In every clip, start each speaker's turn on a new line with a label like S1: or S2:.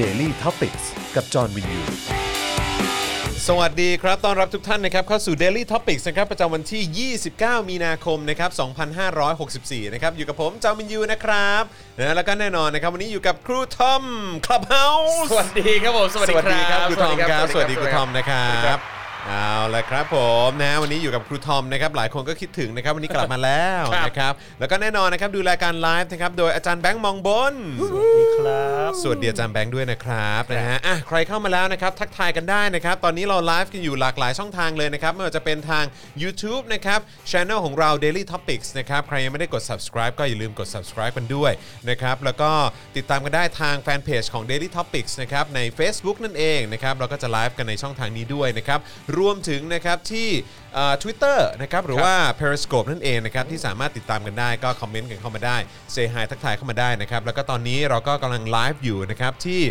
S1: Daily t o p i c กกับจอห์นวินยู
S2: สวัสดีครับ ต้อนรับทุกท่านนะครับเข้าสู่ Daily Topics นะครับประจำวันที่ 29 มีนาคมนะครับ 2564 นะครับอยู่กับผมจอมินยูนะครับนะแล้วก็แน่นอนนะครับวันนี้อยู่กับครูทอมคลับเฮาส์
S3: สวัสดีครับผม สวัสดีครับ
S2: ครูทอมครับ สวัสดีครูทอม
S3: นะ
S2: นะครับเอาละครับผมนะวันนี้อยู่กับครูทอมนะครับหลายคนก็คิดถึงนะครับวันนี้กลับมาแล้ว
S3: ครับ
S2: นะครับแล้วก็แน่นอนนะครับดูรายการไลฟ์นะครับโดยอาจารย์แบงค์มองบน
S4: ครับ
S2: สวัสดีอาจารย์แบงค์ด้วยนะครับนะฮะอ่ะใครเข้ามาแล้วนะครับ ทักทายกันได้นะครับ ตอนนี้เราไลฟ์กันอยู่หลากหลายช่องทางเลยนะครับ ไม่ว่าจะเป็นทาง YouTube นะครับช anel ของเรา Daily Topics นะครับ ใครยังไม่ได้กด subscribe ก็อย่าลืมกด subscribe กันด้วยนะครับ แล้วก็ติดตามกันได้ทางแฟนเพจของ Daily Topics นะครับ ใน Facebook นั่นเองนะครับ เราก็จะไลฟ์กันในช่องทางนี้ด้วยนะครับ รวมถึงนะครับที่ทวิตเตอร์นะครับหรือว่า Periscope นั่นเองนะครับที่สามารถติดตามกันได้ก็คอมเมนต์กันเข้ามาได้เซฮายทักทายเข้ามาได้นะครับแล้วก็ตอนนี้เราก็กำลังไลฟ์อยู่นะครับที่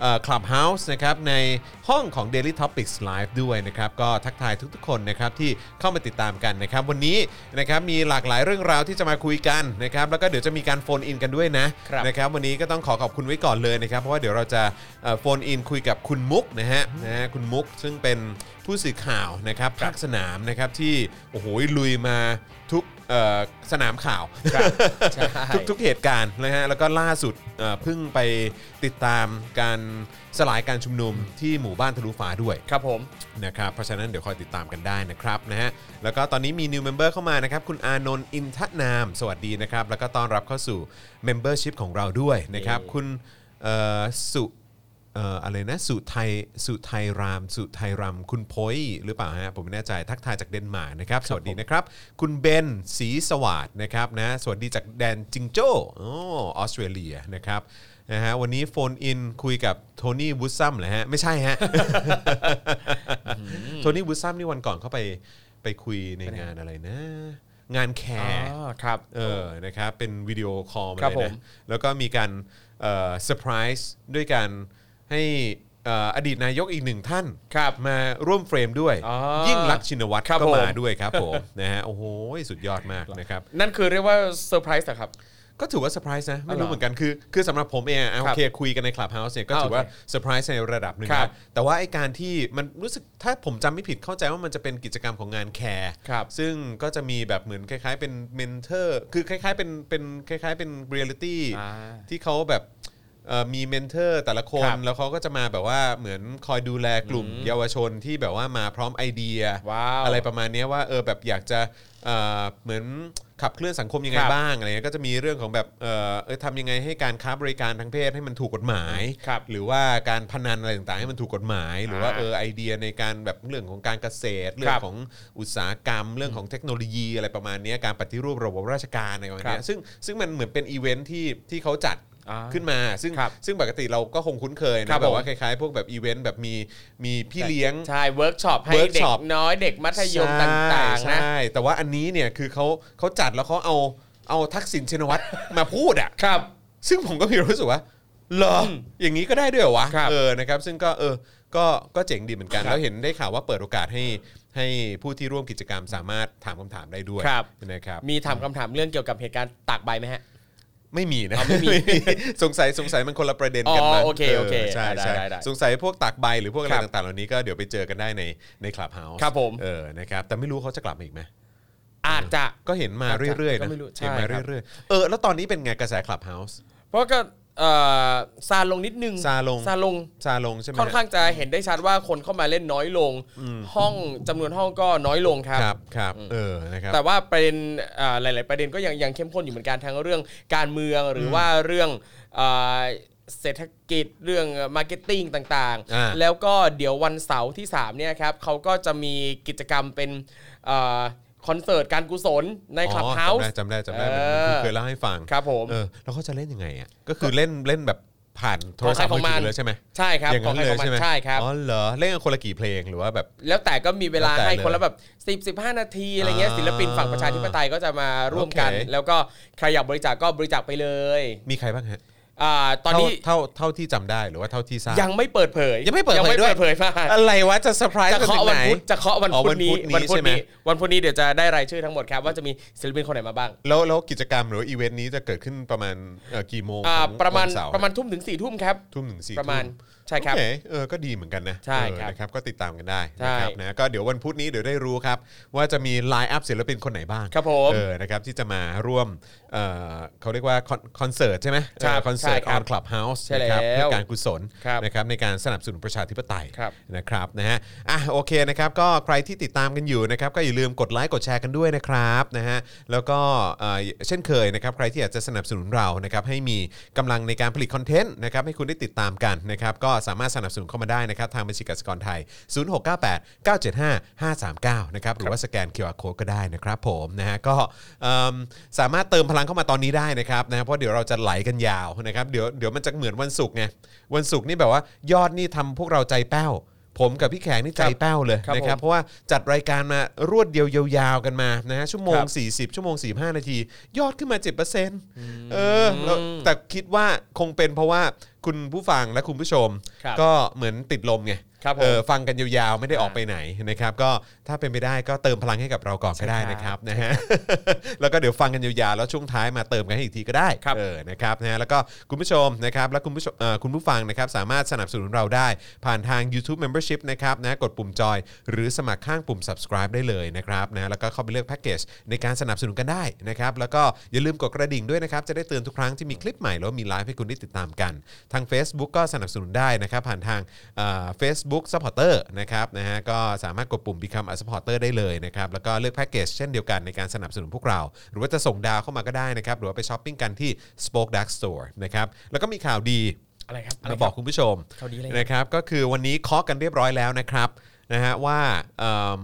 S2: เอ่อ Clubhouse นะครับในห้องของ Daily Topics Live ด้วยนะครับก็ทักทายทุกๆคนนะครับที่เข้ามาติดตามกันนะครับวันนี้นะครับมีหลากหลายเรื่องราวที่จะมาคุยกันนะครับแล้วก็เดี๋ยวจะมีการโฟนอินกันด้วยนะครับ นะครับวันนี้ก็ต้องขอขอบคุณไว้ก่อนเลยนะครับเพราะว่าเดี๋ยวเราจะโฟนอินคุยกับคุณมุกนะฮะนะฮะคุณมุกซึ่งเป็นผู้สื่อข่าวนะครับภาคสนามนะครับที่โอ้โหลุยมาทุกเอ่อสนามข่าว
S3: ใช่
S2: ทุกทุกเหตุการณ์นะฮะแล้วก็ล่าสุดเอ่อเพิ่งไปติดตามการสลายการชุมนุมที่หมู่บ้านทะลุฟ้าด้วย
S3: ครับผม
S2: นะครับเพราะฉะนั้นเดี๋ยวคอยติดตามกันได้นะครับนะฮะแล้วก็ตอนนี้มี new member เข้ามานะครับ คุณอานนท์อินทนาม สวัสดีนะครับ แล้วก็ต้อนรับเข้าสู่ membership ของเราด้วยนะครับ
S3: นี่
S2: คุณเอ่อสุเอ่ออะไรนะสุไทยสุไทยรามสุไทยรามคุณโพยหรือเปล่าฮะผมไม่แน่ใจทักทายจากเดนมาร์กนะครับ สวัสดีนะครับ คุณเบนสีสวัสดนะครับนะสวัสดีจากแดนจิงโจ้โอ้ออสเตรเลียนะครับนะฮะวันนี้โฟนอินคุยกับโทนี่วูดซัมเหรอฮะไม่ใช่ฮะ โทนี่วูดซัมนี่วันก่อนเขาไปไปคุยในงานอะไรนะ งานแค
S3: อ๋อ
S2: ร์
S3: ครับ
S2: เออ นะครับ เป็นวิดีโอคอลมา
S3: ครับ
S2: เลย
S3: ผ
S2: นะ
S3: ม
S2: แล้วก็มีการเซอร์ไพรส์ด้วยการให้เอ่ออดีตนายกอีกหนึ่งท่าน
S3: ครับ
S2: มาร่วมเฟรมด้วย
S3: อ๋อ
S2: ยิ่งรักษณ์ชินวัตร
S3: ครับ
S2: ก็
S3: ผม
S2: มาด้วยครับผม นะฮะ โอ้โห สุดยอดมากนะครับ
S3: นั่นคือเรียกว่าเซอร์ไพรส์เหรอครับ
S2: ก็ถือว่าเซอร์ไพรส์นะ ไม่
S3: อ๋อเหร
S2: รู้
S3: อ
S2: เหมือนกัน คือ คือสำหรับผมเองอะอ่ะ
S3: ครั
S2: โอบ เค คุยกันในคลับเฮาส์เนี่ย ก็
S3: อ่า
S2: ถือว่า
S3: โอเค
S2: เซอร์ไพรส์ในระดับหนึ่ง
S3: ครับ
S2: นะแต่ว่าไอการที่มันรู้สึก ถ้าผมจำไม่ผิด เข้าใจว่ามันจะเป็นกิจกรรมของงานแคร์
S3: ครับ
S2: ซึ่งก็จะมีแบบเหมือนคล้ายๆ เป็นเมนเทอร์ คือคล้ายๆ เป็น เป็นคล้ายๆ เป็นเรียลิตี้
S3: อ่า
S2: ที่เขาแบบเอ่อมีเมนเทอร์แต่ละคน
S3: ครับ
S2: แล้วเขาก็จะมาแบบว่าเหมือนคอยดูแลกลุ่มเยาวชนที่แบบว่ามาพร้อมไอเดีย
S3: ว้าว
S2: อะไรประมาณเนี้ยว่าเออแบบอยากจะเอ่อเหมือนขับเคลื่อนสังคมยังไง
S3: ครับ
S2: บ้างอะไรเงี้ยก็จะมีเรื่องของแบบเออเออทำยังไงให้การค้าบริการทางเพศให้มันถูกกฎหมาย
S3: ครับ
S2: หรือว่าการพนันอะไรต่างๆให้มันถูกกฎหมาย หรือว่า
S3: อ่า
S2: เออไอเดียในการแบบเรื่องของการเกษตร เรื่องของอุตสาหกรรม เรื่องของเทคโนโลยีอะไรประมาณเนี้ยการปฏิรูประบบราชการอะไรประมาณเนี้
S3: ค
S2: ย
S3: รับ
S2: ซึ่งซึ่งมันเหมือนเป็นอีเวนท์ที่ที่เขาจัด
S3: อ่า
S2: ขึ้นมาซึ่ง
S3: ครับ
S2: ซึ่งปกติเราก็คงคุ้นเคย
S3: ครั
S2: นะ
S3: บ
S2: แบบ
S3: ผม
S2: ว่าคล้ายๆ พวกแบบอีเวนต์แบบมีมีพี่เลี้ยง
S3: ใช่ เวิร์กช็อปให้เด็ก
S2: workshop
S3: น้อยเด็กมัธยมต่างๆ
S2: ใช่
S3: นะ
S2: ใช่แต่ว่าอันนี้เนี่ยคือเขาเขาจัดแล้วเขาเอาเอาทักษิณชินวัตร มาพูดอ่ะ
S3: ครับ
S2: ซึ่งผมก็มีความรู้สึกว่าเหรอออย่างนี้ก็ได้ด้วยเหรอวะ
S3: ครับ
S2: เออนะครับซึ่งก็เออก็ก็เจ๋งดีเหมือนกัน
S3: ครับ
S2: แล้วเห็นได้ข่าวว่าเปิดโอกาสให้ให้ผู้ที่ร่วมกิจกรรมสามารถถามคำถามได้ด้วย
S3: ครับ
S2: นะครับ
S3: มีถามคำถามเรื่องเกี่ยวกับเหตุการณ์ตากใบไหมฮะ
S2: ไม่มีนะ
S3: อ๋อไม่มี
S2: สงสัยสงสัยมันคนละประเด็นกัน
S3: อ๋อ
S2: มั้ง
S3: โอเคโอเค
S2: ใช่
S3: ได้
S2: ใช่
S3: ได้ได้
S2: สงสัยพวกตากใบหรือพวกอะไร
S3: ครับ
S2: ต่างๆเหล่านี้ก็เดี๋ยวไปเจอกันได้ในในคลับเฮาส์
S3: ครับผม
S2: เออนะครับแต่ไม่รู้เขาจะกลับมาอีกไหม
S3: อาจจะ
S2: ก็เห็นมาเรื่อยๆ
S3: ก็
S2: นะ
S3: ไม่รู้ใช่
S2: เห็นมา
S3: ครับ
S2: เรื่อยๆเออแล้วตอนนี้เป็นไงกระแสคลับเฮาส์
S3: เพราะก็เอ่อซาลงนิดนึง
S2: ซาลง
S3: ซาลง
S2: ซาลงใช่ไหม
S3: ค่อนข้างจะเห็นได้ชัดว่าคนเข้ามาเล่นน้อยลง ห้องจำนวนห้องก็น้อยลงครับ
S2: ครับครับเออนะครับ
S3: แต่ว่าประเด็นอ่าหลาย ๆ ประเด็นก็ยังยังเข้มข้นอยู่เหมือนกันทั้งเรื่องการเมืองหรือว่าเรื่องอ่าเศรษฐกิจเรื่องมาร์เก็ตติ้งต่าง
S2: อ่า
S3: ๆ แล้วก็เดี๋ยววันเสาร์ที่3เนี่ยครับเขาก็จะมีกิจกรรมเป็นอ่าคอนเสิร์ตการกุศลในคลับเฮา
S2: อ๋
S3: ส์
S2: อจำได้จำได้จำ
S3: เอ
S2: ได้
S3: อ
S2: มันเคยเล่าให้ฟัง
S3: ครับผม
S2: เออแล้วเขาจะเล่นยังไงอ่ะก็คือเล่นเล่นแบบผ่านโทรศัพท์
S3: ข
S2: มื
S3: อ
S2: อ
S3: งใครของมั
S2: ถื
S3: น
S2: อเลยใช่ไหม
S3: ใช่ครับ
S2: อย่างนั้นเลย
S3: ขอ
S2: ใช่
S3: ง
S2: ไหม
S3: ใครของมันใช่ครับ
S2: อ๋อเหรอเล่นกันคนละกี่เพลงหรือว่าแบบ
S3: แล้วแต่ก็มีเวลา
S2: แล้วแต่
S3: ให้
S2: เลย
S3: คนละแบบ 10 15 นาทีอะไรเงี้ย
S2: อ่า
S3: ศิลปินฝั่งประชาธิปไตยก็จะมาร่วมกัน
S2: โอเค
S3: แล้วก็ใครอยากบริจาคก็บริจาคไปเลย
S2: มีใครบ้างฮะ
S3: อ่าตอนนี้
S2: เท่าเท่าเท่าที่จำได้หรือว่าเท่าที่ทราบ
S3: ยังไม่เปิดเผย
S2: ยังไม่เปิดเผย
S3: ยังไม่
S2: ด้วย
S3: เปิดเผยมาก
S2: อะไรวะจะเซอร์ไพรส์
S3: จะ
S2: ไปถึ
S3: เคาะ
S2: ง
S3: วั
S2: ไห
S3: น
S2: น
S3: พุธจะเคาะวัน
S2: อ๋อ
S3: พุธ
S2: วันพุธ
S3: นี้
S2: นี้
S3: วันพุธนี้
S2: ใช่ไหม
S3: วันพุธนี้เดี๋ยวจะได้รายชื่อทั้งหมดครับ ว่าจะมีศิลปินคนไหนมาบ้าง
S2: แล้วแล้วกิจกรรมหรือว่าอีเวนต์นี้จะเกิดขึ้นประมาณเอ่อกี่โมง
S3: อ่า
S2: ของ
S3: ประมาณ
S2: วันเส
S3: ประมาณทุ่มถึงสี่ทุ่มครับ
S2: ทุ่มถึงสี่
S3: ประมาณ
S2: ทุ่
S3: ใช่ครับ
S2: โอเเออก็ดีเหมือนกันนะ
S3: ใช่
S2: เออ
S3: ครับ
S2: นะครับก็ติดตามกันได้
S3: ใช่
S2: นะครับนะก็เดี๋ยววันพุธนี้เดี๋ยวได้รู้ครับ ว่าจะมีไลน์อัพศิลปินคนไหนบ้าง
S3: ครับผม
S2: เออนะครับที่จะมาร่วมเอ่อเขาเรียกว่าคอนคอนเสิร์ตใช่ไหม
S3: ครับ
S2: คอนเสิร์ตอ
S3: ใช่ครั
S2: อบ นคลับเฮาส์
S3: ใช่
S2: นะครั
S3: แล้ว
S2: เพื่อการกุศล
S3: ครับ
S2: นะครับในการสนับสนุนประชาธิปไตย
S3: ครับ
S2: นะครับนะฮะอ่ะโอเคนะครับก็ใครที่ติดตามกันอยู่นะครับก็อย่าลืมกดไลค์กดแชร์กันด้วยนะครับนะฮะแล้วก็เอ่อเช่นเคยนะครับใครที่อยากจะสนับสนุนเรานะครับให้มีกำลังในการผลิตคอนเทนต์นะครับให้คุณได้ติดตามกันนะครับก็สามารถสนับสนุนเข้ามาได้นะครับทางบัญชีกสิกรไทย 0698975539นะครับหรือว่าสแกน QR Code ก็ได้นะครับผมนะฮะก็เอิ่มสามารถเติมพลังเข้ามาตอนนี้ได้นะครับนะเพราะเดี๋ยวเราจะไหลกันยาวนะครับเดี๋ยวเดี๋ยวมันจะเหมือนวันศุกร์ไงวันศุกร์นี่แบบว่ายอดนี่ทำพวกเราใจแป้ว ผมกับพี่แขกนี่ใจแป้วเลย
S3: ครับ
S2: นะครับ
S3: ผม
S2: เพราะว่าจัดรายการมารวดเดียวยาวๆกันมานะฮะชั่วโมง
S3: ครับ
S2: 40 ชั่วโมง 45 นาที ยอดขึ้นมา 7%เออแล้วแต่คิดว่าคงเป็นเพราะว่าคุณผู้ฟังและคุณผู้ชม
S3: ครับ
S2: ก็เหมือนติดลมไง
S3: ครับผม
S2: เออฟังกันยาวๆ ไม่ได้ออกไปไหนนะครับก็ถ้าเป็นไปได้ก็เติมพลังให้กับเราก่อนก็ได้
S3: ใช่
S2: นะค
S3: ครั
S2: รับบ นะฮะ แล้วก็เดี๋ยวฟังกันยาวๆแล้วช่วงท้ายมาเติมกันให้อีกทีก็ได้
S3: ครับ
S2: เออ นะครับนะฮะแล้วก็คุณผู้ชมนะครับและคุณผู้ชมเอ่อคุณผู้ฟังนะครับสามารถสนับสนุนเราได้ ผ่านทาง YouTube Membership นะครับนะกดปุ่มจอย หรือสมัครข้างปุ่ม subscribe ได้เลยนะครับนะแล้วก็เข้าไปเลือกแพ็กเกจในการสนับสนุนกันได้นะครับแล้วก็อย่าลืมกดกระดิ่งด้วยนะครับ จะได้เตือนทุกครั้งที่มีคลิปใหม่ แล้วมีไลฟ์ให้คุณได้ติดตามกัน ทาง Facebook ก็สนับสนุนได้นะครับ ผ่านทางเอ่อ Facebook supporter นะครับนะฮะก็สามารถกดปุ่ม become a supporter ได้เลยนะครับแล้วก็เลือกแพ็กเกจเช่นเดียวกันในการสนับสนุนพวกเรา หรือว่าจะส่งดาวเข้ามาก็ได้นะครับหรือว่าไปช้อปปิ้งกันที่ Spoke Dark Store นะครับแล้วก็มีข่าวดี
S3: อะไรครับะไร
S2: มา
S3: ครั
S2: บอกคุณผู้ชม
S3: ข่าวดีอะไร
S2: นะครับก็คือวันนี้เคาะกันเรียบร้อยแล้วนะครับนะฮะว่าเอิ่ม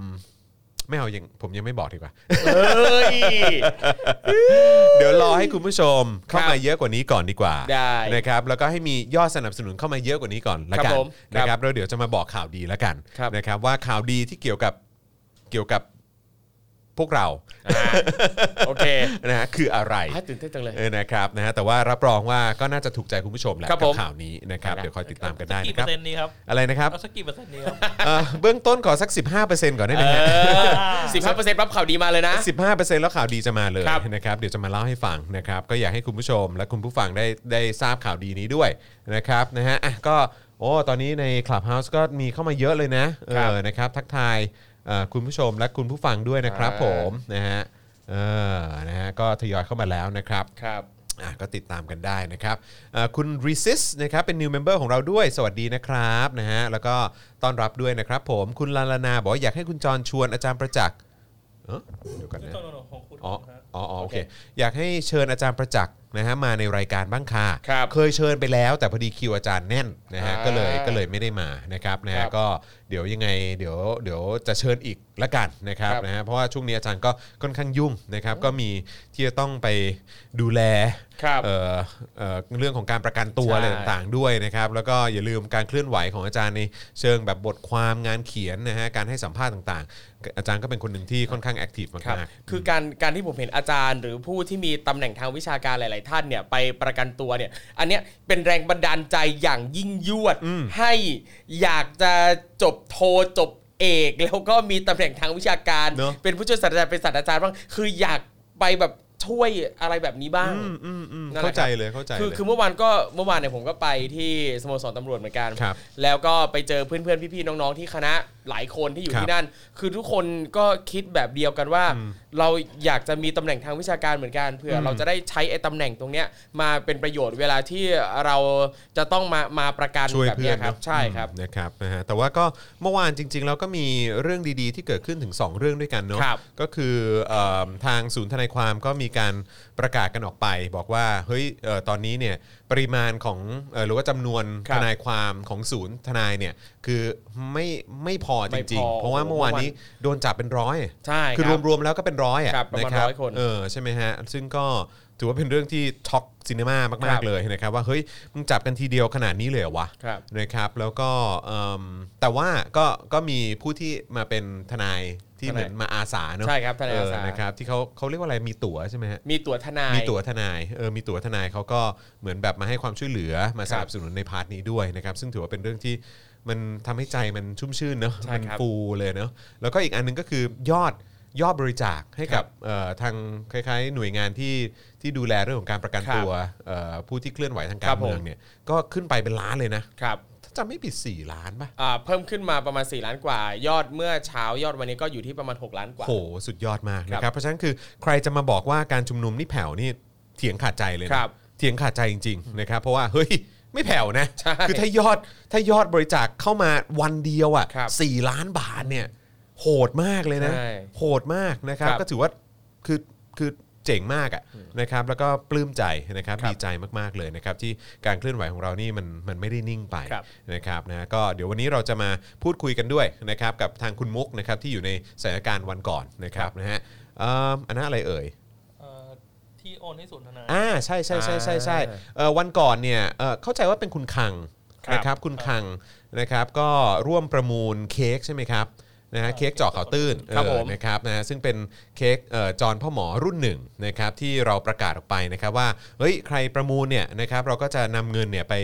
S2: ไม่เอายังผมยังไม่บอกดีกว่า
S3: เอ้ ย
S2: เดี๋ยวรอให้คุณผู้ชมเข้า
S3: ครับ
S2: มาเยอะกว่านี้ก่อนดีกว่า
S3: ได้
S2: นะครับแล้วก็ให้มียอดสนับสนุนเข้ามาเยอะกว่านี้ก่อนละกั
S3: ครั
S2: น
S3: บผม
S2: นะครับแล้วเดี๋ยวจะมาบอกข่าวดีละกัน
S3: ครับ
S2: นะครับว่าข่าวดีที่เกี่ยวกับเกี่ยวกับพวกเรา
S3: อ่าโอเค
S2: นะฮะคืออะไร
S3: อ่ะตื่นเต้นจังเลย
S2: เออนะครับนะฮะแต่ว่ารับรองว่าก็น่าจะถูกใจคุณผู้ชมแหละ
S3: ครั
S2: กั
S3: บบผม
S2: ข่าวนี้นะครับ
S3: ครับ
S2: เดี๋ยวคอยติดตามกันได้
S4: กี่
S2: นะค
S4: เปอ
S2: รับ
S4: ร์เซ็นต์นี้ครับ
S2: อะไรนะครับ
S4: เอาสักกี่เปอร์เซ็นต์นี้ครับ
S2: เอ่อเบื้องต้นขอสัก 15%ก่อนได้ไหมฮะ
S3: สิบห้าเปอร์เซ็นต์รับข่าวดีมาเลยนะ
S2: 15%แล้วข่าวดีจะมาเลย
S3: ครับ
S2: นะครับเดี๋ยวจะมาเล่าให้ฟังนะครับก็อยากให้คุณผู้ชมและคุณผู้ฟังได้ได้ทราบข่าวดีนี้ด้วยนะครับนะฮะอ่ะก็โอ้ตอนนี้ใน Clubhouse ก็มีเข้ามาเยอะเลยนะเอ
S3: ครับ
S2: อนะครับทักทายเอ่อคุณผู้ชมและคุณผู้ฟังด้วยนะครับ
S3: อ่า
S2: ผมนะฮะเออนะฮะก็ทยอยเข้ามาแล้วนะครับ
S3: ครับ
S2: อ่ะก็ติดตามกันได้นะครับอ่ะคุณ Resist นะครับเป็น new member ของเราด้วย สวัสดีนะครับนะฮะแล้วก็ต้อนรับด้วยนะครับผมคุณลาลานาบอกว่าอยากให้คุณจรชวนอาจารย์ประจักษ์เอ้อเดี๋ยวกันนะ
S4: โนโนของคุณ
S2: อ๋อ
S4: ครับ
S2: อ๋ออ๋อโอเคอยากให้เชิญอาจารย์ประจักษ์นะฮะมาในรายการบ้างค่ะ
S3: ครับ
S2: เคยเชิญไปแล้วแต่พอดีคิวอาจารย์แน่นนะฮะ
S3: อ่า
S2: ก็เลยก็เลยไม่ได้มานะครับนะ
S3: ค
S2: ฮะ
S3: รับ
S2: ก็เดี๋ยวยังไงเดี๋ยวเดี๋ยวจะเชิญอีกละกันนะครับ
S3: ครับ
S2: นะฮะเพราะว่าช่วงนี้อาจารย์ก็ค่อนข้างยุ่งนะครับก็มีที่จะต้องไปดูแล
S3: ครับ
S2: เอ่อเอ่อเรื่องของการประกันตัว
S3: ใช่
S2: อะไรต่างๆด้วยนะครับ แล้วก็อย่าลืมการเคลื่อนไหวของอาจารย์ในเชิงแบบบทความงานเขียนนะฮะการให้สัมภาษณ์ต่างๆ อาจารย์ก็เป็นคนหนึ่งที่ค่อนข้างแอคทีฟ
S3: ครับ
S2: มาก
S3: คือการการที่ผมเห็นอาจารย์ หรือผู้ที่มีตำแหน่งทางวิชาการหลาย ๆ ท่านเนี่ยไปประกันตัวเนี่ย อันเนี้ยเป็นแรงบันดาลใจอย่างยิ่งยวด ให้อยากจะจบโทจบเอก แล้วก็มีตำแหน่งทางวิชาการ
S2: เนอะ
S3: เป็นผู้ช่วยศาสตราจารย์เป็นศาสตราจารย์บ้าง คืออยากไปแบบช่วยอะไรแบบนี้บ้าง
S2: อืมอืมอืม
S3: นั่นแหละ
S2: เข้าใจเลยเข้าใจ
S3: คือ
S2: เลย
S3: คือเมื่อวานก็เมื่อวานเนี่ยผมก็ไปที่สโมสรตำรวจเหมือนกัน
S2: ครับ
S3: แล้วก็ไปเจอเพื่อนๆ พี่ๆ น้องๆ ที่คณะหลายคนที่อยู่
S2: ครับ
S3: ที่นั่น คือทุกคนก็คิดแบบเดียวกันว่า เราอยากจะมีตำแหน่งทางวิชาการเหมือนกันเผื่ออเราจะได้ใช้ไอ้ตำแหน่งตรงเนี้ยมาเป็นประโยชน์เวลาที่เราจะต้องมามาประกัน
S2: ช่วย
S3: แบบ
S2: เพื่
S3: เนี้
S2: อย น
S3: ครับ
S2: เนอะ
S3: ใช่ครับ
S2: อืมนะครับนะฮะแต่ว่าก็เมื่อวานจริง ๆ แล้วก็มีเรื่องดีๆ ที่เกิดขึ้นถึง 2 เรื่องด้วยกันเนาะ
S3: ครับ
S2: ก็คือเอ่อทางศูนย์ทนายความก็มีการประกาศกันออกไป บอกว่าเฮ้ยเอ่อตอนนี้เนี่ยปริมาณของเอ่อหรือว่าจำนวน
S3: ครั
S2: ท
S3: บ
S2: นายความของศูนย์ทนายเนี่ยคือไม่ไม่พอจริง
S3: ไม่พ
S2: ๆ
S3: อ
S2: เพราะว่าเมื่อวาน
S3: เมื่อวาน
S2: นี้โดนจับเป็นร้อย
S3: ใช่ครับ
S2: คือรวมๆแล้วก็เป็นร้อยอ่ะ
S3: ครับประมาณ
S2: บ
S3: ร้อยคน
S2: เออใช่ไหมฮะ ซึ่งก็ถือว่าเป็นเรื่องที่ช็อกซีนีมา
S3: ค
S2: มา
S3: รั
S2: ก
S3: บ
S2: ๆ เลยนะครับว่าเฮ้ยมึงจับกันทีเดียวขนาดนี้เลยเหรอวะ
S3: ครับ
S2: นะครับแล้วก็เอิ่มแต่ว่าก็ก็มีผู้ที่มาเป็นทนาย ที่เหมือนมาอาสาเนอะ
S3: ใช่ครับทนายอาสา
S2: เนะครับที่เขาเขาเรียกว่าอะไรมีตั๋วใช่ไหมฮะ
S3: มีตั๋วทนาย
S2: มีตั๋วทนาย เออ มีตั๋วทนายเขาก็เหมือนแบบมาให้ความช่วยเหลือ มาสนับสนุนในพาร์ทนี้ด้วยนะครับ ซึ่งถือว่าเป็นเรื่องที่มันทำให้ใจมันชุ่มชื่นเนอะ
S3: ใช่
S2: มัน
S3: ครับ
S2: ฟูเลยเนอะแล้วก็อีกอันหนึงก็คือยอดยอดบริจาคให้กับเอ่อทางคล้ายๆ หน่วยงานที่ที่ดูแลเรื่องของการประกัน
S3: ครับ
S2: ตัวเอ่อผู้ที่เคลื่อนไหวทางกา
S3: ครั
S2: ร
S3: บผม
S2: เมืองเนี่ย ก็ขึ้นไปเป็นล้านเลยนะครับ ถ้าจำไม่ผิด 4 ล้านป่ะ
S3: อ่าเพิ่มขึ้นมาประมาณ 4 ล้านกว่า ยอดเมื่อเช้ายอดวันนี้ก็อยู่ที่ประมาณ 6 ล้านกว่า
S2: โหสุดยอดมากนะค
S3: ครั
S2: รับบ เพราะฉะนั้นคือใครจะมาบอกว่าการชุมนุมนี่แผ่วนี่เถียงขาดใจเลยนะครับ เถียงขาดใจจริงๆนะครับเพราะว่าเฮ้ยไม่แผ่วนะ
S3: ใช่
S2: คือถ้ายอดถ้ายอดบริจาคเข้ามาวันเดียว
S3: ครั
S2: อะ่ะ
S3: บ
S2: สี่ล้านบาทเนี่ยโหดมากเลยนะ
S3: ใช่
S2: โหดมากนะครับ
S3: ครับ
S2: ก็ถือว่าคือคือเจ๋งมากอะ่ะนะครับแล้วก็ปลื้มใจนะครับ
S3: ครับ
S2: ดีใจมากๆเลยนะครับที่การเคลื่อนไหวของเรานี่มันมันไม่ได้นิ่งไป
S3: ครับ
S2: นะครับนะก็เดี๋ยววันนี้เราจะมาพูดคุยกันด้วยนะครับกับทางคุณมุกนะครับที่อยู่ในสถานการณ์วันก่อนนะครับนะฮะเอิ่มอันนั้นอะไรเอ่ย
S4: เอ่อที่โอนให้ศูนย์ทนาย
S2: อ่าใช่ใช่ใช่ใช่ใช่เอ่อวันก่อนเนี่ยเอ่อเข้าใจว่าเป็นคุณคัง
S3: ครับ
S2: นะครับคุณคังนะครับก็ร่วมประมูลเค้กใช่ไหมครับนะฮะเค้กเจาะข่าวตื้น
S3: ครับ
S2: เออ
S3: ผม
S2: นะครับนะฮะซึ่งเป็นเค้กเอ่อจอนพ่อหมอรุ่นหนึ่งนะครับที่เราประกาศออกไปนะครับว่าเฮ้ยใครประมูลเนี่ยนะครับเราก็จะนำเงินเนี่ยไป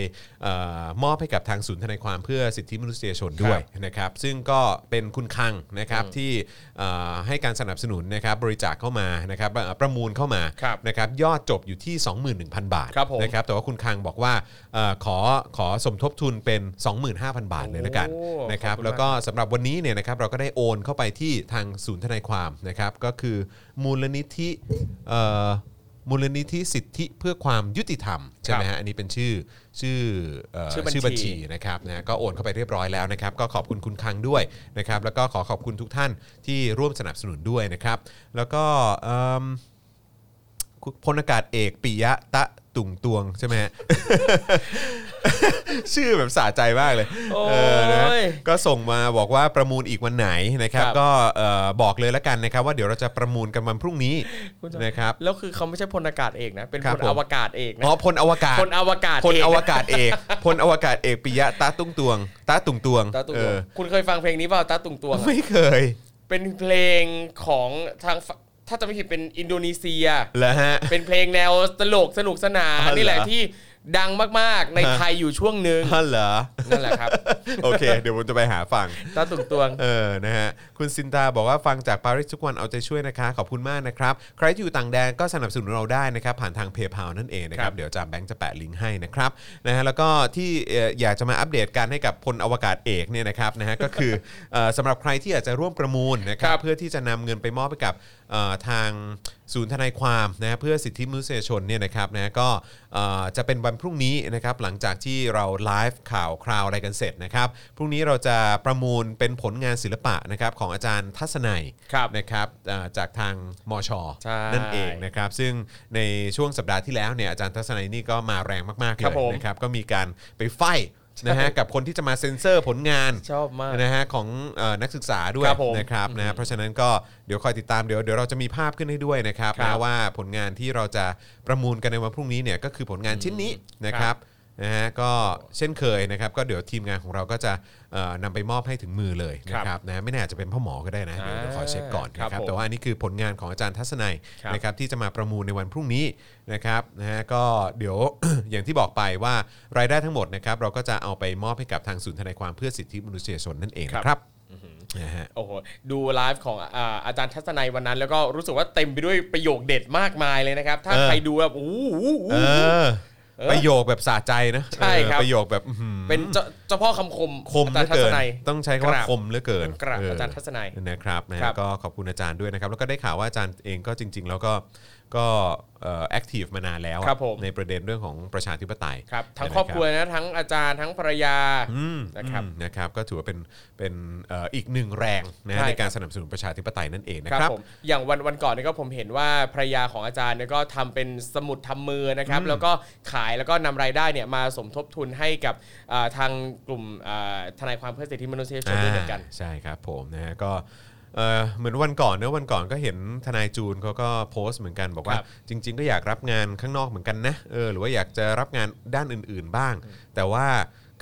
S2: เออมอบให้กับทางศูนย์ทนายความเพื่อสิทธิมนุษยชนด้วย นะครับซึ่งก็เป็นคุณคังนะครับที่เอ่อให้การสนับสนุนนะครับบริจาคเข้ามานะครับเอ่อประมูลเข้ามา
S3: ครับ
S2: นะครับยอดจบอยู่ที่ 21,000 บาท
S3: ครับผม
S2: นะครับแต่ว่าคุณคังบอกว่าเออขอขอสมทบทุนเป็น 25,000 บาทเลยละกัน
S3: โอ้
S2: นะครับ
S3: ขอบคุณมาก
S2: แล้วก็สำหรับวันนี้เนี่ยนะครับเราก็ได้โอนเข้าไปที่ทางศูนย์ทนายความนะครับก็คือมูลนิธิเอ่อมูลนิธิสิทธิเพื่อความยุติธรรมใช่ไหมฮะอันนี้เป็นชื่อชื่อเอ่อ
S3: ชื่อบัญชี
S2: ชื่อบัญชีนะครับนะก็โอนเข้าไปเรียบร้อยแล้วนะครับ ก็ขอบคุณคุณคังด้วยนะครับ แล้วก็ขอขอบคุณทุกท่านที่ร่วมสนับสนุนด้วยนะครับ แล้วก็เอิ่มคุณพลอากาศเอกปิยะตะตุงตวงใช่ไหมฮะ ชื่อแบบสะใจมากเลยเออนะ
S3: โอ้ย
S2: ก็ส่งมาบอกว่าประมูลอีกวันไหนนะครับ
S3: ครับ
S2: ก็เอ่อบอกเลยละกันนะครับ ว่าเดี๋ยวเราจะประมูลกันวันพรุ่งนี้นะครับ
S3: แล้วคือเขาไม่ใช่พลอากาศเอกนะ เป็น
S2: ครั
S3: พ
S2: บ
S3: ล
S2: ผม
S3: อวกาศเอกนะ
S2: อ๋อพลอวกาศ
S3: พลอวกาศ
S2: พล
S3: เก
S2: อวกาศเอก พลอวกาศเอกปิยะตาตุ้งตวงตาตุงตวง
S3: ตาตุง
S2: เอ
S3: ตวง
S2: อ
S3: คุณเคยฟังเพลงนี้เปล่าตาตุงตวงอะ
S2: ไม่เคย
S3: เป็นเพลงของทางฝถ้าจะไม่ผิดเป็นอินโดนีเซี ย
S2: เหรอฮะ
S3: เป็นเพลงแนวตลกสนุกสนาน
S2: อ๋อเหรอ
S3: นี่แหละที่ดังมากๆใน
S2: ฮะ
S3: ไทยอยู่ช่วง หนึ่ง
S2: อ๋อเหรอ
S3: นั่นแหละครับ
S2: โอเค เดี๋ยวผมจะไปหาฟัง
S3: ตาตุงตวง
S2: เออ นะฮะ คุณซินตาบอกว่าฟังจากปารีสทุกวันเอาใจช่วยนะคะ ขอบคุณมากนะครับ ใครที่อยู่ต่างแดนก็สนับสนุนเราได้นะครับ ผ่านทางเพย์พานั่นเองนะค
S3: ครั
S2: รับ
S3: บ
S2: เดี๋ยวอาจามแบงค์จะแปะลิงก์ให้นะครับ นะฮะ แล้วก็ที่เอ่ออยากจะมาอัปเดตการให้กับพลอวกาศเอกเนี่ยนะครับ นะฮะ ก็คือเอ่อสำหรับใครที่อยากจะร่วมประมูลนะครั
S3: ครับ บ
S2: เพื่อที่จะนำเงินไปมอบให้กับเอ่อทางศูนย์ทนายความนะฮะเพื่อสิทธิมนุษยชนเนี่ยนะครับนะฮะก็เอ่อจะเป็นวันพรุ่งนี้นะครับหลังจากที่เราไลฟ์ข่าวคราวอะไรกันเสร็จนะครับพรุ่งนี้เราจะประมูลเป็นผลงานศิลปะนะครับของอาจารย์ทัศนัย
S3: ครับ
S2: นะครับเอ่อจากทางมช
S3: ใช่
S2: นั่นเองนะครับซึ่งในช่วงสัปดาห์ที่แล้วเนี่ยอาจารย์ทัศนัยนี่ก็มาแรงมากๆเล
S3: ครั
S2: ย
S3: บผม
S2: นะครับก็มีการไปไฟท์นะฮะกับคนที่จะมาเซ็นเซอร์ผลงาน
S3: ชอบมาก
S2: นะฮะของเอ่อนักศึกษาด้วย
S3: ครับผม
S2: นะครับนะฮะเพราะฉะนั้นก็เดี๋ยวคอยติดตามเดี๋ยวเดี๋ยวเราจะมีภาพขึ้นให้ด้วยนะครับ
S3: ครับ
S2: นะว่าผลงานที่เราจะประมูลกันในวันพรุ่งนี้เนี่ยก็คือผลงานชิ้นนี้นะครับนะฮะก็เช่นเคยนะครับก็เดี๋ยวทีมงานของเราก็จะเอ่อนำไปมอบให้ถึงมือเลยนะค
S3: ครั
S2: รับบนะไม่แน่อาจจะเป็นพ่อหมอก็ได้นะเดี๋ยวเดี๋ยวขอเช็คก่อนนะค
S3: ครั
S2: รับบ
S3: ผม
S2: แต่ว่าอันนี้คือผลงานของอาจารย์ทัศนัย
S3: ครับ
S2: นะครับที่จะมาประมูลในวันพรุ่งนี้นะครับนะฮะก็ เดี๋ยว อย่างที่บอกไปว่ารายได้ทั้งหมดนะครับเราก็จะเอาไปมอบให้กับทางศูนย์ทนายความเพื่อสิทธิมนุษยชนนั่นเองนะครับ นะฮะ
S3: โอ้โหดูไลฟ์ของอ่าอาจารย์ทัศนัยวันนั้น แล้วก็รู้สึกว่าเต็มไปด้วยประโยคเด็ดมากมายเลยนะครับ ถ้า
S2: เออ
S3: ใครดูแบบอู้หูอู้หู
S2: เออ
S3: เออ
S2: ประโยคแบบสะใจนะ
S3: ใช่ครับ
S2: เออประโยคแบบอื้อหือ
S3: เป็นเจ้าเจ้าพ่อคำคม
S2: คม
S3: อา
S2: เห
S3: จาร
S2: ลือ
S3: ย์ทั
S2: เกิ
S3: ศ
S2: น
S3: นัย
S2: ต้องใช้คำ
S3: ก
S2: ว่า
S3: ราบ
S2: คมเหลือเกิน
S3: กรา
S2: เ
S3: บาจารย์ทัศนัย
S2: นะครับนะฮะ
S3: ครับ
S2: ก็ขอบคุณอาจารย์ด้วยนะครับ แล้วก็ได้ข่าวว่าอาจารย์เองก็จริง ๆ แล้วก็ก็แอคทีฟมานานแล้วอะ
S3: ครับผม
S2: ในประเด็นเรื่องของประชาธิปไตย
S3: ครับทั้ง
S2: นะ
S3: ครอบครัวนะทั้งอาจารย์ทั้งภรรยา
S2: อืม
S3: นะครับ
S2: อืมนะครับก็ถือว่าเป็นเป็นเอ่ออีกหนึ่งแรงนะฮะ
S3: ใช่
S2: ในการสนับสนุนประชาธิปไตยนั่นเองนะ
S3: ค
S2: ครั
S3: รับบ ผมอย่างวันวันก่อนเนี่ยก็ผมเห็นว่าภรรยาของอาจารย์เนี่ยก็ทำเป็นสมุดทำมือนะครับ แล้วก็ขายแล้วก็นำรายได้เนี่ยมาสมทบทุนให้กับอ่าทางกลุ่มอ่าทนายความเพื่อสิทธิมนุษยชนด้วยเหมือนกัน
S2: อ่าใช่ครับผมนะฮะก็เอ่อเหมือนวันก่อนเนอะวันก่อนก็เห็นทนายจูนเขาก็โพสต์เหมือนกันบอกว่า
S3: ครับ
S2: จริง ๆ ก็อยากรับงานข้างนอกเหมือนกันนะเออหรือว่าอยากจะรับงานด้านอื่น ๆบ้าง แต่ว่า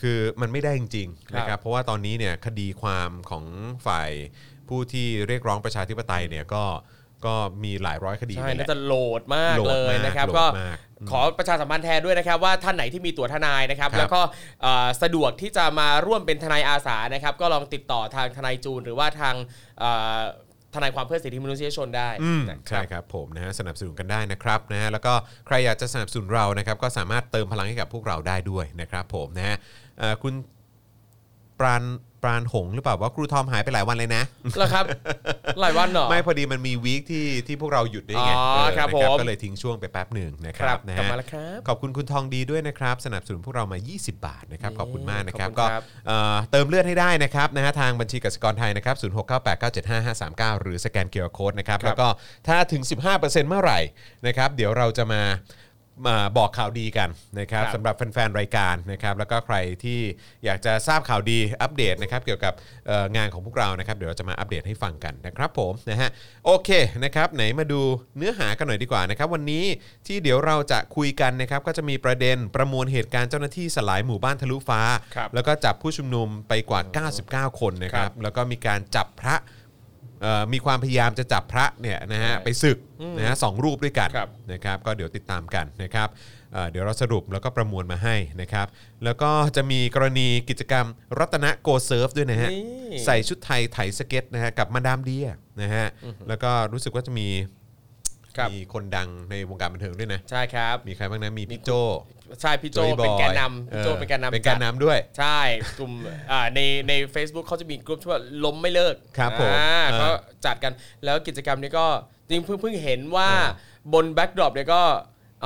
S2: คือมันไม่ได้จริงๆนะค
S3: ครั
S2: รับบ เพราะว่าตอนนี้เนี่ยคดีความของฝ่าย ผู้ที่เรียกร้องประชาธิปไตยเนี่ยก็ก็มีหลายร้อยคดี
S3: ใช่
S2: เลยแห
S3: น่า
S2: ละ
S3: จะโหลดมาก
S2: โหลดมา
S3: เล
S2: ก
S3: ยนะครับ
S2: โหลด
S3: ก็
S2: มาก
S3: ขอประชาสัมพันธ์แทนด้วยนะครับว่าท่านไหนที่มีตั๋วทนายนะครับ
S2: ครับ
S3: แล้วก็เอ่อสะดวกที่จะมาร่วมเป็นทนายอาสานะครับก็ลองติดต่อทางทนายจูน หรือว่าทางเอ่อทนายความเพื่อสิทธิมนุษยชนได้
S2: อืม
S3: นะค
S2: ใช่
S3: รับ
S2: ครับผมนะฮะสนับสนุนกันได้นะครับนะฮะแล้วก็ใครอยากจะสนับสนุนเรานะครับก็สามารถเติมพลังให้กับพวกเราได้ด้วยนะครับผมนะฮะเอ่อคุณปราณปราณหงส์หรือเปล่าว่าครูทอมหายไปหลายวันเลยนะ
S3: แล้วครับ หลายวันเหรอ
S2: ไม่พอดีมันมีวีคที่ที่พวกเราหยุดด้วยไง
S3: อ๋อ
S2: เออ
S3: ครับ
S2: นะ
S3: ผม
S2: ก็เลยทิ้งช่วงไปแป๊บหนึ่งนะค
S3: ครั
S2: รับบ นะ
S3: กลับ
S2: ฮะ
S3: มาแล้วครับ
S2: ขอบคุณคุณทองดีด้วยนะครับ สนับสนุนพวกเรามา 20 บาทนะครับขอบคุณมากนะครับ
S3: ขอบคุ
S2: ก็
S3: ณครับ
S2: เอ่อเติมเลือดให้ได้นะครับนะฮะทางบัญชีกสิกรไทยนะครับ0698975539 หรือสแกนเคอร์โคดนะครับแล้วก็ถ้าถึง 15%เมื่อไหร่นะครับเดี๋ยวเราจะมามาบอกข่าวดีกันนะครับ
S3: ครับ
S2: สำหรับแฟนๆรายการนะครับแล้วก็ใครที่อยากจะทราบข่าวดีอัปเดตนะครับเกี่ยวกับเอ่องานของพวกเรานะครับเดี๋ยวเราจะมาอัปเดตให้ฟังกันนะครับผมนะฮะโอเคนะครับไหนมาดูเนื้อหากันหน่อยดีกว่านะครับวันนี้ที่เดี๋ยวเราจะคุยกันนะครับก็จะมีประเด็นประมวลเหตุการณ์เจ้าหน้าที่สลายหมู่บ้านทะลุฟ้า
S3: ครับ
S2: แล้วก็จับผู้ชุมนุมไปกว่า 99 คนนะครับแล้วก็มีการจับพระ เอ่อมีความพยายามจะจับพระเนี่ยนะฮะไปศึกนะฮะสองรูปด้วยกัน
S3: ครับ
S2: นะครับก็เดี๋ยวติดตามกันนะครับเอ่อเดี๋ยวเราสรุปแล้วก็ประมวลมาให้นะครับแล้วก็จะมีกรณีกิจกรรมรัตนโกเซิร์ฟด้วยนะฮะ
S3: นี่
S2: ใส่ชุดไทยไถสเก็ตนะฮะกับมาดามเดียนะฮะแล้วก็รู้สึกว่าจะมี
S3: ครับ
S2: มีคนดังในวงการบันเทิงด้วยนะ
S3: ใช่ครับ
S2: มีใครบ้างนะมีพี่โจ
S3: ใช่พี่โจ
S2: ยบอย
S3: เป็นแกนนำพี่โจเป็นแกนนำ
S2: เป็นแกนนำด้วย
S3: ใช่กลุ่มอ่าในใน Facebook เขาจะมีกลุ่มที่ว่าล้มไม่เลิก
S2: ครับผม
S3: อ่า
S2: เออ
S3: ก็จัดกันแล้วกิจกรรมนี้ก็จริงเพิ่งเพิ่งเห็นว่าบนแบ็กดรอปเนี่ยก็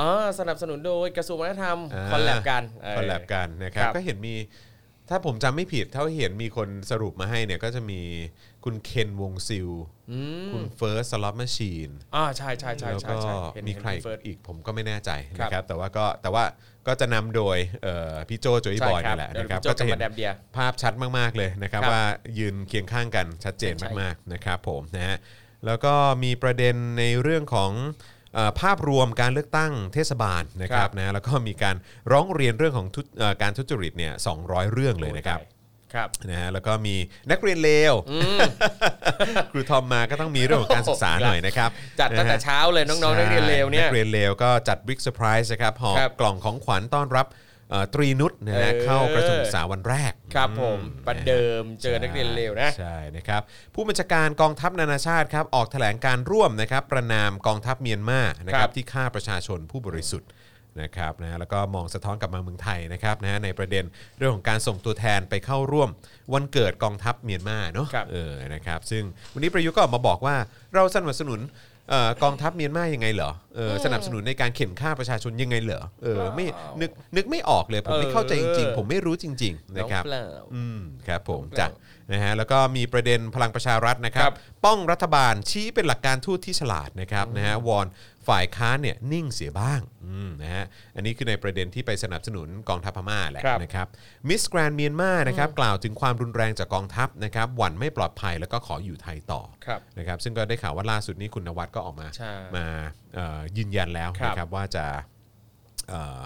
S3: อ๋อสนับสนุนโดยกระทรวงวัฒนธรรม
S2: อ่า
S3: คอลแลบกันเ
S2: คอลแลบกันนะครับ
S3: ครับ
S2: ก็เห็นมีถ้าผมจำไม่ผิดเท่าที่เห็นมีคนสรุปมาให้เนี่ยก็จะมีคุณเคนวงซิล
S3: อืม
S2: คุณเฟิร์สสล็อตแมชชีน
S3: อ่าใช่ใช่ใช่
S2: แล้ว
S3: ใช่
S2: ก็
S3: ใช่เห็น
S2: มีใคร
S3: เห็นเฟิร์ส
S2: อีกผมก็ไม่แน่ใจ
S3: ครับ
S2: นะครับแต่ว่าก็แต่ว่าก็จะนำโดยเอ่อพี่โจโจย
S3: ใช่
S2: บอย
S3: ครับ
S2: นั่นแหละ
S3: เดี๋ยว
S2: นะครับ
S3: พี่โจ
S2: ก็จะ
S3: จะ
S2: เห็
S3: มาน แดบเดีย
S2: ภาพชัดมาก ๆ เลยนะครับ
S3: ครับ
S2: ว่ายืนเคียงข้างกันชัดเจน
S3: ใช่
S2: มาก ๆ นะครับผมนะฮะแล้วก็มีประเด็นในเรื่องของเอ่อภาพรวมการเลือกตั้งเทศบาลนะครั
S3: ครับ บ
S2: นะแล้วก็มีการร้องเรียนเรื่องของทุจเอ่อการทุจริตเนี่ย200 เรื่องเลยนะครับ
S3: ครับ
S2: นะฮะแล้วก็มีนักเรียนเลวครูทอมมาก็ต้องมีเรื่องของการศึกษาหน่อยนะครับ
S3: จัดตั้งแต่
S2: นะฮะ
S3: เช้าเลยน้องๆนักเรียนเลวเนี่ย
S2: ใช่นักเรียนเลวก็จัดบิ๊กเซอร์ไพรส์นะครับหอบ
S3: ครับ
S2: กล่องของขวัญต้อนรับเอ่อตรีนุชนะฮะ
S3: เออ
S2: เข้ากระทรวงศึกษาวันแรก
S3: ครับผม
S2: อื
S3: ประเดิมเจอนักเรียนเลวนะ
S2: ใช่นะครับผู้บัญชาการกองทัพนานาชาติครับออกแถลงการร่วมนะครับประนามกองทัพเมียนมานะค
S3: ค
S2: รั
S3: รั
S2: บบ ที่ฆ่าประชาชนผู้บริสุทธิ์นะครับนะแล้วก็มองสะท้อนกลับมาเมืองไทยนะครับนะฮะในประเด็นเรื่องของการส่งตัวแทนไปเข้าร่วมวันเกิดกองทัพเมียนมาเนาะ
S3: ครับ
S2: เออ นะครับ ซึ่งวันนี้ประยุทธ์ก็ออกมาบอกว่าเราสนับสนุนเอ่อกองทัพเมียนมายังไงเหรอ เออ สนับสนุนในการเข็นฆ่าประชาชนยังไงเหรอ เออ ไม่ นึก นึกไม่ออกเลย ผมไม่เข้าใจจริงๆ ผมไม่รู้จริง ๆ นะครับ
S3: องเปล่า
S2: อืม ครับผม
S3: แล้ว
S2: จ้ะนะฮะ แล้วก็มีประเด็นพลังประชารัฐนะครับ
S3: ครับ
S2: ป้องรัฐบาลชี้เป็นหลักการทูตที่ฉลาดนะครับนะฮะ วอนฝ่ายค้านเนี่ยนิ่งเสียบ้าง อืม นะฮะ อันนี้คือในประเด็นที่ไปสนับสนุนกองทัพพม่าแหละ
S3: ครับ
S2: นะครับ มิสแกรนเมียนมา นะครับ กล่าวถึงความรุนแรงจากกองทัพนะครับ หวั่นไม่ปลอดภัยแล้วก็ขออยู่ไทยต่อ
S3: ครับ
S2: นะครับ ซึ่งก็ได้ข่าวว่าล่าสุดนี้คุณนวัดก็ออกมา
S3: ใช่
S2: มาเอ่อยืนยันแล้ว
S3: ครับ
S2: นะครับว่าจะเอ่อ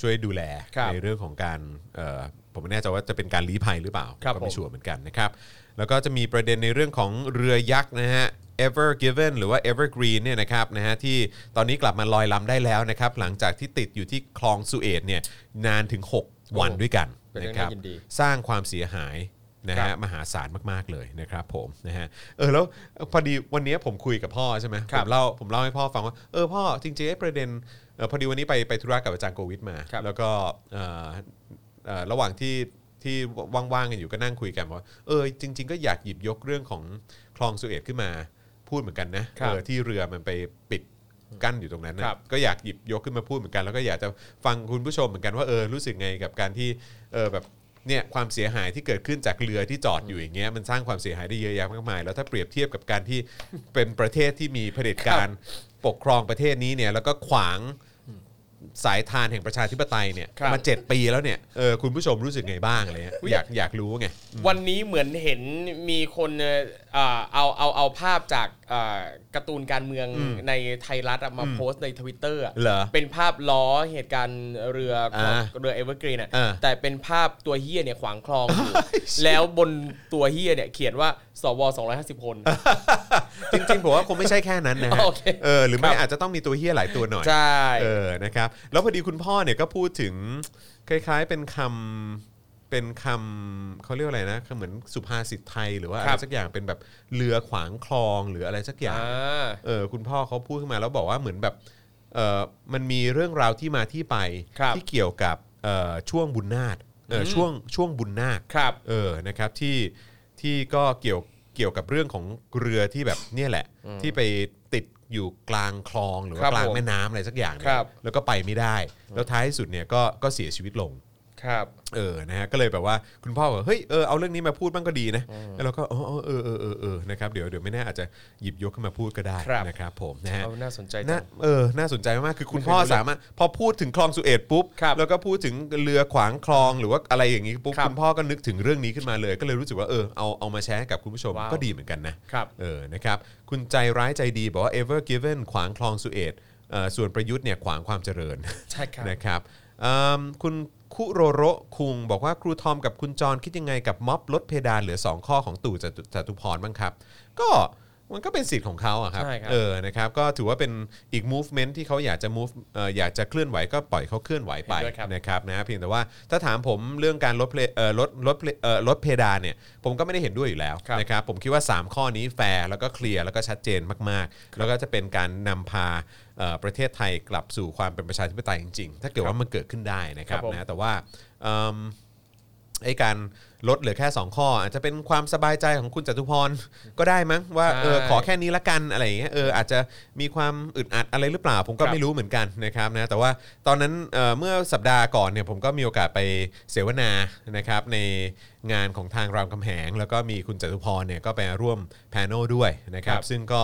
S2: ช่วยดูแล
S3: ครับ
S2: ในเรื่องของการเอ่อผมไม่แน่ใจว่าจะเป็นการลี้ภัยหรือเปล่า
S3: ครับ
S2: ก็
S3: ผ
S2: ไม่
S3: ม
S2: ชัวร์เหมือนกันนะครับ แล้วก็จะมีประเด็นในเรื่องของเรือยักษ์นะฮะ Ever Given หรือว่า Evergreen เนี่ยนะครับนะฮะที่ตอนนี้กลับมาลอยลำได้แล้วนะครับ หลังจากที่ติดอยู่ที่คลองสุเอตเนี่ยนานถึง 6 วันด้วยกัน
S3: เป็นเรื่
S2: นะ
S3: อง
S2: ครับ
S3: น่ายินดี
S2: สร้างความเสียหายนะ
S3: ครั
S2: ฮะ
S3: บ
S2: มหาศาลมาก ๆ เลยนะครับผมนะฮะเออแล้วพอดีวันนี้ผมคุยกับพ่อใช่ไหม
S3: ครั
S2: ผ
S3: บ
S2: มเล่าผมเล่าให้พ่อฟังว่าเออพ่อจริงๆไอ้ประเด็นเออพอดีวันนี้ไปไปธุระกับอาจารย์โกวิทมา
S3: ครับ
S2: แล้วก็เอ่อเอ่อระหว่างที่ที่ว่างๆกันอยู่ก็นั่งคุยกันว่าเออจริง ๆ ก็อยากหยิบยกเรื่องของคลองสุเอตขึ้นมาพูดเหมือนกันนะครับ เออที่เรือมันไปปิดกั้นอยู่ตรงนั้นนะครับ ก็อยากหยิบยกขึ้นมาพูดเหมือนกัน แล้วก็อยากจะฟังคุณผู้ชมเหมือนกันว่าเออรู้สึกไงกับการที่เออแบบ เนี่ยความเสียหายที่เกิดขึ้นจากเรือที่จอดอยู่อย่างเงี้ยมันสร้างความเสียหายได้เยอะแยะมากมาย แล้วถ้าเปรียบเทียบกับการที่ เป็นประเทศที่มีเผด็จการปกครองประเทศนี้เนี่ยแล้วก็ขวาง สายทานแห่งประชาธิปไตยเนี่ย
S3: ครับ
S2: มาเจ็ดปีแล้วเนี่ยเออคุณผู้ชมรู้สึกไงบ้างอะไรเงี้ยอยากอยากรู้ไง
S3: วันนี้เหมือนเห็นมีคนเอ่อเอ่อเอาเอาเอาภาพจากเอ่อการ์ตูนการเมือง
S2: อืม
S3: ในไทยรัฐอะมา
S2: อืม
S3: โพสต์ในทวิตเตอร์
S2: เหรอ
S3: เป็นภาพล้อเหตุการณ์เรือของ
S2: อ่า
S3: เรือเอเวอร์กรีนอะ
S2: อ่า
S3: แต่เป็นภาพตัวเฮียเนี่ยขวางคลองอยู่แล้วบนตัวเฮียเนี่ยเขียนว่าสว250 คน
S2: จริงๆผมว่าคงไม่ใช่แค่นั้นนะฮะ
S3: โอเค
S2: เออหรือไม่อาจจะต้องมีตัวเฮี้ยหลายตัวหน่อย
S3: ใช่
S2: เออ นะครับ แล้วพอดีคุณพ่อเนี่ยก็พูดถึงคล้ายๆเป็นคำเป็นคำเขาเรียกว่าอะไรนะเหมือนสุภาษิตไทยหรือว่าอะ
S3: ค
S2: ไร
S3: รับ
S2: สักอย่างเป็นแบบเรือขวางคลองหรืออะไรสักอย่าง
S3: อ่า
S2: เออคุณพ่อเขาพูดขึ้นมาแล้วบอกว่าเหมือนแบบเออมันมีเรื่องราวที่มาที่ไป
S3: ครับ
S2: ที่เกี่ยวกับเออช่วงบุญนาคเอออ
S3: ม
S2: ช่วงช่วงบุญนาค
S3: ครับ
S2: เออ นะครับ ที่ที่ก็เกี่ยวเกี่ยวกับเรื่องของเรือที่แบบเนี่ยแหละ ที่ไปติดอยู่กลางคลองหรือ
S3: ครั
S2: ว่า
S3: บ
S2: กลาง
S3: ผม
S2: แม่น้ำอะไรสักอย่างเนี่ย
S3: ครับ
S2: แล้วก็ไปไม่ได้ แล้วท้ายที่สุดเนี่ยก็ก็เสียชีวิตลง
S3: ครับ
S2: เออ นะฮะ ก็เลยแบบว่าคุณพ่อบอกเฮ้ย เออ เอาเรื่องนี้มาพูดบ้างก็ดีนะ แล้วเราก็อ๋ออ๋อเออเออเออเออนะครับ เดี๋ยวเดี๋ยวไม่แน่อาจจะหยิบยกขึ้นมาพูดก็ได้
S3: ครับ
S2: นะครับผม นะฮะ
S3: เอาน่าสนใจจัง
S2: น่าเออ น่าสนใจมาก คือคุณ
S3: ไม่เคย
S2: พ่อ
S3: รู้เลย
S2: สามารถ พอพูดถึงคลองสุเอตปุ๊บ
S3: ครับ
S2: แล้วก็พูดถึงเรือขวางคลองหรือว่าอะไรอย่างนี้ปุ๊บ
S3: ครับ
S2: คุณพ่อก็นึกถึงเรื่องนี้ขึ้นมาเลย ก็เลยรู้สึกว่า เออ เอา เอามาแชร์ให้กับคุณผู้ชม
S3: ว้าว
S2: ก็ดีเหมือนกันนะ
S3: ครับ
S2: เออ นะครับ คุณใจร้ายใจดีบอกว่า ever given ขวางคลองสุเอตเอ่อส่วนประยุทธ์เนี่ยขวางความเจริญ
S3: ใช่ครับ
S2: นะครับเอิ่มคุณคุโรโระคุงบอกว่าครูทอมกับคุณจรคิดยังไงกับม็อบลดเพดานเหลือ 2 ข้อของตู่จตุจตุพรบ้างครับ ก็มันก็เป็นสิทธิ์ของเขาอะครับ
S3: ใช่ครับ
S2: เออนะครับก็ถือว่าเป็นอีก movement ที่เขาอยากจะ move เอ่ออยากจะเคลื่อนไหวก็ปล่อยเขาเคลื่อนไหวไป
S3: เห็นด้วยครับ
S2: นะครับนะเพียงแต่ว่าถ้าถามผมเรื่องการลดเพลเอ่อลดลดเพลเอ่อลดเพดานเนี่ยผมก็ไม่ได้เห็นด้วยอยู่แล้วนะครับผมคิดว่า 3 ข้อนี้แฟร์แล้วก็เคลียร์แล้วก็ชัดเจนมากๆ แล้วก็จะเป็นการนำพาเอ่อประเทศไทยกลับสู่ความเป็นประชาธิปไตยจริงๆ ถ้าเกิดว่ามันเกิดขึ้นได้นะครับ
S3: ครับผม
S2: นะแต่ว่าเอิ่ม ไอ้การลดเหลือแค่ 2 ข้อ อาจจะเป็นความสบายใจของคุณจตุพรก็ได้มั้งว่า
S3: ใช่
S2: เออขอแค่นี้ละกันอะไรอย่างเงี้ยเอออาจจะมีความอึดอัดอะไรหรือเปล่า ผมก็
S3: ครับ
S2: ไม่รู้เหมือนกันนะครับนะแต่ว่าตอนนั้นเอ่อเมื่อสัปดาห์ก่อนเนี่ยผมก็มีโอกาสไปเสวนานะครับในงานของทางรามคำแหง แล้วก็มีคุณจตุพรเนี่ยก็ไปร่วมแพนลด้วยนะครับ
S3: ครับ
S2: ซึ่งก็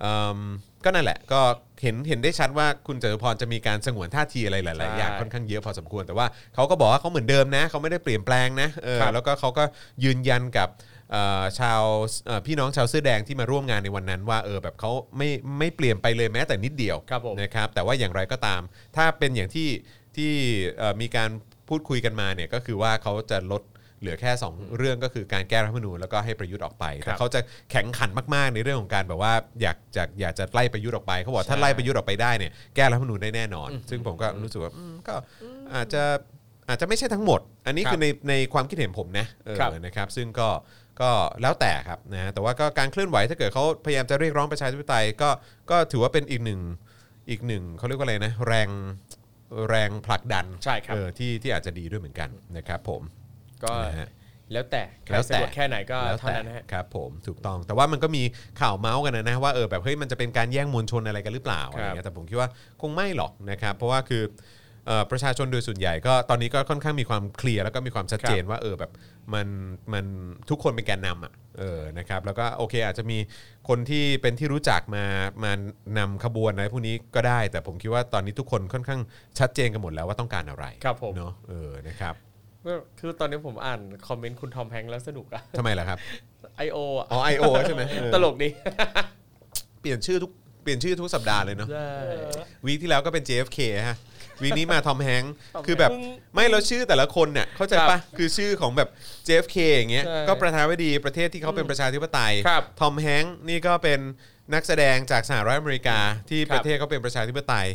S2: เอิ่มก็นั่นแหละก็เห็นเห็นได้ชัดว่าคุณจตุพรจะมีการสงวนท่าทีอะไรหลายๆอย่าง
S3: ใช่
S2: ค่อนข้างเยอะพอสมควรแต่ว่าเขาก็บอกว่าเขาเหมือนเดิมนะเขาไม่ได้เปลี่ยนแปลงนะเออ
S3: ครับ
S2: แล้วก็เขาก็ยืนยันกับเอ่อชาวเอ่อพี่น้องชาวเสื้อแดงที่มาร่วมงานในวันนั้น ว่าเออแบบเขาไม่ไม่เปลี่ยนไปเลยแม้แต่นิดเดียว
S3: ครับผม
S2: นะครับแต่ว่าอย่างไรก็ตาม ถ้าเป็นอย่างที่ที่เอ่อมีการพูดคุยกันมาเนี่ยก็คือว่าเขาจะลดเหลือแค่ 2 เรื่องก็คือการแก้รัฐธรรมนูญแล้วก็ให้ประยุทธ์ออกไป
S3: ครั
S2: แต่
S3: บ
S2: เขาจะแข็งขันมากๆในเรื่องของการแบบว่าอยากจะอยากจะไล่ประยุทธ์ออกไปเขาบอกถ้า
S3: ใช่
S2: ไล่ประยุทธ์ออกไปได้เนี่ยแก้รัฐธรรมนูญได้แน่นอน ซึ่งผมก็รู้สึกว่าอืมก็อาจจะอาจจะไม่ใช่ทั้งหมด อันนี้
S3: ครับ
S2: คือในในความคิดเห็นผมนะเออ
S3: ครับ
S2: นะครับซึ่งก็ก็แล้วแต่ครับนะแต่ว่าก็การเคลื่อนไหวถ้าเกิดเขาพยายามจะเรียกร้องประชาธิปไตยก็ก็ถือว่าเป็นอีกหนึ่งอีกหนึ่งเขาเรียกว่าอะไรนะแรงแรงผลักดัน
S3: ใช่ครับ
S2: เออที่ที่อาจจะดีด้วยเหมือนกันนะครับผม
S3: ก็
S2: นะฮะ
S3: แล้วแต่ใคร
S2: แล้วแต่
S3: สะดวกแค่ไหนก็
S2: แล้ว
S3: เท่า
S2: แต่
S3: นั้นนะฮะ
S2: ครับผมถูกต้องแต่ว่ามันก็มีข่าวเมาส์กันนะนะว่าเออแบบเฮ้ยมันจะเป็นการแย่งมวลชนอะไรกันหรือเปล่าอะไรเงี้ยแต่ผมคิดว่าคงไม่หรอกนะครับเพราะว่าคือเอ่อประชาชนโดยส่วนใหญ่ก็ตอนนี้ก็ค่อนข้างมีความเคลียร์แล้วก็มีความชัดเจนว่าเออแบบมันมันทุกคนเป็นแกนนำอ่ะเออนะครับแล้วก็โอเคอาจจะมีคนที่เป็นที่รู้จักมามานำขบวนอะไรพวกนี้ก็ได้ แต่ผมคิดว่าตอนนี้ทุกคนค่อนข้างชัดเจนกันหมดแล้วว่าต้องการอะไร
S3: ครับผม
S2: เนาะเออนะครับ
S3: คือตอนนี้ผมอ่านคอมเมนต์คุณทอมแฮงค์แล้วสนุกอะ
S2: ทำไมล่ะครับ
S3: I.O. อะ
S2: อ๋อ IO ใช่ไหมเออ
S3: ตลกดี
S2: เปลี่ยนชื่อทุกเปลี่ยนชื่อทุกสัปดาห์เลยเนาะ
S3: ใช่
S4: เออ
S2: วีคที่แล้วก็เป็น JFK ฮะวีคนี้มาทอมแฮงค์
S3: Tom
S2: คือแบบ
S4: มึง
S2: ไม่เราชื่อแต่ละคนเนี่ยเข้าใจ
S3: ครั
S2: ปะ
S3: บ
S2: คือชื่อของแบบ JFK อย่างเงี้ย
S3: ใช่
S2: ก็ประธานาธิบดีประเทศที่เขาเป็นประชาธิปไตย
S3: ครับ
S2: ทอมแฮงค์นี่ก็เป็นนักแสดงจากสหรัฐอเมริกาที่
S3: ค
S2: ป
S3: รับ
S2: ระเทศเขาเป็นประชาธิปไตย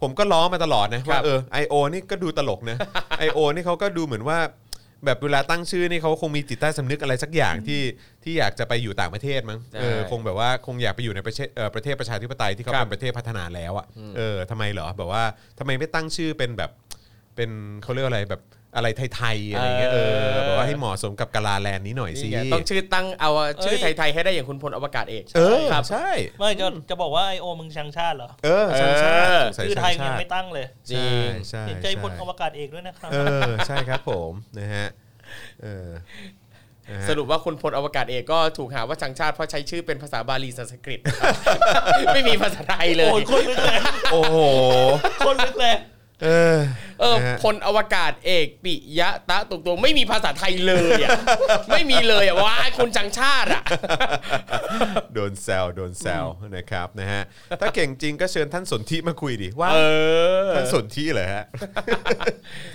S2: ผมก็ล้อมาตลอดนะ
S3: ครั
S2: ว่า
S3: บ
S2: เออไอโอนี่ก็ดูตลก นะ ไอโอนี่เขาก็ดูเหมือนว่า แบบเวลาตั้งชื่อนี่เขาคงมีจิตใต้สำนึกอะไรสักอย่างที่ที่อยากจะไปอยู่ต่างประเทศมั้ง
S3: ใช่
S2: เออคงแบบว่าคงอยากไปอยู่ในประเทศเอ่อประเทศประชาธิปไตยที่เขา
S3: ครับ
S2: เป็นประเทศพัฒนาแล้วอ่ะเออทำไมเหรอแบบว่าทำไมไม่ตั้งชื่อเป็นแบบเป็นเขาเรียกว่าอะไรแบบอะไรไทยๆอะไรเงี้ยเอ
S3: เอ
S2: อ
S3: อ
S2: แบบว่าให้เหมาะสมกับกาลาแลนด์นี้หน่อยสิ
S3: นี่ไงต้องชื่อตั้งเอาชื่อ
S4: เอ้ย
S3: ไทย ๆ ให้ได้อย่างคุณพลอวกาศเอก
S2: เออ
S3: ครับ
S2: ใช่
S4: ไม่จะจะบอกว่าไอโอมึงชังชาติเหรอ
S2: เออช่างชาติ
S3: เออ
S2: สงสัย
S4: คือไท
S2: ช่าย ง
S4: ยั
S2: ชาง ติ
S4: ไม่ตั้งเลย
S3: จริง
S2: ใช่
S4: เห็นใจ
S2: ใช่
S4: พลอวกาศเอกด้วยนะครับ
S2: เออใช่ครับผมนะฮะเออนะฮะ
S3: สรุปว่าคุณพลอวกาศเอกก็ถูกหาว่าชังชาติเพราะใช้ชื่อเป็นภาษาบาลีสันสก ฤต ไม่มีภาษาไทยเลย
S4: โอ้ยคนลึกเลย
S2: โอ้โห
S4: คนลึกเลย
S2: เออ
S3: เออ
S2: นะฮะ
S3: พลอวกาศเอกปิยะตะตุกตวงไม่มีภาษาไทยเลย อ่ะ ไม่มีเลยอ่ะว้ายคนจังชาติอ่ะ
S2: โดนแซวโดนแซวนะครับนะฮะถ้าเก่งจริงก็เชิญท่านสนธิมาคุยดิว่า
S3: เออ
S2: ท่านสนธิเหรอ ฮะ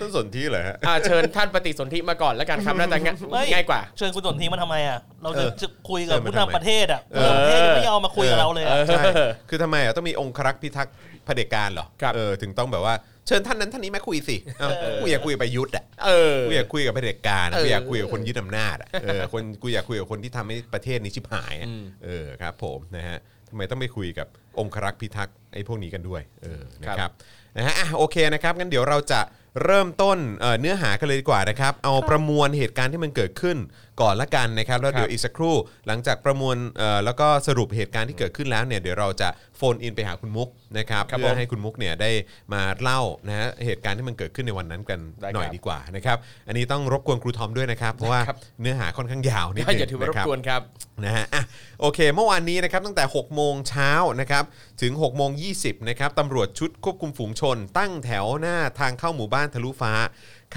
S2: ท่านสนธิเหรอฮะ
S3: อ่าเชิญท่านปฏิสนธิมาก่อนแล้วกันครับน่าจะง่าย
S4: ไม่
S3: ง่ายกว่า
S4: เชิญคุณสนทีมาทำไมอ่ะ เราจะ
S2: เออ
S4: จะคุยกับ
S2: เออมา
S4: ผู้
S2: ทำไม
S4: นำประเทศอ่ะผู้นำประเทศยังไม่ยอมมาคุยกับเราเลยอะ
S3: เออ
S2: ใช่คือทำไมอ่ะต้องมีองครักษ์พิทักษ์เผด็จการเหรอ
S3: ครับ
S2: เออถึงต้องแบบว่าเชิญท่านนั้นท่านนี้มาคุยสิเอ้ากูอยากคุยกับประยุทธ์อ่ะ
S3: เออ
S2: กูอยากคุยกับเผด็จการอะ
S3: เออ
S2: กูอยากคุยกับคนยึดอำนาจอ่ะเออคนกูอยากคุยกับคนที่ทำให้ประเทศนี้ชิบหายอะ
S3: อืม
S2: เออครับ ผมนะฮะทำไมต้องไปคุยกับองครักษ์พิทักษ์ไอ้พวกนี้กันด้วยเออนะครับนะฮะอ่ะโอเคนะครับงั้นเดี๋ยวเราจะเริ่มต้นเอ่อเนื้อหากันเลยดีกว่านะครับเอาประมวลเหตุการณ์ที่มันเกิดขึ้นก่อนละกันนะครับแล้วเดี๋ยว อีกสักครู่หลังจากประมวลเอ่อแล้วก็สรุปเหตุการณ์ที่เกิดขึ้นแล้วเนี่ยเดี๋ยวเราจะโฟนอินไปหาคุณมุกนะครับ
S3: ครับ
S2: เพื่อ
S3: ผม
S2: ให้คุณมุกเนี่ยได้มาเล่านะฮะเหตุการณ์ที่มันเกิดขึ้นในวันนั้นกัน
S3: ได้ครับ
S2: หน่อยดีกว่านะครับอันนี้ต้องรบกวนครูทอมด้วยนะครับเพราะว่า
S3: ครับ
S2: เนื้อหาค่อนข้างยาวนิดนึง
S3: อย่าถือว่า
S2: นะค
S3: รบ
S2: รับ
S3: กวนครับ
S2: นะฮะอ่ะโอเค เมื่อวานนี้นะครับตั้งแต่ 6 โมงเช้านะครับถึง 6 โมง 20นะครับตำรวจชุดควบคุมฝูงชน ตั้งแถวหน้าทางเข้าหมู่บ้านทะลุฟ้า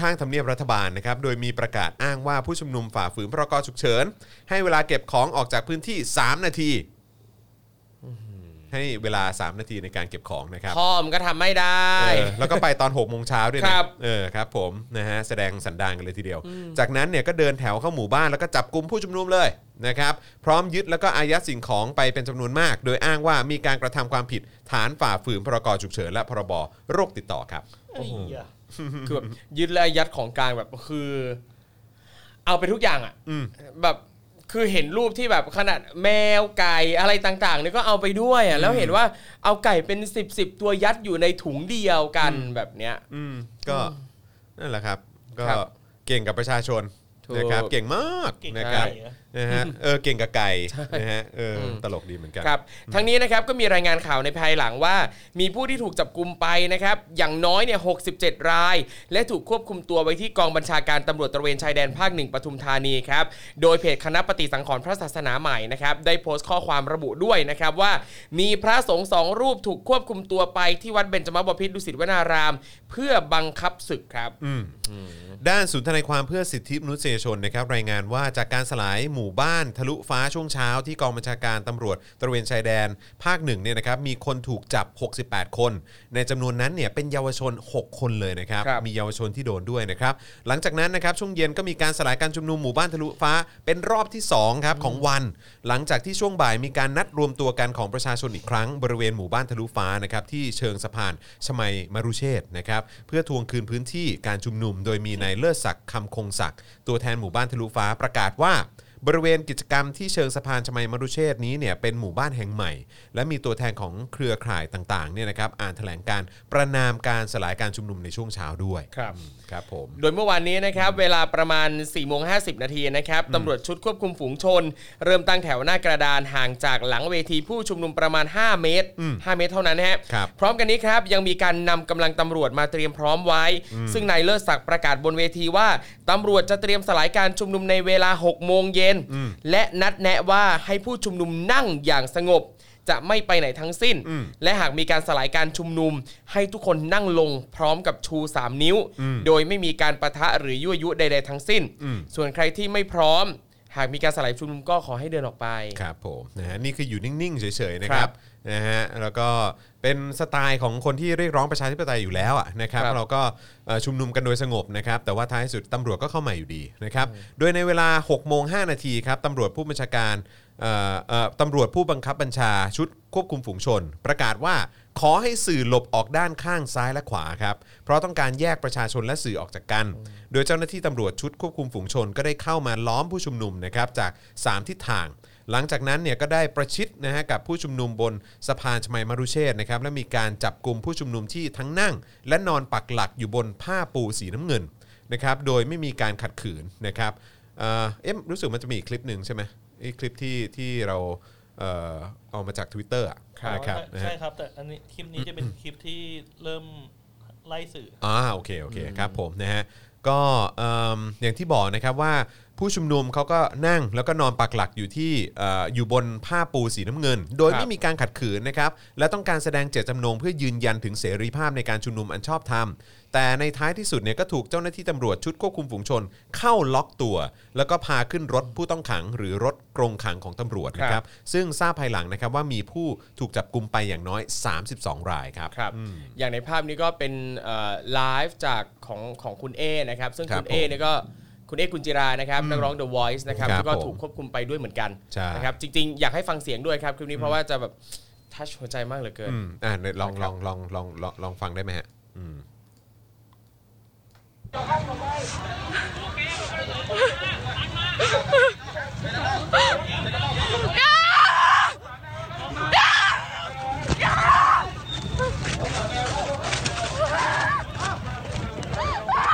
S2: ข้างทำเนียบรัฐบาลนะครับโดยมีประกาศอ้างว่าผู้ชุมนุมฝ่าฝืนพรกฉุกเฉิน ให้เวลาเก็บของออกจากพื้นที่ 3 นาที ให้เวลา 3 นาทีในการเก็บของนะครับ
S3: พ่อมนก็ทำไม่ได้
S2: เออแล้วก็ไปตอน6กโมงเช้าด้วยนะครับ เออครับผมนะฮะแสดงสันดานกันเลยทีเดียว จากนั้นเนี่ยก็เดินแถวเข้าหมู่บ้านแล้วก็จับกลุ่มผู้ชุมนุมเลยนะครับพร้อมยึดแล้วก็อายัดสิ่งของไปเป็นจำนวนมาก โดยอ้างว่ามีการกระทำความผิดฐานฝ่าฝืนพรกฉุกเฉินและพรบโรคติดต่อครับ
S4: ไอ้เหี้ย
S3: คือแบบยึดและยัดของกลางแบบคือ เอาไปทุกอย่างอ่ะ
S2: อืม
S3: แบบคือเห็นรูปที่แบบขนาดแมวไก่อะไรต่างๆเนี่ยก็เอาไปด้วยอ่ะแล้วเห็นว่าเอาไก่เป็นสิบสิบตัวยัดอยู่ในถุงเดียวกันแบบเนี้ย
S2: อืมก็นั่นแหละครับ ก็
S3: ครับ
S2: เก่งกับประชาชน
S3: ถูก
S2: นะครับเก่งมาก
S4: เก่ง
S2: นะครับ
S4: ไก่อะ
S2: นะฮะเออเก่งกับไก่นะฮะเอออตลกดีเหมือนกัน
S3: ครับทั้งนี้นะครับก็มีรายงานข่าวในภายหลังว่า มีผู้ที่ถูกจับกลุมไปนะครับอย่างน้อยเนี่ย67 ราย และถูกควบคุมตัวไว้ที่กองบัญชาการตำรวจตระเวนชายแดนภาคหนึ่งปทุมธานีครับโดยเพจคณะปฏิสังขรณ์พระศาสนาใหม่นะครับได้โพสต์ข้อความระบุด้วยนะครับว่า มีพระสงฆ์สองรูปถูกควบคุมตัวไปที่วัดเบญจมบพิตรดุสิตวนาราม เพื่อบังคับศึกครับ
S2: ด้านศูนย์ทนายความเพื่อสิทธิมนุษยชนนะครับรายงานว่าจากการสลายหมู่บ้านทะลุฟ้าช่วงเช้าที่กองบัญชาการตำรวจตระเวนชายแดน ภาคหนึ่งเนี่ยนะครับมีคนถูกจับ 68 คน ในจำนวนนั้นเนี่ยเป็นเยาวชน 6 คนเลยนะครับ
S3: ครับ
S2: มีเยาวชนที่โดนด้วยนะครับ หลังจากนั้นนะครับช่วงเย็นก็มีการสลายการชุมนุมหมู่บ้านทะลุฟ้าเป็นรอบที่2ครับของวัน หลังจากที่ช่วงบ่ายมีการนัดรวมตัวกันของประชาชนอีกครั้ง บริเวณหมู่บ้านทะลุฟ้านะครับที่เชิงสะพานชมัยมรุเชษฐ์นะครับเพื่อทวงคืนพื้นที่การชุมนุม โดยมีนายเลิศศักดิ์คำคงศักดิ์ตัวแทนหมู่บ้านทะลุฟ้าประกาศว่า บริเวณกิจกรรมที่เชิงสะพานชมัยมรุเชษฐ์นี้เนี่ยเป็นหมู่บ้านแห่งใหม่ และมีตัวแทนของเครือข่ายต่างๆเนี่ยนะครับอ่านแถลงการประนามการสลายการชุมนุมในช่วงเช้าด้วย
S3: ครับ
S2: อืมครับผม
S3: โดยเมื่อวานนี้นะครับเวลาประมาณ4ี่โมงห้นาทีนะครับตำรวจชุดควบคุมฝูงชน เริ่มตั้งแถวหน้ากระดานห่างจากหลังเวทีผู้ชุมนุมประมาณ 5 เมตร 5 เมตรเท่านั้นนะฮะ
S2: ครับ
S3: พร้อมกันนี้ครับยังมีการนำกำลังตำรวจมาเตรียมพร้อมไว้ ซึ่งนายเลิศศักดิ์ประกาศบนเวทีว่าตำรวจจะเตรียมสลายการชุมนุมในเวลา6โมงเย็นและนัดแนะว่าให้ผู้ชุมนุมนั่งอย่างสงบ จะไม่ไปไหนทั้งสิ้น และหากมีการสลายการชุมนุม ให้ทุกคนนั่งลงพร้อมกับชู 3 นิ้ว โดยไม่มีการประทะหรือยั่วยุใดๆทั้งสิ้น ส่วนใครที่ไม่พร้อม หากมีการสลายชุมนุมก็ขอให้เดินออกไป
S2: ครับผมนะฮะนี่คืออยู่นิ่งๆ เฉยๆนะค
S3: ค
S2: รั
S3: รั
S2: บบ นะฮะแล้วก็เป็นสไตล์ของคนที่เรียกร้องประชาธิปไตยอยู่แล้วอะนะครับ
S3: ครับ
S2: เราก็เอ่อชุมนุมกันโดยสงบนะครับแต่ว่าท้ายสุดตำรวจก็เข้ามาอยู่ดีนะครับโดยในเวลา6โมง5นาทีครับตำรวจผู้บัญชาการเอ่อเอ่อตำรวจผู้บังคับบัญชาชุดควบคุมฝูงชน ประกาศว่าขอให้สื่อหลบออกด้านข้างซ้ายและขวาครับเพราะต้องการแยกประชาชนและสื่อออกจากกัน โดยเจ้าหน้าที่ตำรวจชุดควบคุมฝูงชน ก็ได้เข้ามาล้อมผู้ชุมนุมนะครับจากสามทิศทาง หลังจากนั้นเนี่ยก็ได้ประชิดนะฮะกับผู้ชุมนุมบนสะพานชมัยมรุเชษฐ์นะครับและมีการจับกลุ่มผู้ชุมนุมที่ทั้งนั่ง และนอนปักหลักอยู่บนผ้าปูสีน้ำเงินนะครับโดยไม่มีการขัดขืนนะครับเอ่อเอ๊ะรู้สึกมันจะมีอีกคลิปหนึ่งใช่ไหมไอ้คลิปที่ที่เราเอ่อเอามาจาก Twitter อ่ะ
S3: ครับ
S2: นะครับนะ
S4: ใช่
S2: ฮะ
S4: ครับ แต่อันนี้คลิปนี้จะเป็นคลิปที่เริ่มไล่สื่อ
S2: อ่าโอเคโอเคครับผมนะฮะก็เอิ่มอย่างที่บอกนะครับว่า ผู้ชุมนุมเขาก็นั่งแล้วก็นอนปักหลักอยู่ที่เอ่ออยู่บนผ้าปูสีน้ำเงิน โดย
S3: ครับ
S2: ไม่มีการขัดขืนนะครับ และต้องการแสดงเจตจำนงเพื่อยืนยันถึงเสรีภาพในการชุมนุมอันชอบธรรม แต่ในท้ายที่สุดเนี่ยก็ถูกเจ้าหน้าที่ตำรวจชุดควบคุมฝูงชน เข้าล็อกตัว แล้วก็พาขึ้นรถผู้ต้องขัง หรือรถกรงขังของตำรวจนะครับ ซึ่งทราบภายหลังนะครับว่ามีผู้ถูกจับกลุมไปอย่างน้อย 32 รายครับ
S3: ครับอย่างในภาพนี้ก็เป็นเอ่อไลฟ์จากของของคุณเอนะครับ ซึ่ง
S2: ครั
S3: คุ
S2: บ
S3: ณเอเนี่ยก็คุณเอกุณจิรานะครับนักร้อง The Voice นะครับ
S2: ครับ
S3: แล้วก็
S2: ผม
S3: ถูกควบคุมไปด้วยเหมือนกัน
S2: ใช่
S3: นะครับจริงๆ อยากให้ฟังเสียงด้วยครับคลิปนี้เพราะว่าจะแบบทัชหัวใจมากเหลือเกิน
S2: อืมอ่าลองลองลองลองลองลองฟังได้ไหมฮะอืม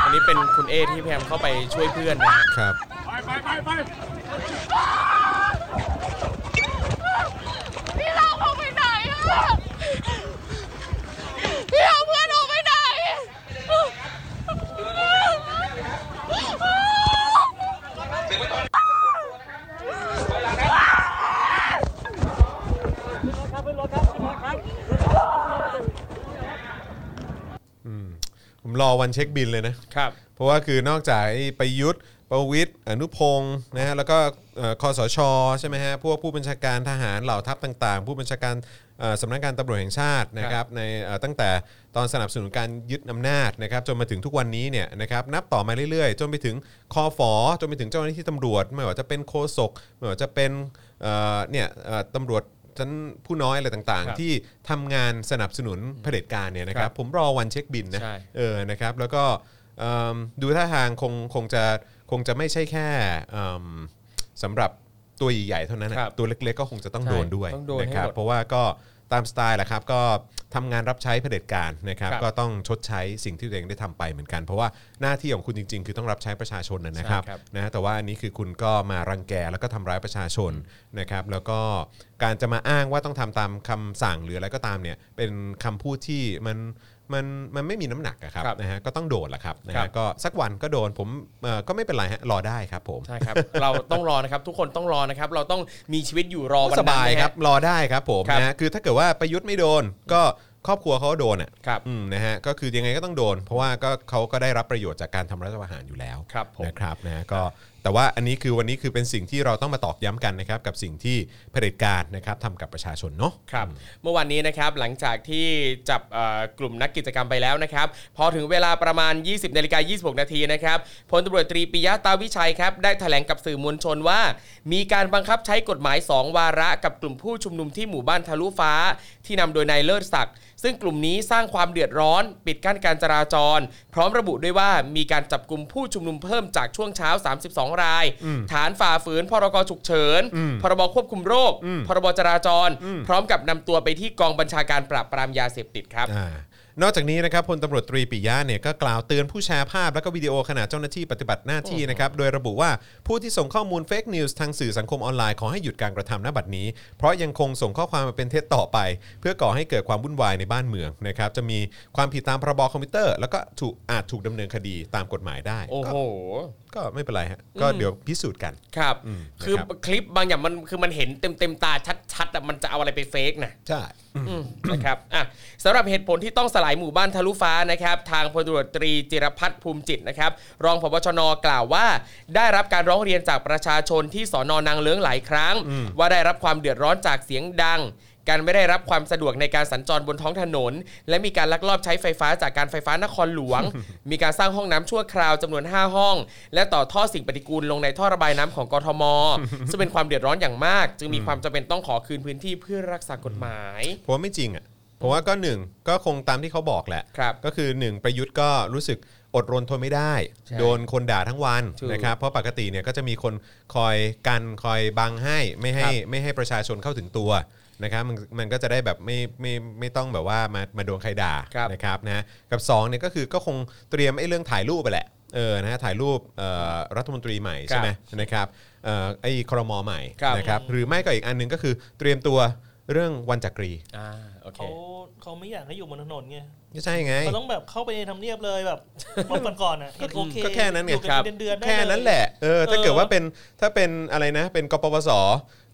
S3: อันนี้เป็นคุณเอที่พยายามเข้าไปช่วยเพื่อนนะครับ
S5: พี่เราออกไปไหนอะพี่เอาเพื่อนออกไปไหน
S2: ผมรอวันเช็คบินเลยนะ
S3: ครับ
S2: เพราะว่าคือนอกจากไอ้ประยุทธ์ประวิทย์อนุพงศ์นะฮะแล้วก็เอ่อคอสชใช่ไหมฮะพวกผู้บัญชาการทหารเหล่าทัพต่าง ๆ ผู้บัญชาการเอ่อสำนักงานตำรวจแห่งชาตินะครับในเอ่อตั้งแต่ตอนสนับสนุนการยึดอำนาจนะครับจนมาถึงทุกวันนี้เนี่ยนะครับนับต่อมาเรื่อยๆ จนไปถึงคอฟอจนไปถึงเจ้าหน้าที่ตำรวจไม่ว่าจะเป็นโฆษกไม่ว่าจะเป็นเอ่อเนี่ยเอ่อตำรวจชั้นผู้น้อยอะไรต่าง
S3: ครับ
S2: ๆ ที่ทำงานสนับสนุนเผด็จการเนี่ยนะค
S3: ค
S2: รั
S3: รั
S2: บบ ผมรอวันเช็คบินนะ
S3: ใช่
S2: เออ นะครับ แล้วก็เอิ่มดูท่าทางคงคงจะคงจะไม่ใช่แค่เอิ่มสำหรับตัวใหญ่ๆเท่านั้นนะครับ ตัวเเล็กๆก็คงจะต้อง
S3: ใช่
S2: โดนด้วย
S3: ต้องโดนให้
S2: นะครับ
S3: หมด
S2: เพราะว่าก็ตามสไตล์แหละครับ ก็ทำงานรับใช้เผด็จการนะครับ
S3: ครับ
S2: ก็ต้องชดใช้สิ่งที่ตัวเองได้ทำไปเหมือนกัน เพราะว่าหน้าที่ของคุณจริง ๆ คือต้องรับใช้ประชาชนนะนะครับ
S3: ใช่ครับ
S2: นะแต่ว่าอันนี้คือคุณก็มารังแกแล้วก็ทำร้ายประชาชนนะครับ แล้วก็การจะมาอ้างว่าต้องทำตามคำสั่งหรืออะไรก็ตามเนี่ยเป็นคำพูดที่มันมันมันไม่มีน้ำหนักอะครับ
S3: ครับ
S2: นะฮะก็ต้องโดนแหละครับนะ
S3: ครั
S2: ฮะ
S3: บ
S2: ก็สักวันก็โดนผมเอ่อก็ไม่เป็นไรฮะรอได้ครับผม
S3: ใช่ครับ เราต้องรอนะครับ ทุกคนต้องรอนะครับ เราต้องมีชีวิตอยู่รอวัน
S2: ส
S3: นั้น
S2: บาย
S3: นะฮะ
S2: ครับรอได้ครับผม
S3: ครับ
S2: นะฮะคือถ้าเกิดว่าประยุทธ์ไม่โดน ก็ครอบครัวเขาก็โดนอ่ะ
S3: ครับ
S2: อืมนะฮะก็คือยังไงก็ต้องโดน เพราะว่าก็เขาก็ได้รับประโยชน์จากการทำรัฐประหารอยู่แล้ว
S3: ครับผม
S2: นะครับนะก็แต่ว่าอันนี้คือวันนี้คือเป็นสิ่งที่เราต้องมาตอกย้ำกันนะครับ กับสิ่งที่เผด็จการนะครับทำกับประชาชนเนาะ
S3: ครับเมื่อวานนี้นะครับหลังจากที่จับเอ่อกลุ่มนักกิจกรรมไปแล้วนะครับ พอถึงเวลาประมาณ 20นาฬิกา26 นาทีนะครับพลตำรวจตรีปิยะตาวิชัยครับได้แถลงกับสื่อมวลชนว่า มีการบังคับใช้กฎหมาย 2 วาระกับกลุ่มผู้ชุมนุมที่หมู่บ้านทะลุฟ้า ที่นำโดยนายเลิศศักดิ์ซึ่งกลุ่มนี้สร้างความเดือดร้อน ปิดกั้นการจราจร พร้อมระบุด้วยว่ามีการจับกลุ่มผู้ชุมนุมเพิ่มจากช่วงเช้า 32 ราย ฐานฝ่าฝืนพรกฉุกเฉิน พรบควบคุมโรค พรบจราจร พร้อมกับนำตัวไปที่กองบัญชาการปราบปรามยาเสพติดครับ
S2: อ่านอกจากนี้นะครับพลตำรวจตรีปิยะเนี่ยก็กล่าวเตือนผู้แชร์ภาพและก็วิดีโอขณะเจ้าหน้าที่ปฏิบัติหน้าที่นะครับโดยระบุว่าผู้ที่ส่งข้อมูลเฟกนิวส์ทางสื่อสังคมออนไลน์ขอให้หยุดการกระทำณบัดนี้ เพราะยังคงส่งข้อความมาเป็นเท็จต่อไป เพื่อก่อให้เกิดความวุ่นวายในบ้านเมืองนะครับจะมีความผิดตามพรบคอมพิวเตอร์ แล้วก็ถูกอาจถูกดำเนินคดีตามกฎหมายได้
S3: โอ้
S2: ก็
S3: โห
S2: ก็ไม่เป็นไรฮะก็เดี๋ยวพิสูจน์กัน
S3: ครับ
S2: อืม
S3: คือ
S2: นะครับ
S3: คลิปบางอย่างมันคือมันเห็นเต็มเต็มๆตาชัดๆอะมันจะเอาอะไรไปเฟกนะ
S2: ใช่
S3: อืมนะครับอ่ะสำหรับเหตุผลที่ต้องสลายหมู่บ้านทะลุฟ้านะครับ ทางพลตำรวจตรีจิรพัฒน์ภูมิจิตนะครับ รองพบชนกล่าวว่า ได้รับการร้องเรียนจากประชาชนที่สอนอนางเลื้งหลายครั้ง ว่าได้รับความเดือดร้อนจากเสียงดัง การไม่ได้รับความสะดวกในการสัญจรบนท้องถนน และมีการลักลอบใช้ไฟฟ้าจากการไฟฟ้านครหลวง มีการสร้างห้องน้ำชั่วคราวจำนวน 5 ห้อง และต่อท่อสิ่งปฏิกูลลงในท่อระบายน้ำของกทม ซึ่งเป็นความเดือดร้อนอย่างมาก จึงมีความจำเป็นต้องขอคืนพื้นที่เพื่อรักษากฎหมาย
S2: ผมว่าไม่จริงอ่ะผมว่าก็หนึ่งก็คงตามที่เขาบอกแหละ
S3: ครับ
S2: ก็คือหนึ่งประยุทธ์ก็รู้สึกอดรนทนไม่ได้
S3: ใช่
S2: โดนคนด่าทั้งวัน
S3: ถูก
S2: นะครับเพราะปกติเนี่ยก็จะมีคนคอยกันคอยบังให้ไม่ให้
S3: ครับ
S2: ไม่ให้ประชาชนเข้าถึงตัวนะครับมันมันก็จะได้แบบไม่ไม่ไม่ต้องแบบว่ามามาโดนใครด่า
S3: ครับ
S2: นะครับนะกับสองเนี่ยก็คือก็คงเตรียมไอ้เรื่องถ่ายรูปไปแหละเออนะฮะถ่ายรูปเอ่อรัฐมนตรีใหม่ใช่ไหมนะครับเอ่อไอ้ครมใหม่
S3: ครับ
S2: นะครับหรือไม่ก็อีกอันหนึงก็คือเตรียมตัวเรื่องวันจักรี
S3: อ่าโอเค
S4: เขา เขาไม่อยากให้อยู่บนถนนไง
S2: ก็ใช่ไง
S4: เขาต้องแบบเข้าไปในทำเนียบเลย แบบวันก่อนๆอ่ะเห็นโอเค
S2: ก็แค่นั้นไง
S4: อยู่
S3: ครั
S4: กับ นเป็นเดือนๆได้
S2: แค่นั้นแหละเออถ้าเกิดว่าเป็นถ้าเป็นอะไรนะ เป็นกปปส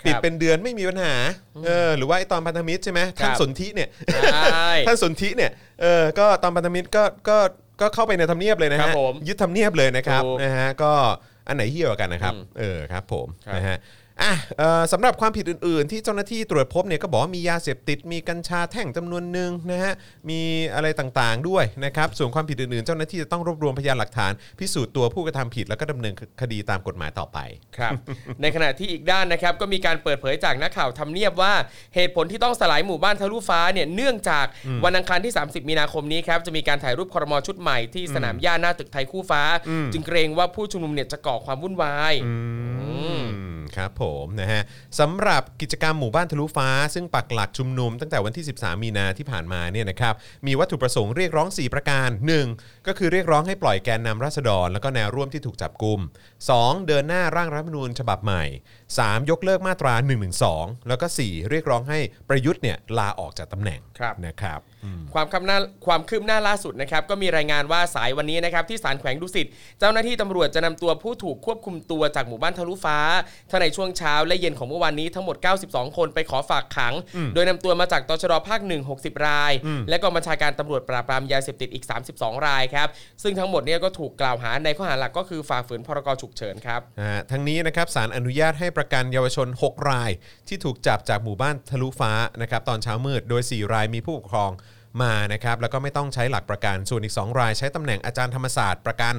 S2: ปิดเป็นเดือนไม่มีปัญหาเออหรือว่าไอตอนพันธมิตรใช่ไหมท่าน
S3: ครับ
S2: สนธิเนี่ย
S3: ใช่
S2: ท่านสนธิเนี่ยเออก็ตอนพันธมิตรก็ก็ก็เข้าไปในทำเนียบเลยนะ
S3: ครั
S2: ฮะ
S3: บผม
S2: ยึดทำเนียบเลยนะครับ
S3: ถูก
S2: นะฮะก็อันไหนเหี้ยกว่ากันนะครับ
S3: อืม
S2: เออครับผม
S3: ครับ
S2: นะฮะอ่ะเอ่อสำหรับความผิดอื่น ๆ ที่เจ้าหน้าที่ตรวจพบเนี่ยก็บอกว่ามียาเสพติดมีกัญชาแท่งจำนวนหนึ่งนะฮะมีอะไรต่างๆด้วยนะครับส่วนความผิดอื่น ๆ เจ้าหน้าที่จะต้องรวบรวมพยานหลักฐาน พิสูจน์ตัวผู้กระทำผิดแล้วก็ดำเนินคดีตามกฎหมายต่อไป
S3: ครับ ในขณะที่อีกด้านนะครับก็มีการเปิดเผยจากนักข่าวทำเนียบว่าเหตุผลที่ต้องสลายหมู่บ้านทะลุฟ้าเนี่ยเนื่องจากวันอังคารที่ 30 มีนาคมนี้ครับจะมีการถ่ายรูปครมชุดใหม่ที่สนามหญ้าหน้าตึกไทยคู่ฟ้า จึงเกรงว่าผู้ชุมนุมเนี่ยจะก่อความวุ่นวาย
S2: อืมครับผมนะฮะสำหรับกิจกรรมหมู่บ้านทะลุฟ้า ซึ่งปักหลักชุมนุมตั้งแต่วันที่ 13 มีนาที่ผ่านมาเนี่ยนะครับมีวัตถุประสงค์เรียกร้อง 4 ประการ 1. ก็คือเรียกร้องให้ปล่อยแกนนำราษฎร แล้วก็แนวร่วมที่ถูกจับกลุ่ม 2. เดินหน้าร่างรัฐธรรมนูญฉบับใหม่ 3. ยกเลิกมาตรา 1 1 2 แล้วก็ 4 เรียกร้องให้ประยุทธ์เนี่ยลาออกจากตำแหน่ง
S3: ครับ
S2: นะครับ
S3: ความคืบหน้าความคืบหน้าล่าสุดนะครับก็มีรายงานว่าสายวันนี้นะครับที่ศาลแขวงดุสิตเจ้าหน้าที่ตำรวจจะนำตัวผู้ถูกควบคุมตัวจากหมู่บ้านทะลุฟ้าทั้งในช่วงเช้าและเย็นของเมื่อวานนี้ทั้งหมด 92 คนไปขอฝากขัง โดยนำตัวมาจากตชรภาค1 60 ราย และกองบัญชาการตำรวจปราบปรามยาเสพติดอีก 32 รายครับซึ่งทั้งหมดเนี่ยก็ถูกกล่าวหาในข้อหาหลักก็คือฝ่าฝืนพรกฉุกเฉินครับ
S2: นะฮะทั้งนี้นะครับสารอนุญาตให้ประกันเยาวชน 6 ราย ที่ถูกจับจากหมู่บ้านทะลุฟ้านะครับตอนเช้ามืด โดย 4 รายมีผู้ปกครองมานะครับแล้วก็ไม่ต้องใช้หลักประกัน ส่วนอีก 2 รายใช้ตำแหน่งอาจารย์ธรรมศาสตร์ประกัน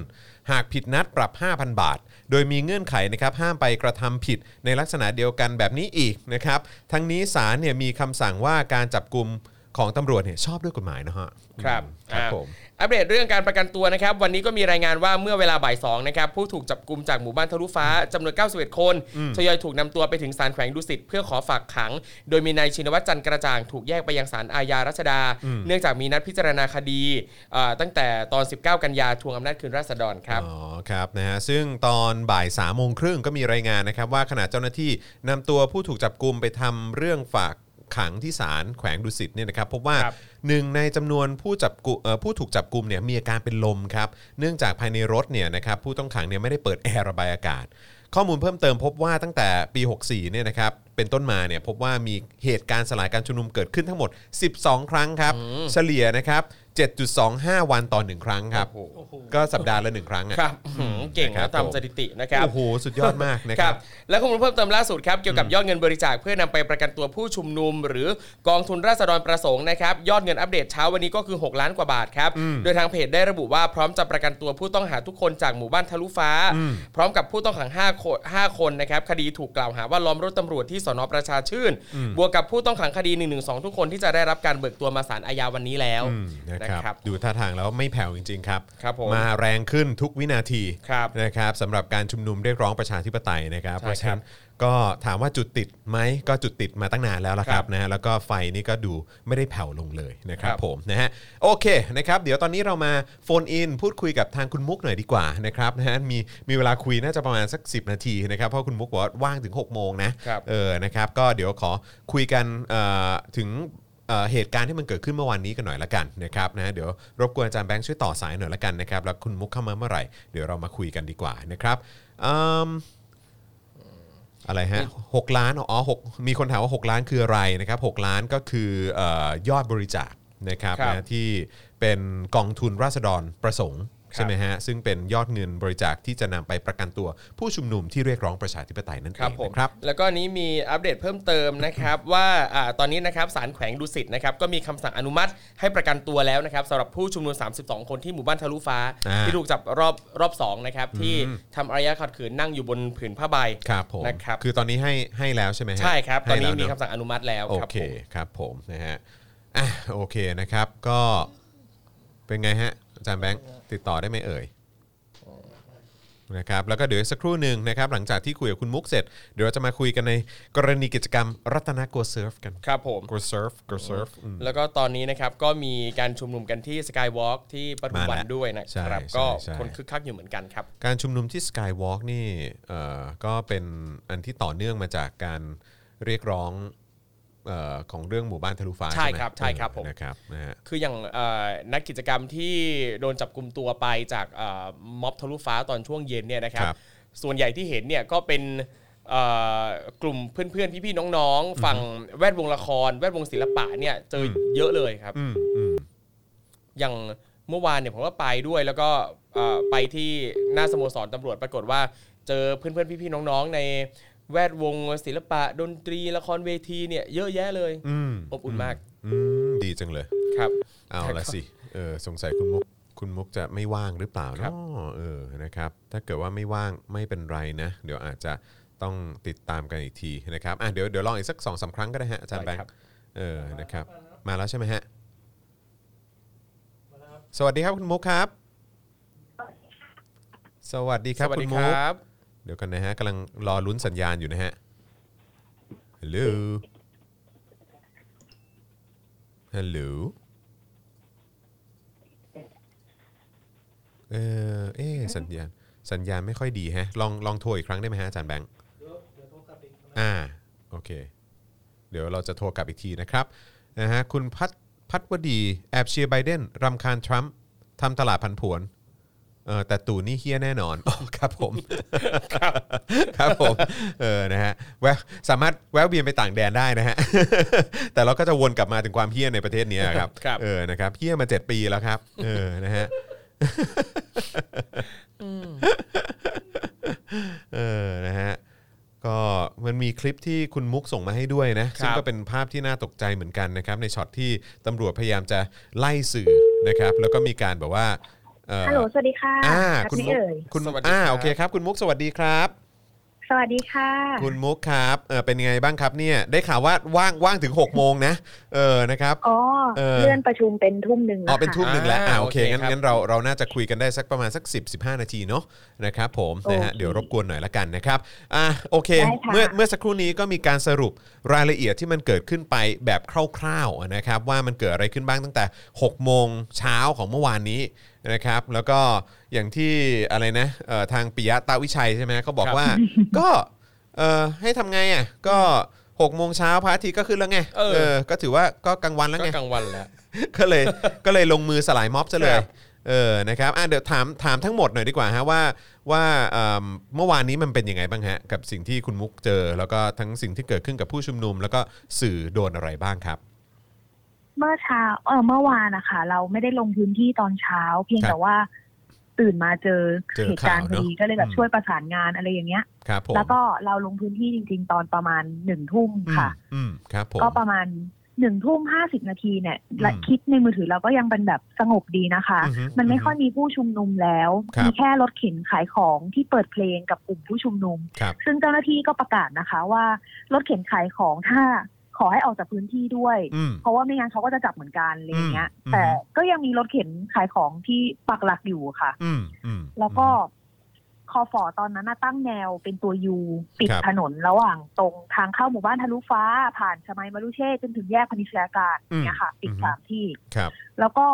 S2: หากผิดนัดปรับ 5,000 บาท โดยมีเงื่อนไขนะครับห้ามไปกระทำผิดในลักษณะเดียวกันแบบนี้อีกนะครับทั้งนี้ศาลเนี่ยมีคำสั่งว่าการจับกลุ่มของตำรวจเนี่ยชอบด้วยกฎหมายนะฮะ
S3: ครับ
S2: ครับ
S3: อ่า
S2: ผม
S3: อัปเดตเรื่องการประกันตัวนะครับ วันนี้ก็มีรายงานว่าเมื่อเวลาบ่ายสองนะครับผู้ถูกจับกลุมจากหมู่บ้านทะลุฟ้าจำนวน 91 คนทยอยถูกนำตัวไปถึงศาลแขวงดุสิตเพื่อขอฝากขัง โดยมีนายชินวัตรจันทร์กระจ่างถูกแยกไปยังศาลอาญารัชดา เนื่องจากมีนัดพิจารณาคดีเอ่อตั้งแต่ตอน 19 กันยาทวงอำนาจคืนราษฎรครับ
S2: อ๋อครับนะฮะซึ่งตอนบ่าย3ามโมงครึ่งก็มีรายงานนะครับ ว่าขณะเจ้าหน้าที่นำตัวผู้ถูกจับกลุมไปทำเรื่องฝากขังที่ศาลแขวงดุสิตเนี่ยนะครับพบว่า
S3: ครับ
S2: หนึ่งในจำนวนผู้จับกุเอ่อผู้ถูกจับกลุมเนี่ยมีอาการเป็นลมครับ เนื่องจากภายในรถเนี่ยนะครับผู้ต้องขังเนี่ยไม่ได้เปิดแอร์ระบายอากาศ ข้อมูลเพิ่มเติมพบว่าตั้งแต่ปี 64เนี่ยนะครับเป็นต้นมาเนี่ยพบว่ามีเหตุการณ์สลายการชุมนุมเกิดขึ้นทั้งหมด 12 ครั้งครับเฉลี่ยนะครับ7.25 วันต่อหนึ่งครั้งครับ
S3: โอ้โห
S4: โอ้โห
S2: ก็สัปดาห์ละหนึ่งครั้งอะ
S3: ครับอื้อหือเก่ง
S2: ครับ
S3: นะ
S2: ผม
S3: ทำสถิตินะครับ
S2: โอ้โห สุดยอดมากนะ
S3: ค
S2: ค
S3: รั
S2: รั
S3: บบ และข้อมูลเพิ่มเติมล่าสุดครับเกี่ยวกับยอดเงินบริจาคเพื่อนำไปประกันตัวผู้ชุมนุม หรือกองทุนราษฎรประสงค์นะครับยอดเงินอัปเดตเช้าวันนี้ก็คือ 6 ล้านกว่าบาทครับโดยทางเพจได้ระบุว่าพร้อมจะประกันตัวผู้ต้องหาทุกคนจากหมู่บ้านทะลุฟ้า พร้อมกับผู้ต้องขัง5คน5คนนะครับคดีถูกกล่าวหาว่าล้อมรถตำรวจที่สนประชาชื่น บวกกับผู้ต้องขังคดี 112 ทุกคนที่จะได้รับการเบิกตัวมาศาลอาญาวันนี้แล้ว
S2: อืมนะค
S3: นะ
S2: รับ ดูท่าทางแล้วไม่แผ่วจริง ๆ ครับ
S3: ครับผม
S2: มาแรงขึ้นทุกวินาที
S3: ครับ
S2: นะครับสำหรับการชุมนุมเรียกร้องประชาธิปไตยนะครับเพ
S3: ใช่ครับ
S2: ราะฉะนั้นก็ถามว่าจุดติดไหมก็จุดติดมาตั้งนานแล้วละค
S3: ครั
S2: รับบ นะฮะแล้วก็ไฟนี่ก็ดูไม่ได้แผ่วลงเลยนะครับ
S3: ครับ
S2: ผมนะฮะโอเคนะครับ เดี๋ยวตอนนี้เรามาโฟนอินพูดคุยกับทางคุณมุกหน่อยดีกว่านะครับนะฮะมีมีเวลาคุยน่าจะประมาณสัก 10 นาทีนะครับเพราะคุณมุกบอกว่าว่างถึงหกโมงนะ
S3: ครับ
S2: เออ นะครับ ก็เดี๋ยวขอคุยกันเอ่อถึงเอ่อเหตุการณ์ที่มันเกิดขึ้นเมื่อวานนี้กันหน่อยละกันนะครับนะ เดี๋ยวรบกวนอาจารย์แบงค์ช่วยต่อสายหน่อยละกันนะครับ แล้วคุณมุกเข้ามาเมื่อไหร่ เดี๋ยวเรามาคุยกันดีกว่านะครับอืมอะไรฮะหกล้าน อ๋อหกมีคนถามว่า 6 ล้านคืออะไรนะครับหกล้านก็คือเออยอดบริจาคนะครับ
S3: ครับ
S2: นะที่เป็นกองทุนราษฎรประสงค์ใช่ไหมฮะ ซึ่งเป็นยอดเงินบริจาคที่จะนำไปประกันตัวผู้ชุมนุมที่เรียกร้องประชาธิปไตยนั่นเอง
S3: ครับผม
S2: นะครับ
S3: แล้วก็อันนี้มีอัปเดตเพิ่มเติมนะครับ ว่าอาตอนนี้นะครับศาลแขวงดุสิตนะครับก็มีคำสั่งอนุมัติให้ประกันตัวแล้วนะครับสำหรับผู้ชุมนุม 32 คนที่หมู่บ้านทะลุฟ้า
S2: อ่า
S3: ที่ถูกจับรอบรอบสองนะครับที่ทำอารยะขัดขืนนั่งอยู่บนผืนผ้าใบ
S2: ครับผม
S3: นะครับ
S2: คือตอนนี้ให้ให้แล้วใช่ไหมฮะ
S3: ใช่ครับ ตอน
S2: ให้แล้
S3: นี้
S2: ว
S3: มี
S2: เะ
S3: คำสั่งอนุมัติแล้ว
S2: โอ
S3: ครับ
S2: เค
S3: ผม
S2: ครับผมนะฮะอ่ะโอเคนะครับก็เป็นไงฮะอาจารย์แบงค์ติดต่อได้ไหมเอ่ยนะครับแล้วก็เดี๋ยวอีกสักครู่หนึ่งนะครับหลังจากที่คุยกับคุณมุกเสร็จ เดี๋ยวเราจะมาคุยกันในกรณีกิจกรรมรัตนโกเซิร์ฟกัน
S3: ครับผม
S2: โกเซิร์ฟโกเซิร์ฟอืม
S3: แล้วก็ตอนนี้นะครับก็มีการชุมนุมกันที่สกายวอล์กที่ปทุม
S2: มา
S3: วัน
S2: แล้ว
S3: ด้วยนะ
S2: ใช่
S3: ครับ
S2: ใช่
S3: ก็
S2: ใช่
S3: คนคึกคักอยู่เหมือนกันครับ
S2: การชุมนุมที่ Skywalk นี่เอ่อก็เป็นอันที่ต่อเนื่องมาจากการเรียกร้อง เอ่อของเรื่องหมู่บ้านทะลุฟ้า
S3: ใช่
S2: ไหม
S3: ครับใช่ครับผม
S2: นะครับนะฮะ
S3: คืออย่างเอ่อนักกิจกรรมที่โดนจับกลุ่มตัวไปจากเอ่อม็อบทะลุฟ้าตอนช่วงเย็นเนี่ยนะครับ
S2: ครับ
S3: ส่วนใหญ่ที่เห็นเนี่ยก็เป็นเอ่อกลุ่มเพื่อนๆ พี่ๆ น้องๆ ฝั่งแวดวงละคร แวดวงศิลปะเนี่ยเจออ
S2: ม
S3: เยอะเลยครับ
S2: อืมอืม
S3: อย่างเมื่อวานเนี่ยผมก็ไปด้วยแล้วก็เอ่อไปที่หน้าสโมสรตำรวจปรากฏว่าเจอเพื่อนๆ พี่ๆ น้องๆ ในแวดวงศิลปะ ดนตรีละครเวทีเนี่ยเยอะแยะเลย
S2: อืม
S3: อบอุ่นมาก
S2: อืมดีจังเลย
S3: ครับ
S2: เอาละสิเออสงสัยคุณมุกคุณมุกจะไม่ว่างหรือเปล่า
S3: ครั
S2: เนาะ
S3: บ
S2: เออนะครับถ้าเกิดว่าไม่ว่างไม่เป็นไรนะ เดี๋ยวอาจจะต้องติดตามกันอีกทีนะครับอ่ะเดี๋ยวเดี๋ยวลองอีกสักสองสามครั้งก็ได้ฮะอาจารย์แบงค์เออนะครับมาแล้วใช่ไหมฮะสวัสดีครับคุณมุกครับ สวัสดีครับ
S3: สวัส
S2: คุ
S3: ดี
S2: ณ
S3: ค
S2: มุก
S3: รับ
S2: เดี๋ยวกันนะฮะกำลังรอลุ้นสัญญาณอยู่นะฮะ ฮัลโหล ฮัลโหล เออเอะสัญญาณ สัญญาณไม่ค่อยดีแฮะ ลองลองโทรอีกครั้งได้ไหมฮะอาจารย์แบงค์อ่า โอเค เดี๋ยวเราจะโทรกลับอีกทีนะครับ นะฮะ คุณพัทพัทวดี แอบเชียร์ไบเดนรำคาญทรัมป์ทำตลาดผันผวน เออแต่ตู่นี่เฮี้ยแน่น อนอ๋อครับผม ครับผมเออนะฮะแวะสามารถแวะเวียนไปต่างแดนได้นะฮะ แต่เราก็จะวนกลับมาถึงความเฮี้ยในประเทศเนี้ยครับ
S3: ครับ
S2: เออนะครับเฮี้ยมา 7 ปีแล้วครับ เออนะฮะเออนะฮะก็มันมีคลิปที่คุณมุกส่งมาให้ด้วยนะซึ่งก็เป็นภาพที่น่าตกใจเหมือนกันนะครับ ในช็อตที่ตำรวจพยายามจะไล่สื่อนะครับ แล้วก็มีการแบบว่าเอ่อ
S6: ฮัลโหล สวัสดีค่ะ
S2: อ่า
S6: รับ
S2: คุณ
S6: นี่
S2: มุก
S6: เอ่ย
S2: คุณ
S3: สวัสดี
S2: อ่า
S3: ครับ
S2: โอเคครับ คุณมุกสวัสดีครับ
S6: สวัสดีค่ะ
S2: คุณมุกครับเออเป็นยังไงบ้างครับเนี่ยได้ข่าวว่าว่างว่างถึง 6 โมงนะเออนะครับ
S6: อ๋อ
S2: เอ่อ
S6: เลื่อนประชุมเป็นทุ่มหนึ่ง
S2: อ๋อ
S6: แล้ว
S2: เป็นทุ่ม
S6: ค่ะ
S2: หนึ่งแล้วอ่า
S3: อ่า
S2: โอเค
S3: โอเค
S2: งั้น
S3: ครับ
S2: งั้นเราเราน่าจะคุยกันได้สักประมาณสัก 10 15 นาทีเนาะนะครับผมนะฮะ
S6: โอเค
S2: เดี๋ยวรบกวนหน่อยละกันนะครับอ่าโอเค
S6: ได้ค่ะ
S2: เมื่อเมื่อสักครู่นี้ก็มีการสรุปรายละเอียดที่มันเกิดขึ้นไปแบบคร่าวๆนะครับว่ามันเกิดอะไรขึ้นบ้างตั้งแต่ 6 โมงเช้าของเมื่อวานนี้นะครับ แล้วก็อย่างที่อะไรนะเอ่อทางปิยะตาวิชัยใช่ไหมเขาบอก
S3: ครับ
S2: ว่าก็เอ่อให้ทำไงอ่ะก็6โมงเช้าพระอาทิตย์ก็ขึ้นแล้วไงเออก็ถือว่าก็กลางวันแล้ว
S3: ก็
S2: ไง
S3: กลางวันแล้ว
S2: ก็เลย ก็เลยลงมือสลายม็อบซะเล
S3: ค
S2: ย
S3: รับ
S2: เออ นะครับ อ่ะเดี๋ยวถามถามทั้งหมดหน่อยดีกว่าฮะว่าว่าเอิ่มเมื่อวานนี้มันเป็นยังไงบ้างฮะ กับสิ่งที่คุณมุกเจอ แล้วก็ทั้งสิ่งที่เกิดขึ้นกับผู้ชุมนุม แล้วก็สื่อโดนอะไรบ้างครับ
S6: เมื่อเช้าเออเมื่อวานนะคะเราไม่ได้ลงพื้นที่ตอนเช้า เพียง
S2: ครับ
S6: แต่ว่า ตื่นมาเจอ
S2: เจอ
S6: เหตุการณ์
S2: ข่าวเนอะ
S6: พอดีก็เลยแบ
S2: อื
S6: บ
S2: ม
S6: ช่วยประสานงานอะไรอย่างเงี้ย
S2: ครับผม
S6: แล้วก็เราลงพื้นที่จริง ๆ ตอนประมาณหนึ่งทุ่ม
S2: อืม
S6: ค่ะ
S2: อืมครับผม
S6: ก็ประมาณหนึ่งทุ่มห้าสิบนาทีเนี่ยและ
S2: อืม
S6: คลิปในมือถือเราก็ยังเป็นแบบสงบดีนะคะ
S2: อือฮึ
S6: มัน
S2: อื
S6: ไม่
S2: อฮึ
S6: ค่อยมีผู้ชุมนุมแล้ว
S2: ครับ
S6: มีแค่รถเข็นขายของที่เปิดเพลงกับกลุ่มผู้ชุมนุม
S2: ครับ
S6: ซึ่งเจ้าหน้าที่ก็ประกาศนะคะว่ารถเข็นขายของถ้าขอให้ออกจากพื้นที่ด้วย
S2: อืม
S6: เพราะว่าไม่งั้นเขาก็จะจับเหมือนกันอะไรอย่างเงี้ย
S2: อืม
S6: แต่ก็ยังมีรถเข็นขายของที่ปักหลักอยู่ค่ะ
S2: อืมอืม
S6: แล้วก็คอฟอตอนนั้นน่ะตั้งแนวเป็นตัวยูปิด
S2: ครับ
S6: ถนนระหว่างตรงทางเข้าหมู่บ้านทะลุฟ้า ผ่านชมัยมรุเชษจนถึงแยกพนิชยาการเนี่ยค่ะปิดสามที่
S2: ครับ
S6: แล้วก็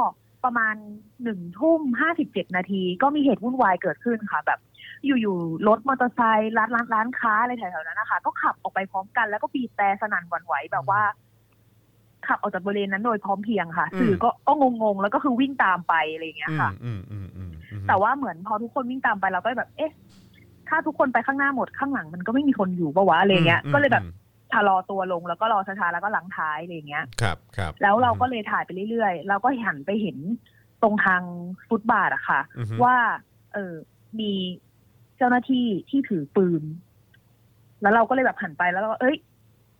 S6: ประมาณหนึ่งทุ่มห้าสิบเจ็ดนาทีก็มีเหตุวุ่นวายเกิดขึ้นค่ะ แบบ อยู่ๆรถมอเตอร์ไซค์ร้านร้านร้านค้าอะไรแถวๆนั้นนะคะ ก็ขับออกไปพร้อมกันแล้วก็บีบแต่สนั่นหวั่นไหวแบบว่า ขับออกจากบริเวณนั้นโดยพร้อมเพรียงค่ะ
S2: อืม
S6: สื่อก็ก็งงๆแล้วก็คือวิ่งตามไปอะไรอย่างเงี้ย
S2: อืม
S6: ค่ะ
S2: อืมอืมอืมอืม
S6: แต่ว่าเหมือนพอทุกคนวิ่งตามไปเราก็แบบเอ๊ะ ถ้าทุกคนไปข้างหน้าหมดข้างหลังมันก็ไม่มีคนอยู่ปะวะอะไรอย่างเงี้ย
S2: อืม
S6: ก็เลยแบบ
S2: อืม
S6: ชะลอตัวลงแล้วก็รอช้าๆแล้วก็หลังท้ายอะไรอย่างเงี้ย
S2: ครับครับ
S6: แล้วเราก็เลยถ่ายไปเรื่อยๆ เราก็หันไปเห็นตรงทางฟุตบาทอะค่ะ
S2: อือฮึ
S6: ว่า เออมีเจ้าหน้าที่ที่ถือปืน แล้วเราก็เลยแบบหันไปแล้วเราก็เอ้ย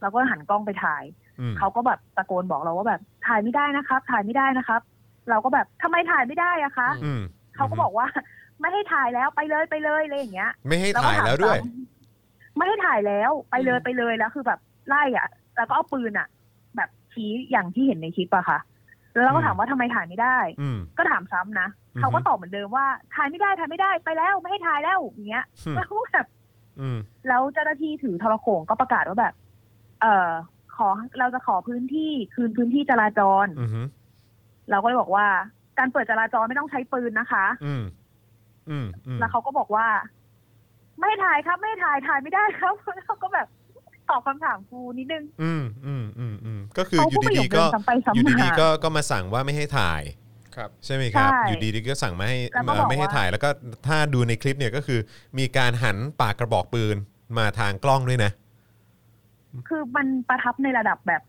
S6: เราก็หันกล้องไปถ่าย
S2: อืม
S6: เขาก็แบบตะโกนบอกเราว่าแบบถ่ายไม่ได้นะครับ ถ่ายไม่ได้นะครับ เราก็แบบทำไมถ่ายไม่ได้อะคะ
S2: อืม
S6: เขาก็บอกว่า ไม่ให้ถ่ายแล้วไปเลยไปเลยอะไรอย่างเงี้ย
S2: ไม่ให้ถ่ายแล้ว
S6: ก็ถม
S2: ด้วย
S6: ซ้ำไม่ให้ถ่ายแล้วไปเลยไปเลยแล้วคือแบบไล่อ่ะ แล้วก็เอาปืนอ่ะ แบบชี้อย่างที่เห็นในคลิปอะค่ะ แล้วเราก็ถามว่าทำไมถ่ายไม่ได้
S2: อืม
S6: ก็ถามซ้ำนะ
S2: อือฮึ
S6: เขาก็ตอบเหมือนเดิมว่าถ่ายไม่ได้ถ่ายไม่ได้ไปแล้วไม่ให้ถ่ายแล้วอย่างเงี้ย
S2: อืม
S6: แล้วก็แบบ
S2: อืม
S6: แล้วเจ้าหน้าที่ถือโทรโขงก็ประกาศว่าแบบ เออขอเราจะขอพื้นที่คืนพื้นที่จราจร
S2: อืม
S6: เราก็เลยบอกว่า การเปิดจราจรไม่ต้องใช้ปืนนะคะ
S2: อืมอืมอืม
S6: แล้วเขาก็บอกว่า ไม่ถ่ายครับ ไม่ถ่ายถ่ายไม่ได้ครับ แล้วเราก็แบบ ตอบคำถามครูนิดนึง
S2: อืมอืมอืมอืมก็คือ
S6: เขา
S2: อ
S6: พู
S2: ยู่
S6: ดประโย
S2: ดีๆ
S6: คเดิ
S2: ก็
S6: มซ้ำไปซ้ำมา
S2: อยู่ดีๆก็ก็มาสั่งว่าไม่ให้ถ่าย
S3: ครับ
S2: ใช่ไหมครับ
S6: ใช่
S2: อยู่ดีๆก็สั่งไม่ให้
S6: แล้วก็
S2: มา
S6: บอกว่า
S2: ไม่ให้ถ่ายแล้วก็ถ้าดูในคลิปเนี่ยก็คือมีการหันปากกระบอกปืนมาทางกล้องด้วยนะ
S6: คือมันประทับในระดับแบบ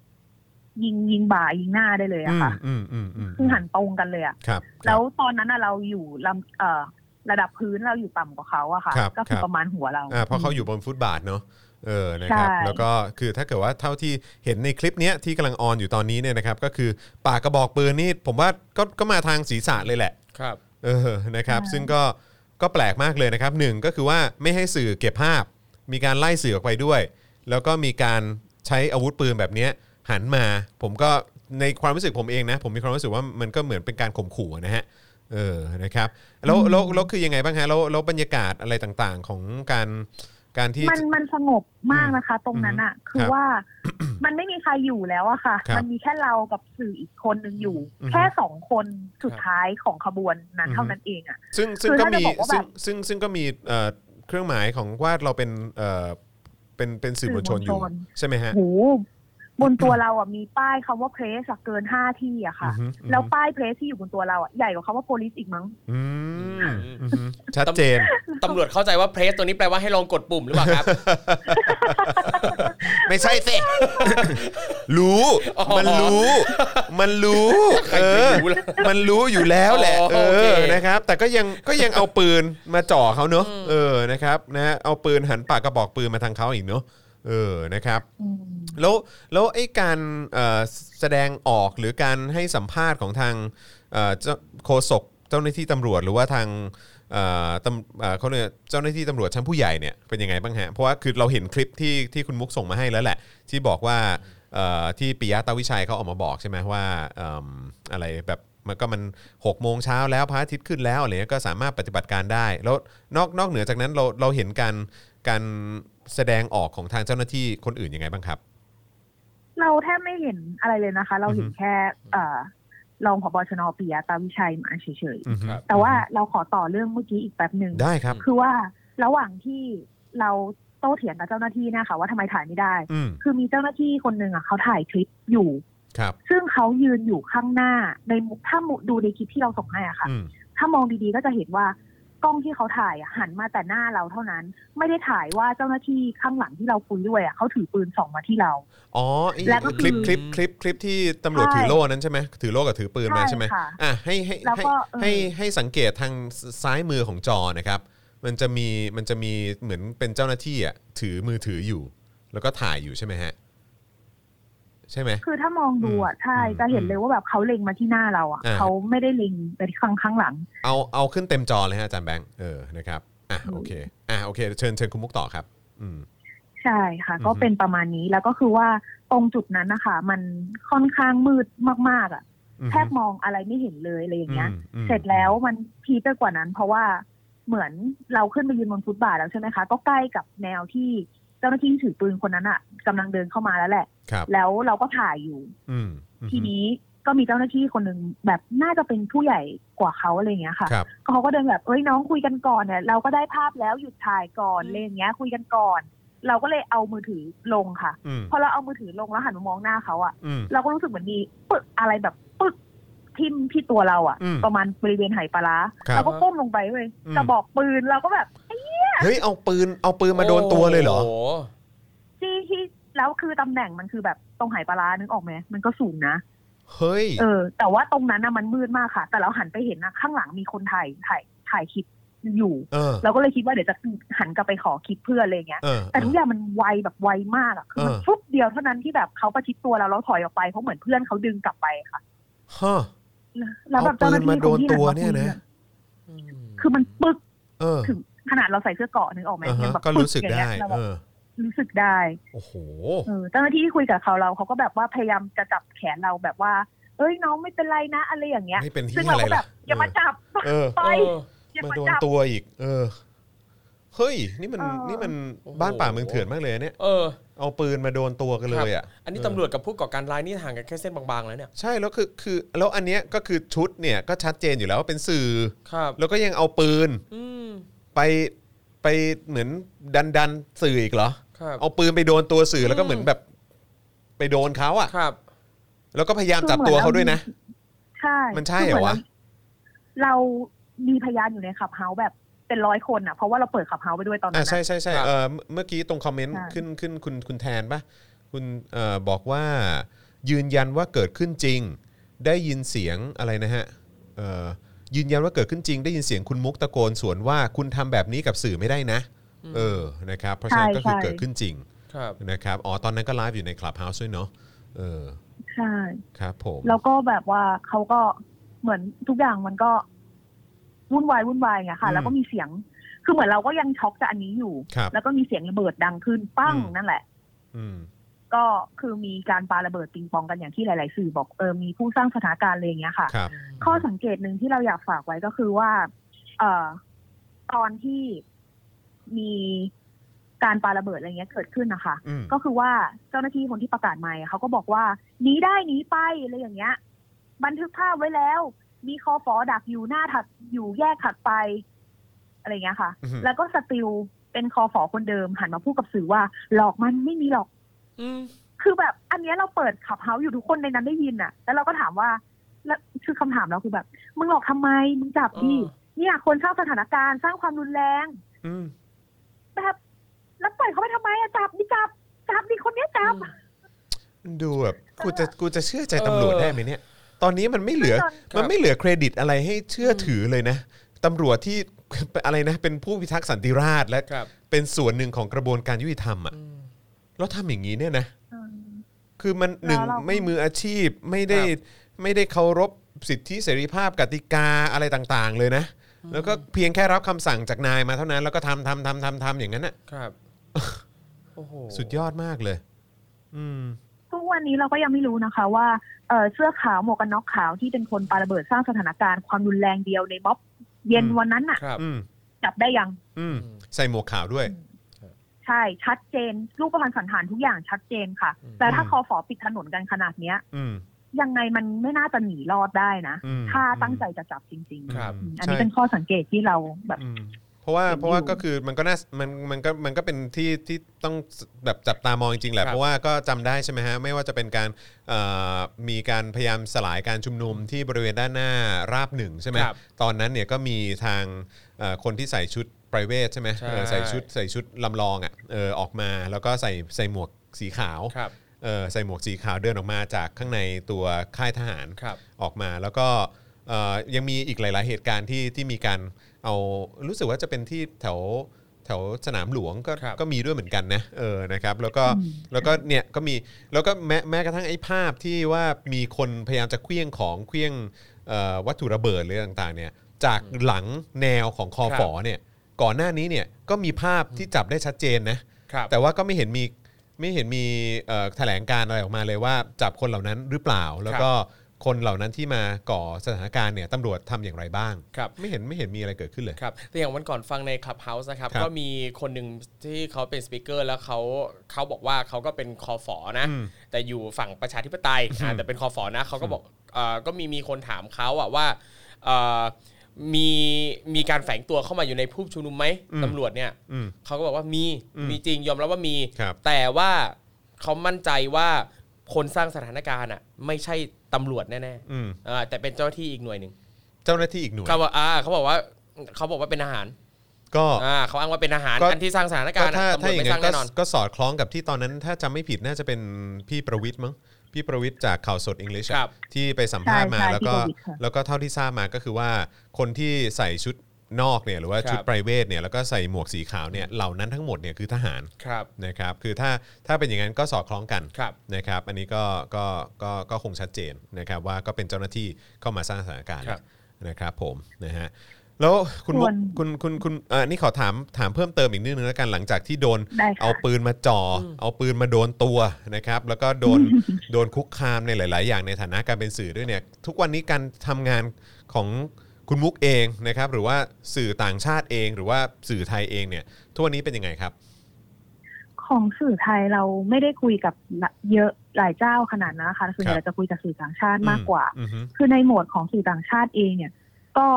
S6: ยิงยิงบ่ายิงหน้าได้เลย
S2: อื
S6: อะ
S2: ม
S6: ค่ะ
S2: อืมอืมอืม
S6: คือหันตรงกันเลยอะ
S2: ครับค
S6: แล้
S2: รับ
S6: วตอนนั้นอะเราอยู่ลำเอ่อระดับพื้นเราอยู่ต่ำกว่าเขาอะค่ะ
S2: ครับ
S6: ก็
S2: ค
S6: คือ
S2: รับ
S6: ประมาณหัวเรา
S2: อ่าเพราะเขาอยู่บนฟุตบาทเนาะเออนะครับ
S6: ใช่
S2: แล้วก็คือถ้าเกิดว่าเท่าที่เห็นในคลิปเนี้ยที่กำลังออนอยู่ตอนนี้เนี่ยนะครับก็คือปากกระบอกปืนนี่ผมว่าก็ก็มาทางศีรษะเลยแหละ
S3: ครับ
S2: เออ นะครับ ซึ่งก็ ก็แปลกมากเลยนะครับหนึ่งก็คือว่าไม่ให้สื่อเก็บภาพ มีการไล่สื่อออกไปด้วย แล้วก็มีการใช้อาวุธปืนแบบเนี้ยหันมา ผมก็ ในความรู้สึกผมเองนะ ผมมีความรู้สึกว่ามันก็เหมือนเป็นการข่มขู่นะฮะ เออ นะครับ แล้วแล้วแล้วคือยังไงบ้างฮะ แล้วแล้วบรรยากาศอะไรต่างๆของการ การที่
S6: มันมันสงบมากนะคะ ตรงนั้นอะคือ
S2: ครับ
S6: ว่า มันไม่มีใครอยู่แล้วอะค่ะ
S2: ครับ
S6: มันมีแค่เรากับสื่ออีกคนนึงอยู่
S2: อือฮึ
S6: แค่สองคนสุ
S3: ค
S6: ด
S3: รับ
S6: ท้ายของขบวนนั้น
S2: อือฮึ
S6: เท่านั้นเองอะ
S2: ซึ่งซึ่ง
S6: คือ
S2: ก็
S6: ถ้าจะ
S2: มี
S6: บอกว่า
S2: ซึ่ง
S6: แบบ
S2: ซึ่งซึ่งก็มีเอ่อเครื่องหมายของว่าเราเป็นเอ่อเป็นเป็นสื่อมวลชนอยู่
S6: สื่อมวลชน
S2: ใช่ไหมฮะ
S6: โหบนตัวเราอะมีป้ายคำว่าเพรสเกินห้าที่อะค่ะ
S2: อือฮึอือฮึ
S6: แล้วป้ายเพรสที่อยู่บนตัวเราอะใหญ่กว่าคำว่า police อีกมั้ง
S2: อืม
S3: อืม
S2: อืมชัดเจน
S3: ตำรวจเข้าใจว่าเพรสตัวนี้แปลว่าให้ลองกดปุ่มหรือเปล่า ครับ
S2: ไม่ใช่สิ รู้
S3: อ๋อ
S2: มันรู้ มันรู้
S3: ใคร
S2: เอ
S3: จะ
S2: อ
S3: รู้ล่ะ
S2: มันรู้อยู่แล้วแหละ
S3: อ๋อ
S2: เอ
S3: โอเค
S2: อ นะครับ แต่ก็ยัง ก็ยังเอาปืนมาจ่อเขาเนอะ เออ นะครับ นะ เอาปืนหันปากกระบอกปืนมาทางเขาอีกเนอะ เออ นะครับ แล้ว แล้วไอ้การเอ่อแสดงออกหรือการให้สัมภาษณ์ของทางเอ่อเจ้าโฆษกเจ้าหน้าที่ตำรวจหรือว่าทางเอ่อตำเอ่อเขาเนี่ยกเจ้าหน้าที่ตำรวจชั้นผู้ใหญ่เนี่ยเป็นยังไงบ้างฮะ เพราะว่าคือเราเห็นคลิปที่ที่คุณมุกส่งมาให้แล้วแหละ ที่บอกว่าเอ่อที่ปิยะตาวิชัยเขาออกมาบอกใช่ไหมว่าเอิ่มอะไรแบบมันก็มัน6กโมงเช้าแล้วพระอาทิตย์ขึ้นแล้วอะไรเงี้ยก็สามารถปฏิบัติการได้ แล้วนอกนอกเหนือจากนั้นเราเราเห็นการการแสดงออกของทางเจ้าหน้าที่คนอื่นยังไงบ้างครับ
S6: เราแทบไม่เห็นอะไรเลยนะคะ เราเห็น
S2: อือฮึ
S6: แค่ เอ่อรองผบชนปียะตาวิชัยมาเฉย
S2: อือฮึ
S3: ครับ
S6: ๆแต่ว่าเราขอต่อเรื่องเมื่อกี้อีกแป๊บหนึ่ง
S2: ได้ครับ
S6: คือว่าระหว่างที่เราโต้เถียงกับเจ้าหน้าที่เนะคะว่าทำไมถ่ายไม่ได้
S2: อืม
S6: คือมีเจ้าหน้าที่คนหนึ่งอ่ะเขาถ่ายคลิปอยู่
S2: ครับ
S6: ซึ่งเขายืนอยู่ข้างหน้าในมุมถ้ามุดูในคลิปที่เราส่งให้อะค่ะ
S2: อืม
S6: ถ้ามองดีๆก็จะเห็นว่ากล้องที่เขาถ่ายอะหันมาแต่หน้าเราเท่านั้น ไม่ได้ถ่ายว่าเจ้าหน้าที่ข้างหลังที่เราคุยด้วยอะเขาถือปืนส่องมาที่เรา
S2: อ๋อไอ้
S6: แล้วก็
S2: คลิปค
S6: คือ
S2: ลิป คลิป คลิปที่ตำรวจ
S6: ใช่
S2: ถือโล่นั้นใช่ไหม ถือโล่กับถือปืนมา
S6: ใช่
S2: ใช่ไหม
S6: ค่ะ
S2: อ่ะให้ให้
S6: แล้ว
S2: ให้
S6: ก็เออ
S2: ให้ให้สังเกตทางซ้ายมือของจอนะครับ มันจะมี มันจะมีเหมือนเป็นเจ้าหน้าที่อ่ะ ถือมือถืออยู่ แล้วก็ถ่ายอยู่ใช่ไหมฮะ ใช่ไหม
S6: คือถ้ามองดูอ่ะใช่
S2: อืม
S6: จะเห็นเลยว่าแบบเขาเล็งมาที่หน้าเราอ่ะ
S2: อ่า
S6: เขาไม่ได้เล็งไปที่ข้างข้างหลัง
S2: เอา เอาขึ้นเต็มจอเลยฮะอาจารย์แบงค์ เออ นะครับ อ่ะ โอเค อ่ะ โอเค เชิญ เชิญคุณมุกต่อครับ อืม
S6: ใช่ค่ะ
S2: อือฮึ
S6: ก็เป็นประมาณนี้แล้วก็คือว่าตรงจุดนั้นนะคะ มันค่อนข้างมืดมากๆอ่ะ
S2: อืม
S6: แทบมองอะไรไม่เห็นเลยอะไรอย่างเงี้ย
S2: อืมอืม
S6: เสร็จแล้วมันพีคไปกว่านั้น เพราะว่าเหมือนเราขึ้นไปยืนบนฟุตบาทแล้วใช่ไหมคะ ก็ใกล้กับแนวที่เจ้าหน้าที่ที่ถือปืนคนนั้นอ่ะกำลังเดินเข้ามาแล้วแหละ
S2: ครับ
S6: แล้วเราก็ถ่ายอยู่
S2: อืมอืม
S6: ทีนี้ก็มีเจ้าหน้าที่คนหนึ่งแบบน่าจะเป็นผู้ใหญ่กว่าเขาอะไรอย่างเงี้ยค่ะ
S2: ครับ
S6: เขาก็เดินแบบเอ้ยน้องคุยกันก่อนเนี่ยเราก็ได้ภาพแล้วหยุดถ่ายก่อนอะไรอย่างเงี้ย คุยกันก่อน เราก็เลยเอามือถือลงค่ะ
S2: อืม
S6: พอเราเอามือถือลงแล้วหันมามองหน้าเขาอะ
S2: อืม
S6: เราก็รู้สึกเหมือนมีปึ๊กอะไรแบบปึ๊กทิ่มที่ตัวเราอะ
S2: อืม
S6: ประมาณบริเวณไหปลาร้า
S2: ครับ
S6: เราก็ก้มลงไปเลย
S2: อืม
S6: กระบอกปืนเราก็แบบ
S2: เฮ้ย เอาปืน เอาปืนมาโดนตัวเลยเหรอ
S3: โโ
S6: จี้ที่แล้วคือตำแหน่งมันคือแบบตรงไหปลาร้านึกออกไหมมันก็สูงนะ
S2: เฮ้ย
S6: เออ แต่ว่าตรงนั้นน่ะมันมืดมากค่ะ แต่เราหันไปเห็นนะข้างหลังมีคนถ่ายถ่ายถ่ายคลิปอยู่
S2: เออ
S6: เราก็เลยคิดว่าเดี๋ยวจะหันกลับไปขอคลิปเพื่อนอะไรอย่างเงี้ย
S2: เออ
S6: แต่ทุกอย่างมันไวแบบไวมากอะคือมั
S2: เอ
S6: น
S2: อ
S6: ฟุบเดียวเท่านั้นที่แบบเขาประชิดตัวเราแล้วถอยออกไปเพราะเหมือนเพื่อนเขาดึงกลับไปค่ะ
S2: ฮะ
S6: แล้วแบบเจ้าหน้าที่
S2: เอาปืนมาโดนตัว
S6: ค
S2: เนี่ยนะ
S3: อืม
S6: คือมันปึก
S2: เออ
S6: ถึงขนาดเราใส่เสื้อเกราะนึกออกไหม
S2: อ่า
S6: ยั
S2: ฮะ
S6: งแบบ
S2: ก็รู้สึก
S6: ปึ๊อย่า
S2: ได้
S6: งเงี้ยเราแบ
S2: เอบ อ
S6: รู้สึกได้
S2: โอ้โห
S6: เออเจ้าหน้าที่ที่คุยกับเขาเราเขาก็แบบว่าพยายามจะจับแขนเราแบบว่า เอ้ยน้องไม่เป็นไรนะอะไรอย่างเงี้ย
S2: ไม่เป็นที่
S6: ซึ่ง
S2: อะ
S6: เรา
S2: ไร
S6: ก็แบ
S2: ล่ะ
S6: บอย่ามาจับ
S2: เออ
S6: ไป
S3: เออ
S6: อย่า
S2: มา
S6: มา
S2: โดน
S6: จับ
S2: ตัวอีก เออ เฮ้ย นี่มัน
S6: เออ
S2: นี่มัน
S3: โอ้โห
S2: บ้านป่าเมืองเถื่อนมากเลยเนี่ย
S3: เออ
S2: เอาปืนมาโดนตัวกันเลยอ่ะ
S3: อันนี้
S2: เ
S3: ตำรวจกับผู้ก่อการร้ายนี่ห่างกันแค่เส้นบางๆแล้วเนี่ย
S2: ใช่ แล้วคือ คือ แล้วอันเนี้ยก็คือชุดเนี่ยก็ชัดเจนอยู่แล้วว่าเป็นสื่อ
S3: ครับ
S2: แล้วก็ยังเอาปืน
S3: อืม
S2: ไป ไปเหมือนดันดันๆสื่ออีกเหรอ
S3: ครับ
S2: เอาปืนไปโดนตัวสื่อแล้วก็เหมือนแบบไปโดนเขาอะ
S3: ครับ
S2: แล้วก็พยายามจับตัวเขาด้วยนะ
S6: ใช่
S2: มันใช่เหรอวะ
S6: เรามีพยานอยู่ในขับเฮาส์แบบเป็นร้อยคนอ่ะ เพราะว่าเราเปิดขับเฮาส์ไปด้วยตอน
S2: อ่า
S6: นั้น
S2: ใช่
S6: อะ
S2: ใช่ใช่เออเมื่อเมื่อกี้ตรงคอมเมนต์
S6: ค่ะ
S2: ขึ้นขึ้นคุณคุณแทนปะคุณเอ่อบอกว่ายืนยันว่าเกิดขึ้นจริง ได้ยินเสียงอะไรนะฮะเอ่อยืนยันว่าเกิดขึ้นจริง ได้ยินเสียงคุณมุกตะโกนสวนว่าคุณทำแบบนี้กับสื่อไม่ได้นะ เออนะครับเพราะฉะนั้นก็คือเกิดขึ้นจริง
S3: ครับ
S2: นะครับอ๋อตอนนั้นก็ไลฟ์อยู่ในคลับเฮาส์ด้วยเนาะเออ
S6: ใช่
S2: ครับผม
S6: แล้วก็แบบว่าเขาก็เหมือนทุกอย่างมันก็วุ่นวายวุ่นวายไงค่ะ แล้วก็มีเสียง คือเหมือนเราก็ยังช็อกจากอันนี้อยู่
S2: ครับ
S6: แล้วก็มีเสียงระเบิดดังขึ้นปั้ง
S2: อืม
S6: นั่นแหละ
S2: อืม
S6: ก็คือมีการปาระเบิดปิงปองกันอย่างที่หลาย ๆ สื่อบอกเออมีผู้สร้างสถานการณ์อะไรอย่างเงี้ยค่ะ
S2: ครับ
S6: ข้อสังเกตหนึ่งที่เราอยากฝากไว้ก็คือว่า เอ่อ ตอนที่มีการปาระเบิดอะไรเงี้ยเกิดขึ้นนะคะ
S2: อืม
S6: ก็คือว่าเจ้าหน้าที่คนที่ประกาศใหม่เขาก็บอกว่าหนีได้หนีไปอะไรอย่างเงี้ย บันทึกภาพไว้แล้ว มีคอฟอดักอยู่หน้าถัดอยู่แยกถัดไป อะไรอย่างเงี้ยค่ะ
S2: อือฮึ
S6: แล้วก็สติลเป็นคอฟอคนเดิมหันมาพูดกับสื่อว่า หลอกมันไม่มีหลอก
S3: อืม
S6: คือแบบอันเนี้ยเราเปิดขับเฮาอยู่ทุกคนในนั้นได้ยินอะแล้วเราก็ถามว่าแล้วคือคำถามเราคือแบบ มึงหลอกทำไม มึงจับดิเนี่ย คนสร้างสถานการณ์สร้างความรุนแรง
S2: อืม
S6: แบบแล้วปล่อยเขาไปทำไมอะจับดิจับจับดิคนเนี้ยจับ
S2: ดูแบบกูจะกูจะเชื่อใจตำรวจได้ไหมเนี่ย ตอนนี้มันไม่เหลือ
S6: ไม่ตอน
S2: มันไม่เหลือเครดิตอะไรให้เชื่อถือเลยนะตำรวจที่ อะไรนะ เป็นผู้พิทักษ์สันติราษฎร์และ
S3: ครับ
S2: เป็นส่วนหนึ่งของกระบวนการยุติธรรมอ่ะแล้วทำอย่างนี้เนี่ยนะ
S6: อืม
S2: คือมันหนึ่ง
S6: แล้วเรา
S2: ไม่มืออาชีพไม่ได้ไม่ได้เคารพสิทธิเสรีภาพกติกาอะไรต่างๆ เลยนะ แล้วก็เพียงแค่รับคำสั่งจากนายมาเท่านั้นแล้วก็ทำทำทำทำทำอย่างนั้นน่ะ
S3: ครับโอ้โห
S2: สุดยอดมากเลย อืม
S6: ทุกวันนี้เราก็ยังไม่รู้นะคะ ว่าเอ่อเสื้อขาวหมวกกันน็อกขาวที่เป็นคนปาระเบิดสร้างสถานการณ์ความรุนแรงเดียวในม็อบเย็น
S2: อืม
S6: วันนั้นอะ
S3: ครับ
S2: อืม
S6: จับได้ยัง
S2: อืมใส่หมวกขาวด้วย
S6: ใช่ชัดเจน รูปพรรณสันฐานทุกอย่างชัดเจนค่ะ แต่ถ้า
S2: อืม
S6: คอฝอปิดถนนกันขนาดเนี้ย
S2: อืม
S6: ยังไงมันไม่น่าจะหนีรอดได้นะ
S2: อืม
S6: ถ้าตั้งใจจะจับจริง
S3: ครับ
S6: อืมอันนี้
S2: ใช่
S6: เป็นข้อสังเกตที่เราแบบ
S2: อืมเพราะว่า
S6: เห็นอยู่
S2: เพราะว่าก็คือมันก็น่ามันมันก็มันก็เป็นที่ที่ต้องแบบจับตามองจริงๆแหละ
S3: ครับ
S2: เพราะว่าก็จำได้ใช่ไหมฮะไม่ว่าจะเป็นการเอ่อมีการพยายามสลายการชุมนุมที่บริเวณด้านหน้าราบหนึ่งใช่ไหม
S3: ครับ
S2: ตอนนั้นเนี่ยก็มีทางเอ่อคนที่ใส่ชุดไพรเวทใช่ไหม
S3: ใช่
S2: เออใส่ชุดใส่ชุดลำลองอ่ะเออออกมาแล้วก็ใส่ใส่หมวกสีขาว
S3: ครับ
S2: เออใส่หมวกสีขาวเดินออกมาจากข้างในตัวค่ายทหาร
S3: ครับ
S2: ออกมาแล้วก็เอ่อยังมีอีกหลาย ๆ เหตุการณ์ที่ที่มีการเอารู้สึกว่าจะเป็นที่แถวแถวสนามหลวงก็
S3: ครับ
S2: ก็มีด้วยเหมือนกันนะเออนะครับแล้วก็
S6: อืม
S2: แล้วก็เนี่ยก็มีแล้วก็แม้แม้กระทั่งไอ้ภาพที่ว่ามีคนพยายามจะเคลี้ยงของเคลี้ยงเอ่อวัตถุระเบิดหรือต่าง ๆ เนี่ยจากหลังแนวของคอ
S3: ครั
S2: ฝ
S3: บ
S2: อเนี่ยก่อนหน้านี้เนี่ยก็มีภาพที่จับได้ชัดเจนนะ
S3: ครับ
S2: แต่ว่าก็ไม่เห็นมีไม่เห็นมีเอ่อแถลงการณ์อะไรออกมาเลยว่าจับคนเหล่านั้นหรือเปล่า แล้วก็คนเหล่านั้นที่มาก่อสถานการณ์เนี่ยตำรวจทำอย่างไรบ้าง
S3: ครับ
S2: ไม่เห็นไม่เห็นมีอะไรเกิดขึ้นเลย
S3: ครับแต่อย่างวันก่อนฟังใน Clubhouse นะครับ
S2: ครับ
S3: ก็มีคนหนึ่งที่เขาเป็นสปิเกอร์แล้วเขาเขาบอกว่าเขาก็เป็นคอฝอนะ
S2: อืม
S3: แต่อยู่ฝั่งประชาธิปไตยอ่าแต่เป็นคอฝอนะเขาก็บอกเอ่อก็มีมีคนถามเขาอะว่าเอ่อมีมีการแฝงตัวเข้ามาอยู่ในผู้ชุมนุมไหม
S2: อืม
S3: ตำรวจเนี่ย
S2: อืม
S3: เขาก็บอกว่ามี
S2: อืม
S3: มีจริงยอมรับว่ามี
S2: ครับ
S3: แต่ว่าเขามั่นใจว่าคนสร้างสถานการณ์อะไม่ใช่ตำรวจแน่
S2: อืม
S3: ๆอ่าแต่เป็นเจ้าหน้าที่อีกหน่วยหนึ่ง
S2: เจ้าหน้าที่อีกหน่วย
S3: เขาบอกอ่าเขาบอกว่าเขาบอกว่าเป็นทหาร
S2: ก็
S3: อ่าเขาอ้างว่าเป็นอาหาร
S2: ก็
S3: อันที่สร้างสถาน
S2: ก็
S3: การณ์
S2: ถ้า
S3: อะตำร
S2: ถ้าว
S3: จ
S2: อย่าง
S3: ไม่ส
S2: นั้นก็
S3: ร้างแน่นอน
S2: ก็สอดคล้องกับที่ตอนนั้นถ้าจำไม่ผิดน่าจะเป็นพี่ประวิทย์มั้งพี่ประวิทย์จากข่าวสดอังกฤษ
S3: ครับ
S2: ที่ไปสัมภาษณ์มา
S6: ใช่ใช่
S2: แล้วก็
S6: พี่ประวิทย์ค่ะ
S2: แล้วก็เท่าที่ทราบมาก็คือว่าคนที่ใส่ชุดนอกเนี่ยหรือว่าชุดไพรเวทเนี่ยแล้วก็ใส่หมวกสีขาวเนี่ยเหล่านั้นทั้งหมดเนี่ยคือทหาร
S3: ครับ
S2: นะครับคือถ้าถ้าเป็นอย่างนั้นก็สอดคล้องกัน
S3: ครับ
S2: นะครับอันนี้ก็ก็ก็ก็คงชัดเจนนะครับว่าก็เป็นเจ้าหน้าที่เข้ามาสร้างสถานการณ์
S3: ครับ
S2: นะครับผมนะฮะแล้วคุณมุก
S6: ส่วน
S2: คุณคุณคุณเอ่อนี่ขอถามถามเพิ่มเติมอีกนิดนึงแล้วกันหลังจากที่โดน
S6: ได้ค่ะ
S2: เอาปืนมาจ่ออเอาปืนมาโดนตัวนะครับแล้วก็โดน โดนคุกคามในหลาย ๆ อย่างในฐานะการเป็นสื่อด้วยเนี่ยทุกวันนี้การทำงานของคุณมุกเองนะครับหรือว่าสื่อต่างชาติเอง หรือว่าสื่อไทยเองเนี่ยทุกวันนี้เป็นยังไงครับ
S6: ของสื่อไทยเราไม่ได้คุยกับเยอะหลายเจ้าขนาดนั้นนะคะส่วนใหญ่เราจะคุยกับสื่อต่างชาติมากกว่า
S2: อืมอืม
S6: คือในโหมดของสื่อต่างชาติเองเนี่ย ก็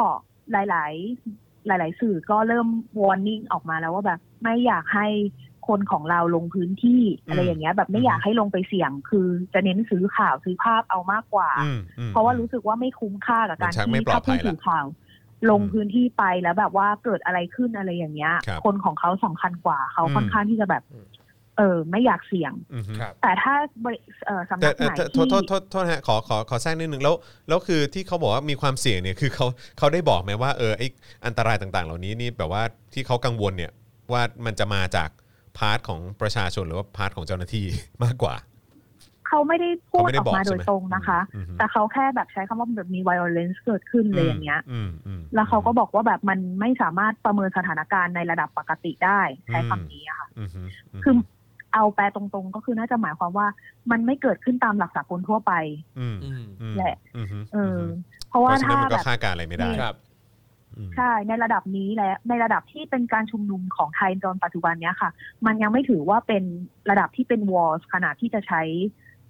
S6: หลาย ๆ หลาย ๆ สื่อก็เริ่มวอร์นิ่งออกมาแล้วว่าแบบ ไม่อยากให้ค คนของเราลงพื้นที่อะไร
S2: อืม
S6: อย่างเงี้ย แบบไม่อยากให้ลงไปเสี่ยง คือจะเน้นซื้อข่าวซื้อภาพเอามากกว่า
S2: อืมอืม
S6: เพราะว่ารู้สึกว่าไม่คุ้มค่ากับการ
S2: มันชัก
S6: ที่
S2: ไม่ปลอดภั
S6: ถ้าผู้
S2: ยละ
S6: สื่อข่าวลงพื้นที่ไปแล้วแบบว่าเกิดอะไรขึ้นอะไรอย่างเงี้ย
S2: ครับ
S6: คนของเขาสำคัญกว่าเขา
S2: อืม
S6: ค่อนข้างที่จะแบบ เออไม่อยากเสี่ยง
S2: อืม
S3: ครับ
S6: แต่ถ้าบริเอ่อสำ
S2: แต่
S6: นัก
S2: เอ่
S6: ไห
S2: อน โทษ
S6: ที่
S2: โทษโทษโทษฮะขอขอขอแทรกนิดนึงแล้วแล้วคือที่เขาบอกว่ามีความเสี่ยงเนี่ยคือเขาเขาได้บอกไหมว่าเออไออันตรายต่างๆ เหล่านี้นี่แบบว่าที่เขากังวลเนี่ยว่ามันจะมาจากพาร์ทของประชาชนหรือว่าพาร์ทของเจ้าหน้าที่ มากกว่า
S6: เขาไม่ได้พูด
S2: เขาไม่ได้
S6: ออก
S2: บอก
S6: มา
S2: ใช่
S6: โด
S2: ไห
S6: ย
S2: ม
S6: ตรงนะคะ
S2: อืมอืม
S6: แต่เขาแค่แบบใช้คำว่าแบบมี violence เกิดขึ้นเลยอย่างเงี้ย
S2: อืมอืม
S6: แล้วเขาก็บอกว่าแบบมันไม่สามารถประเมินสถานการณ์ในระดับปกติได้ใช้
S2: อืม
S6: คำนี้อะค่ะ
S2: อืมฮึม
S6: คือเอาแปลตรงๆ ก็คือน่าจะหมายความว่ามันไม่เกิดขึ้นตามหลักสากลทั่วไป
S2: อืม
S3: อืม
S2: อืม
S6: แหละ
S2: อืมฮึ
S6: เอออ
S2: มฮึ
S6: เพราะ
S2: เพ
S6: ว่า
S2: ราะฉะนั้
S6: ถ้าน
S2: มัน
S6: แบ
S2: ก็
S6: บ
S2: คาดการณ์อะไรไม่ได้
S3: ครับ
S2: อืม
S6: ใช่ในระดับนี้และในระดับที่เป็นการชุมนุมของไทยจนปัจจุบันเนี้ยค่ะ มันยังไม่ถือว่าเป็นระดับที่เป็นวอลขนาดที่จะใช้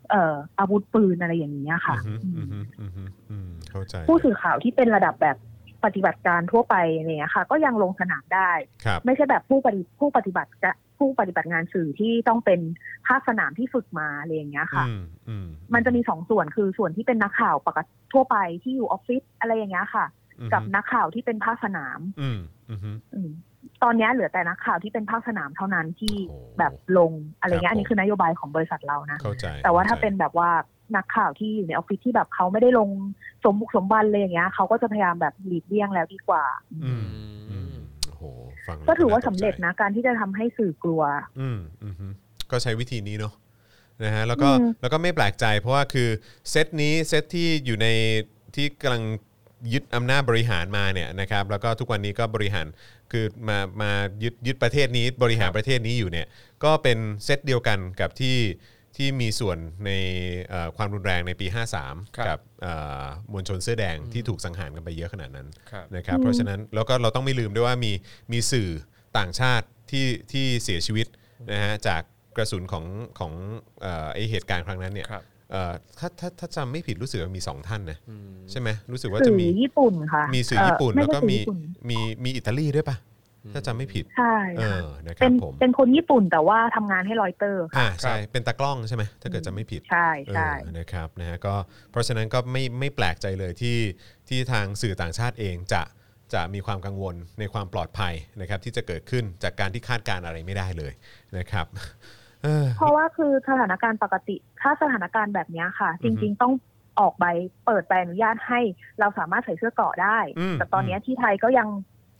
S6: เอ่ออาวุธปืนอะไรอย่างเงี้ยค่ะ
S2: อืม
S6: อื
S2: ฮึ
S6: ม
S2: อืมฮึอืมฮึอืมเข้าใจ
S6: ผู้สื่อข่าวที่เป็นระดับแบบปฏิบัติการทั่วไปเนี่ยค่ะ ก็ยังลงสนามได้
S2: ครับ
S6: ไม่ใช่แบบผู้ปฏิผู้ปฏิบัติจะผู้ปฏิบัติงานสื่อที่ต้องเป็นภาคสนามที่ฝึกมาอะไรอย่างเงี้ยค่ะ
S2: อืมอื
S6: มันจะมีสองส่วนคือส่วนที่เป็นนักข่าวปกติทั่วไปที่อยู่ออฟฟิศอะไรอย่างเงี้ยค่ะ
S2: อืม
S6: กับนักข่าวที่เป็นภาคสนาม
S2: อืมอืมฮึ
S6: อมตอนเนี้ยเหลือแต่นักข่าวที่เป็นภาคสนามเท่านั้นที่
S2: โอ้โห
S6: แบบลงอะไร
S2: ค
S6: เงี้
S2: รับ
S6: ยอัน
S2: ผ
S6: นี้
S2: ม
S6: คือนโยบายของบริษัทเรานะ
S2: เข้าใจ
S6: แต่ว่าถ้า
S2: ข้ใจ
S6: เป็นแบบว่านักข่าวที่อยู่ในออฟฟิศที่แบบเขาไม่ได้ลงสมบุกสมบันเลยอย่างเงี้ยเขาก็จะพยายามแบบหลีกเลี่ยงแล้วดีกว่า
S2: อืมอืมโอ้โหฟังแล้ว
S6: ก็ถือว่าสำ
S2: น่ตกใจ
S6: เร็จนะการที่จะทำให้สื่อกลัว
S2: อืมอืมฮึก็ใช้วิธีนี้เนาะนะฮะแล้วก็
S6: อืม
S2: แล้วก็ไม่แปลกใจเพราะว่าคือเซตนี้เซตที่อยู่ในที่กำลังยึดอำนาจบริหารมาเนี่ยนะครับแล้วก็ทุกวันนี้ก็บริหารคือมามายึดยึดประเทศนี้บริหารประเทศนี้อยู่เนี่ยก็เป็นเซตเดียวกันกับที่ที่มีส่วนในเอ่อความรุนแรงในปี
S3: ครับ
S2: 53 กับเอ่อมวลชนเสื้อแดงที่ถูกสังหารกันไปเยอะขนาดนั้น
S3: ครับ
S2: นะครับ
S6: อืม
S2: เพราะฉะนั้นแล้วก็เราต้องไม่ลืมด้วยว่ามีมีสื่อต่างชาติที่ที่เสียชีวิตนะฮะจากกระสุนของของเอ่อไอเหตุการณ์ครั้งนั้นเนี่ย
S3: ครับ
S2: เอ่อถ้าถ้าถ้าจำไม่ผิดรู้สึกว่ามีสองท่านนะ
S3: อืม
S2: ใช่ไหมรู้สึกว่าจะ
S6: สื่อ
S2: มี
S6: ญี่ปุ่นค่ะ
S2: มีสื่อ
S6: เ
S2: ญี่ปุ่น
S6: ไใช่
S2: แล้วก็มี
S6: สื่อญี่ปุ่น
S2: มีมีอิตาลีด้วยปะถ้าจำไม่ผิด
S6: ใช่
S2: เอ
S6: ค่ะ
S2: อนะค
S6: เป็
S2: รับ
S6: น
S2: ผม
S6: เป็นคนญี่ปุ่นแต่ว่าทำงานให้รอยเตอร์ค่ะ
S2: อ่าใช่เป็นตากล้องใช่ไหมถ้าเกิดจำไม่ผิด
S6: ใช่ใช่
S2: เออนะครับนะฮะก็เพราะฉะนั้นก็ไม่ไม่แปลกใจเลยที่ที่ทางสื่อต่างชาติเองจะจะมีความกังวลในความปลอดภัยนะครับที่จะเกิดขึ้นจากการที่คาดการณ์อะไรไม่ได้เลยนะครับเออ
S6: เพราะว่าคือสถานการณ์ปกติ ถ้าสถานการณ์แบบเนี้ยค่ะ
S2: อื
S6: จ
S2: อฮึ
S6: ริง ๆ ต้องออกใบเปิดใบอนุญาตให้เราสามารถใส่เสื้อเกราะได้
S2: อืม
S6: แต่ตอนเนี้ยที่ไทยก็ยัง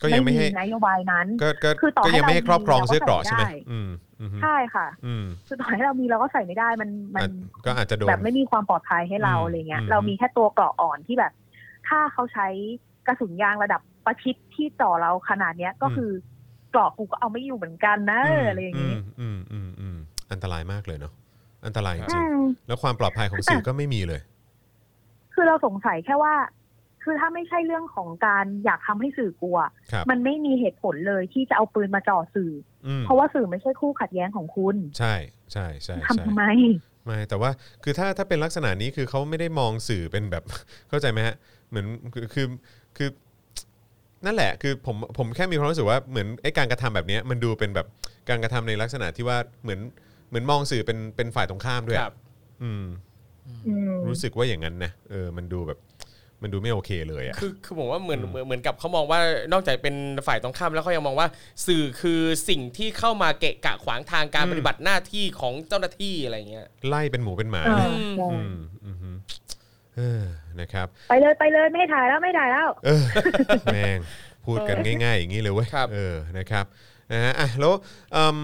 S2: ก็ยังไม่ให้
S6: นโยบายนั้น
S2: ก็ก็
S6: คือต่อ
S2: ก็
S6: ให้
S2: ยังไม่ให้ครอบครอง
S6: เรามี
S2: เสื้อเกราะ
S6: เราก็
S2: ใช่ไหม
S6: ใส่ได้
S2: อืมอืม
S6: ใช่ค่ะ
S2: อืม
S6: คือต่อให้เรามีเราก็ใส่ไม่ได้มันมัน
S2: อาจก็อาจจะโดน
S6: แบบไม่มีความปลอดภัยให้เรา
S2: อืม
S6: อะไรเงี้ย
S2: อืม
S6: เรามีแค่ตัวเกราะอ่อนที่แบบ ถ้าเขาใช้กระสุนยางระดับประชิดที่จ่อเราขนาดเนี้ยก็คือเกราะกูก็เอาไม่อยู่เหมือนกันนะ
S2: ม
S6: อะไรอย่างงี้
S2: อืมอืมอืมอืมอันตรายมากเลยเนาะอันตรายจ
S6: อื
S2: ริง
S6: ม
S2: ๆแล้วความปลอดภัยของสื่อก็ไม่มีเลย
S6: คือเราสงสัยแค่ว่า คือถ้าไม่ใช่เรื่องของการอยากทำให้สื่อกลัว
S2: ครับ
S6: มันไม่มีเหตุผลเลยที่จะเอาปืนมาจ่อสื่อ
S2: อื
S6: อ
S2: ม
S6: เพราะว่าสื่อไม่ใช่คู่ขัดแย้งของคุณ
S2: ใช่ใช่ใช่
S6: ทำ
S2: ใช่
S6: ทำไม
S2: ไม่แต่ว่าคือถ้าถ้าเป็นลักษณะนี้คือเขาไม่ได้มองสื่อเป็นแบบ เข้าใจไหมฮะเหมือนคือคือคือ นั่นแหละ คือผมผมแค่มีความรู้สึกว่าเหมือนไอ้การกระทำแบบเนี้ยมันดูเป็นแบบการกระทำในลักษณะที่ว่าเหมือนเหมือนมองสื่อเป็นเป็นฝ่ายตรงข้ามด้วย
S3: ครับ
S2: อืม
S6: อืม
S2: รู้สึกว่าอย่างนั้นนะเออมันดูแบบ มันดูไม่โอเคเลยอ่ะ
S3: คือคือผมว่าเหมือนเหมือนเหมือนกับเขามองว่านอกจากเป็นฝ่ายตรงข้ามแล้วเขายังมองว่า สื่อคือสิ่งที่เข้ามาเกะกะขวางทางการ
S2: อืม
S3: ปฏิบัติหน้าที่ของเจ้าหน้าที่อะไรเงี้ย
S2: ไล่เป็นหมูเป็นหมา
S6: เอ
S2: เล
S6: อย ใช่
S2: อืมอืมฮึเออนะครับ
S6: ไปเลยไปเลยไม่ให้ถ่ายแล้วไม่ถ่ายแล้ว
S2: เออ แม่งพูดกันง่าย ๆ อย่างนี้เลยเว้ย
S3: ครับ
S2: เออนะครับนะฮะอ่ะแล้วเอิ่ม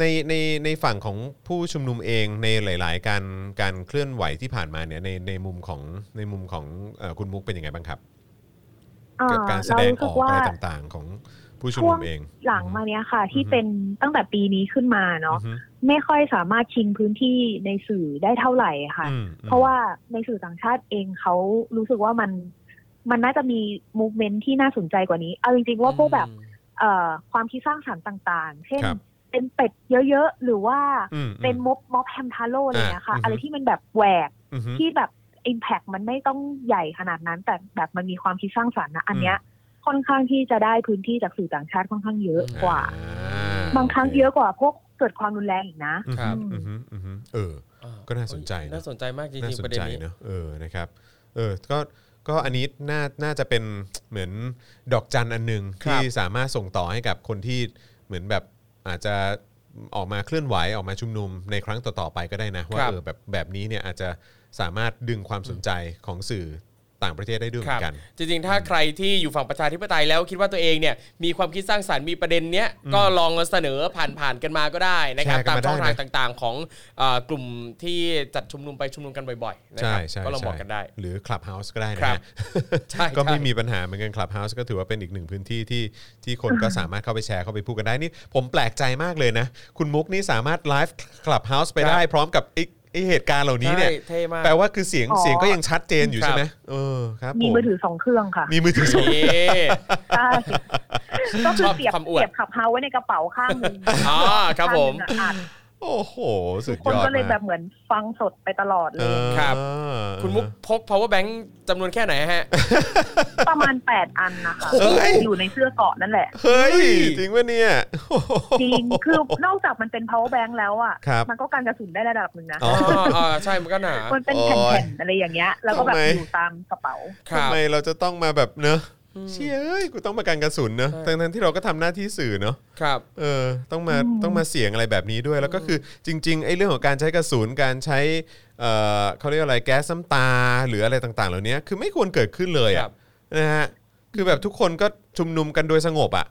S2: ในในในฝั่งของผู้ชุมนุมเองในหลาย ๆ การการเคลื่อนไหวที่ผ่านมาเนี่ยในในมุมของในมุมของเอ่อคุณมุกเป็นยังไงบ้างครับ
S6: อ่
S2: กับการแสดงออกอะไรต่างๆ ของผู้ชุมนุมเอง
S6: หลังมาเนี้ยค่ะ ที่เป็นตั้งแต่ปีนี้ขึ้นมาเนาะ
S2: อืม
S6: ไม่ค่อยสามารถชิงพื้นที่ในสื่อได้เท่าไหร่ค่ะ
S2: อืมอืม
S6: เพราะว่าในสื่อต่างชาติเองเขารู้สึกว่ามันมันน่าจะมีมูฟเมนที่น่าสนใจกว่านี้ เอาจริงๆว่าพวกแบบ เอ่อความคิดสร้างสรรค์ต่างๆ เช่น
S2: ครับ
S6: เป็นเป็ดเยอะๆ หรือว่า
S2: อืม
S6: เป็นม็อบม็อบแฮมทาโร่อะไรอย่างเงี้ยค่ะ
S2: อ่าอือฮึ
S6: อะไรที่มันแบบแหวก
S2: อืม
S6: ที่แบบอิมแพกมันไม่ต้องใหญ่ขนาดนั้น แต่แบบมันมีความคิดสร้างสรรค์นะอันเนี้ยค่อนข้างที่จะได้พื้นที่จากสื่อต่างชาติค่อนข้างเยอะกว่า
S2: อ่
S6: บางครั้งเยอะกว่าพวก เกิดความรุนแรงอีกนะ
S2: อืม
S3: ครับ
S2: อืมอืมอืมเออ ก็น่าสนใจนะ
S3: น่าสนใจมากจริ
S2: น่าง ส
S3: ๆ
S2: น
S3: ประเด็น
S2: ใจ
S3: นี้
S2: เนอะเออนะครับเออก็ก็อันนี้น่าน่าจะเป็นเหมือนดอกจันอันหนึ่ง
S3: ครับ
S2: ที่สามารถส่งต่อให้กับคนที่เหมือนแบบอาจจะออกมาเคลื่อนไหวออกมาชุมนุมในครั้งต่อๆไปก็ได้นะว่า
S3: ครับ
S2: เออแบบแบบนี้เนี่ยอาจจะสามารถดึงความสนใจของสื่อต่างประเทศได้ด้วยเหมือ
S3: ครับ
S2: นกัน
S3: จริงๆ ถ้าใครที่อยู่ฝั่งประชาธิปไตยแล้วคิดว่าตัวเองเนี่ยมีความคิดสร้างสรรค์มีประเด็นเนี้ยก็ลองเสนอผ่านๆกันมาก็ได้นะครับ
S2: แชร์กัน
S3: ตาม
S2: มาได้
S3: ช่องทาง
S2: นะ
S3: ต่างๆ ของเอ่อกลุ่มที่จัดชุมนุมไปชุมนุมกันบ่อยๆนะค
S2: ใช่
S3: รับ
S2: ใช่
S3: ก็ลองบอก
S2: ใช่
S3: กันได้
S2: หรือ Clubhouse ก็ได้นะ
S3: ครั
S2: ฮะ
S3: บใช่
S2: ก็
S3: ใช่
S2: ไม่มีปัญหาเหมือนกัน Clubhouse ก็ถือว่าเป็นอีกหนึ่งพื้นที่ที่ที่คนก็สามารถเข้าไปแชร์เข้าไปพูดกันได้นี่ผมแปลกใจมากเลยนะ คุณมุกนี่สามารถไลฟ์ Clubhouse ไปได้พร้อมกับไอ้ไอ้เหตุการณ์เหล่านี้เนี่ย
S3: ใช่เท่มาก
S2: แปลว่าคือเสียง
S6: อ๋อ
S2: เสียงก็ยังชัดเจนอยู่
S3: ครับ
S2: ใช่ไหมเออครับ
S6: มี
S2: ผ
S6: มือถือสองเครื่องค่ะ
S2: มีมือ ถือสอง
S3: เย้
S6: ใช่ก็คือเสียบ
S3: ชอบคำอวด
S6: เสียบขับเฮาไว้ในกระเป๋าข้างหนึง
S3: อ๋อครับผม
S6: ข้างหนึ่งอะอัด
S2: โอ้โห สุด
S6: คน
S2: ยอด
S6: ก็เลย
S2: มา
S6: แบบเหมือนฟังสดไปตลอดเล
S2: เอย อ
S3: ครับ คุณมุกพก power bank จำนวนแค่ไหนฮะ
S6: ประมาณ 8 อันนะคะ
S2: เฮ้ย
S6: อยู่ในเสื้อเกาะนั่นแหละ
S2: เฮ้ยจริงปะเนี่ยโอ้โห
S6: จริง คือนอกจากมันเป็น power bank แล้วอ่ะ
S2: ครับ
S6: มันก็กันกระสุนได้ระดับหนึ่งนะ
S2: อ๋อ
S3: อ๋ออ๋อใช่มันก็หนา
S6: มันเป็นแผ่นๆอะไรอย่างเงี้ย แล้วก็แบบ
S2: ทำไม
S6: อยู่ตามกระเป๋า
S3: ครั
S2: ทำ
S3: บ
S2: ไมเราจะต้องมาแบบเนอะเชี่ยเอ้ยกูต้องมากันกระสุนเนอะ
S3: ใช่
S2: ทั้งๆที่เราก็ทำหน้าที่สื่อเนอะ
S3: ครับ
S2: เออต้องมา
S6: อืม
S2: ต้องมาเสี่ยงอะไรแบบนี้ด้วย แล้วก็คือจริงๆไอ้เรื่องของการใช้กระสุนการใช้เอ่อเขาเรียกอะไรแก๊สน้ำตาหรืออะไรต่างๆ เหล่านี้คือไม่ควรเกิดขึ้นเลย
S3: ครั
S2: อะ
S3: บ
S2: นะฮะคือแบบทุกคนก็ชุมนุมกันโดยสงบอะ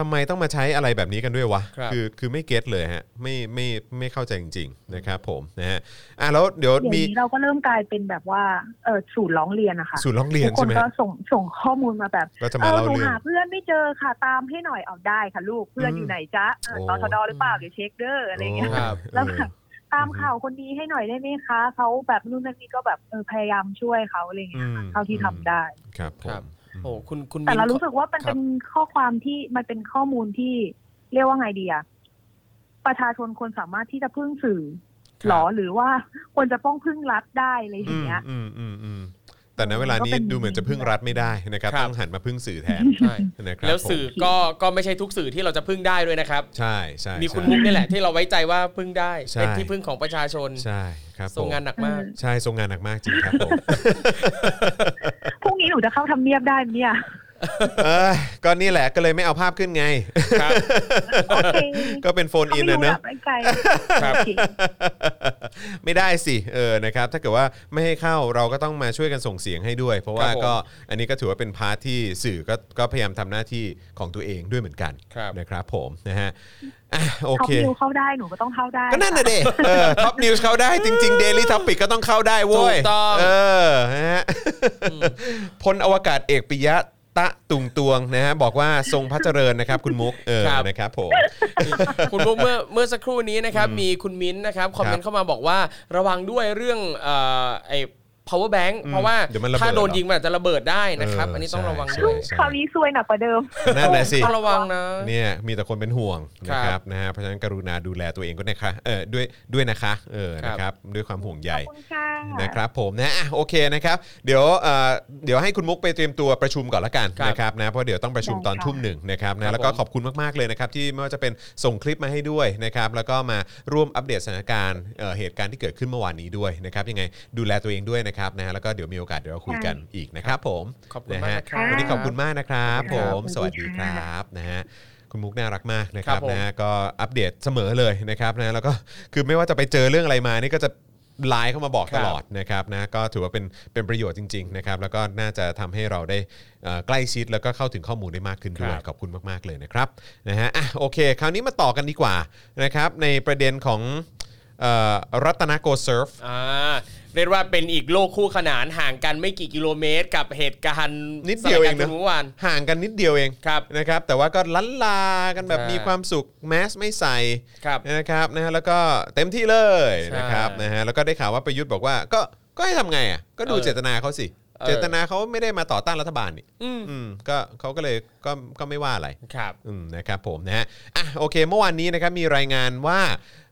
S2: ทำไมต้องมาใช้อะไรแบบนี้กันด้วยวะ
S3: ครับ
S2: อคือไม่เก็ตเลยฮะไม่ไม่ไม่เข้าใจจริงๆนะครับผมนะฮะอ่ะแล้วเดี๋ยว
S6: เดี๋ยว
S2: มี
S6: นี้เราก็เริ่มกลายเป็นแบบว่าเออศูนย์ร้องเรียนนะคะ
S2: ศูนย์ร้องเรีย
S6: ทุ
S2: น
S6: กค
S2: ใช่
S6: น
S2: ไหม
S6: ก็
S2: ฮะ
S6: ส่งส่งข้อมูลมาแบบ
S2: ก็จะ
S6: เอ
S2: มา
S6: อ
S2: เล่า
S6: หนู
S2: เรื่อง
S6: หาเพื่อนไม่เจอค่ะตามให้หน่อยเอาได้ค่ะลูกเพื่อน
S2: อืม
S6: อยู่ไหนจ๊ะเออ
S2: โอ้
S6: ตอทดอหรือเปล่าเดี๋ยวเช็คเด้ออะไรอย่างเงี้ย
S3: โอ้ ครับ
S6: แล้วแบบ ตาม
S2: อืม
S6: ข่าวคนนี้ให้หน่อยได้ไหมคะเขาแบบนู่นนั่นนี่ก็แบบเออพยายามช่วยเขาอะไรอย่างเงี้ย
S2: อืม
S6: เท่าที่ทำได้
S2: ครับผ
S3: ครับ
S2: ม
S3: โอ้คุณคุณ
S6: แต่เรา
S3: มิ้น
S6: รู้สึกว่ามัน
S3: ครับ
S6: เป็นข้อความที่มันเป็นข้อมูลที่เรียกว่าไงดีอะประชาชนควรสามารถที่จะพึ่งสื่อ
S3: ครับ
S6: หรอหรือว่าควรจะต้องพึ่งรัฐได้อะไรอย่างเงี้ย
S2: อืมอืมอืมแต่ณเวลานี้
S6: ก็เป็น
S2: ดูเหมือนจะพึ่งรัฐไม่ได้นะครับ
S3: ครับ
S2: ต้องหันมาพึ่งสื่อแทน
S3: ใช่
S2: นะครับ
S3: แล้วสื่อ
S2: ผม
S3: ก็ก็ไม่ใช่ทุกสื่อที่เราจะพึ่งได้ด้วยนะครับ
S2: ใช่ใช่
S3: มีคุณ
S2: ใช่
S3: มุกนี่แหละที่เราไว้ใจว่าพึ่งได้
S2: ใช่
S3: เป็นที่พึ่งของประชาชน
S2: ใช่ครับ
S3: ทรงงาน
S2: ผม
S3: หนักมาก
S2: ใช่ทรงงานหนักมากจริงครับผม
S6: พรุ่งนี้หนูจะเข้าทำเนียบได้ไหม เนี่ย
S2: เอ้ยก็นี่แหละก็เลยไม่เอาภาพขึ้นไง
S3: ครับ
S6: โอเค
S2: ก็เป็นโฟน
S6: เขา
S2: อิน
S6: ไม่
S2: นะ
S6: รู้
S2: เน
S6: แบ
S2: อะ
S6: บไกล
S3: ครับ
S6: โอเค
S2: ไม่ได้สิเออนะครับ ถ้าเกิดว่าไม่ให้เข้าเราก็ต้องมาช่วยกันส่งเสียงให้ด้วย เพราะว่า
S3: ครับผม
S2: ก็อันนี้ก็ถือว่าเป็นพาร์ทที่สื่อก็ก็พยายามทำหน้าที่ของตัวเองด้วยเหมือนกัน
S3: ครับ
S2: นะครับผมนะฮะอ่ะโอ
S6: เขา
S2: เค
S6: มิวเข้าได้หนูก็ต้องเข้าได้
S2: ก็นั่นน่ะเดเออท็อปนิวส์เข้าได้จริง ๆ Daily Topic ก็ต้องเข้าได้เว้ย
S3: ถูกต้อง
S2: เออนะฮะพลอวกาศเอกปิยะตะตุงตวงนะฮะบอกว่าทรงพระเจริญนะครับ คุณมุกเออ
S3: ครับ
S2: นะครับผม
S3: คุณมุกเมื่อเมื่อสักครู่นี้นะครับ มีคุณมิ้นท์นะครับคอมเมนต์เข้ามาบอกว่าระวังด้วยเรื่องเอ่อไอ้ power bank
S2: อืม
S3: เพราะว่า
S2: เดี๋ยวมันระเบิด
S3: ถ้าโดนยิงมันอาจจะระเบิดได้นะครับ
S2: เอออั
S3: อันนี้ต้องระวัง
S2: ใช่
S3: ด้วย
S6: คราวนี้ซวยหนักกว่าเดิม
S2: นั่นแหละสิ
S3: ต้องระวังนะ
S2: เนี่ยมีแต่คนเป็นห่วงนะค
S3: ครั
S2: รับบ นะฮะเพราะฉะนั้นกรุณาดูแลตัวเองก็นะคะเออด้วยด้วยนะคะเออ
S3: ครับ
S2: นะครับด้วยความห่วงใย
S6: ขอบคุณค่ะ
S2: นะครับผมนะอ่ะโอเคนะครับ เดี๋ยวเอ่อเดี๋ยวให้คุณมุกไปเตรียมตัวประชุมก่อนละกัน
S3: ครับ
S2: นะครับนะเพราะเดี๋ยวต้องประชุมตอน
S6: ได้ค่ะ
S2: ทุ่มหนึ่งนะครับ
S3: ครั
S2: นะ
S3: บ
S2: แล้วก็
S3: ผม
S2: ขอบคุณมาก ๆ เลยนะครับ ที่ไม่ว่าจะเป็นส่งคลิปมาให้ด้วยนะครับ แล้วก็มาร่วมอัปเดตสถานการณ์เอ่อเหตุการณ์ที่เกิดขึ้นเมื่อวานนี้ด้วยนะครับยังไงดูแลตัวเองด้วยนะครับนะฮะแล้วก็เดี๋ยวมีโอกาสเดี๋ยวเราคุยกันอีกนะครับผม
S3: ขอบคุณมากนะครับ
S2: ฮวันนี้ขอบคุณมากนะครับ
S3: ค
S2: ผ
S3: รับ
S2: มสวัสดีครับนะฮะคุณมุกน่ารักมากนะครับ
S3: ครับผม
S2: นะฮะก็อัปเดตเสมอเลยนะครับนะแล้วก็คือไม่ว่าจะไปเจอเรื่องอะไรมานี่ก็จะไลน์เข้ามาบอก
S3: ค
S2: ต
S3: รั
S2: ล
S3: บ
S2: อด นะครับนะก็ถือว่าเป็นเป็นประโยชน์จริงๆนะครับแล้วก็น่าจะทำให้เราได้เอ่อใกล้ชิดแล้วก็เข้าถึงข้อมูลได้มากขึ้นด้วย
S3: ครับ
S2: ขอบคุณมากๆเลยนะครับนะฮะอ่ะโอเค คราวนี้มาต่อกันดีกว่านะครับในประเด็นของเอ่อรัตนโกเซิร์ฟ
S3: อ่าเรียกว่าเป็นอีกโลกคู่ขนานห่างกันไม่กี่กิโลเมตร กับเหตุการณ์
S2: นิดเดียวเองนะ
S3: สลาการชุมมเมื่อวาน
S2: ห่างกันนิดเดียวเอง
S3: ครับ
S2: นะครับแต่ว่าก็ลันลากันแบบ
S3: ใช่
S2: มีความสุขแมสไม่ใส่
S3: ครับ
S2: นะครับนะฮะแล้วก็เต็มที่เลย
S3: ใช่
S2: นะครับนะฮะแล้วก็ได้ข่าวว่าประยุทธ์บอกว่าก็ก็ให้ทำไงอ่ะก็ดู
S3: เออ
S2: เจตนาเขาสิ
S3: เออ
S2: เจตนาเขาไม่ได้มาต่อต้านรัฐบาลนี่
S3: อืม
S2: อืมก็เขาก็เลยก็ก็ไม่ว่าอะไร
S3: ครับ
S2: อืมนะครับผมนะฮะอ่ะโอเค เมื่อวานนี้นะครับมีรายงานว่า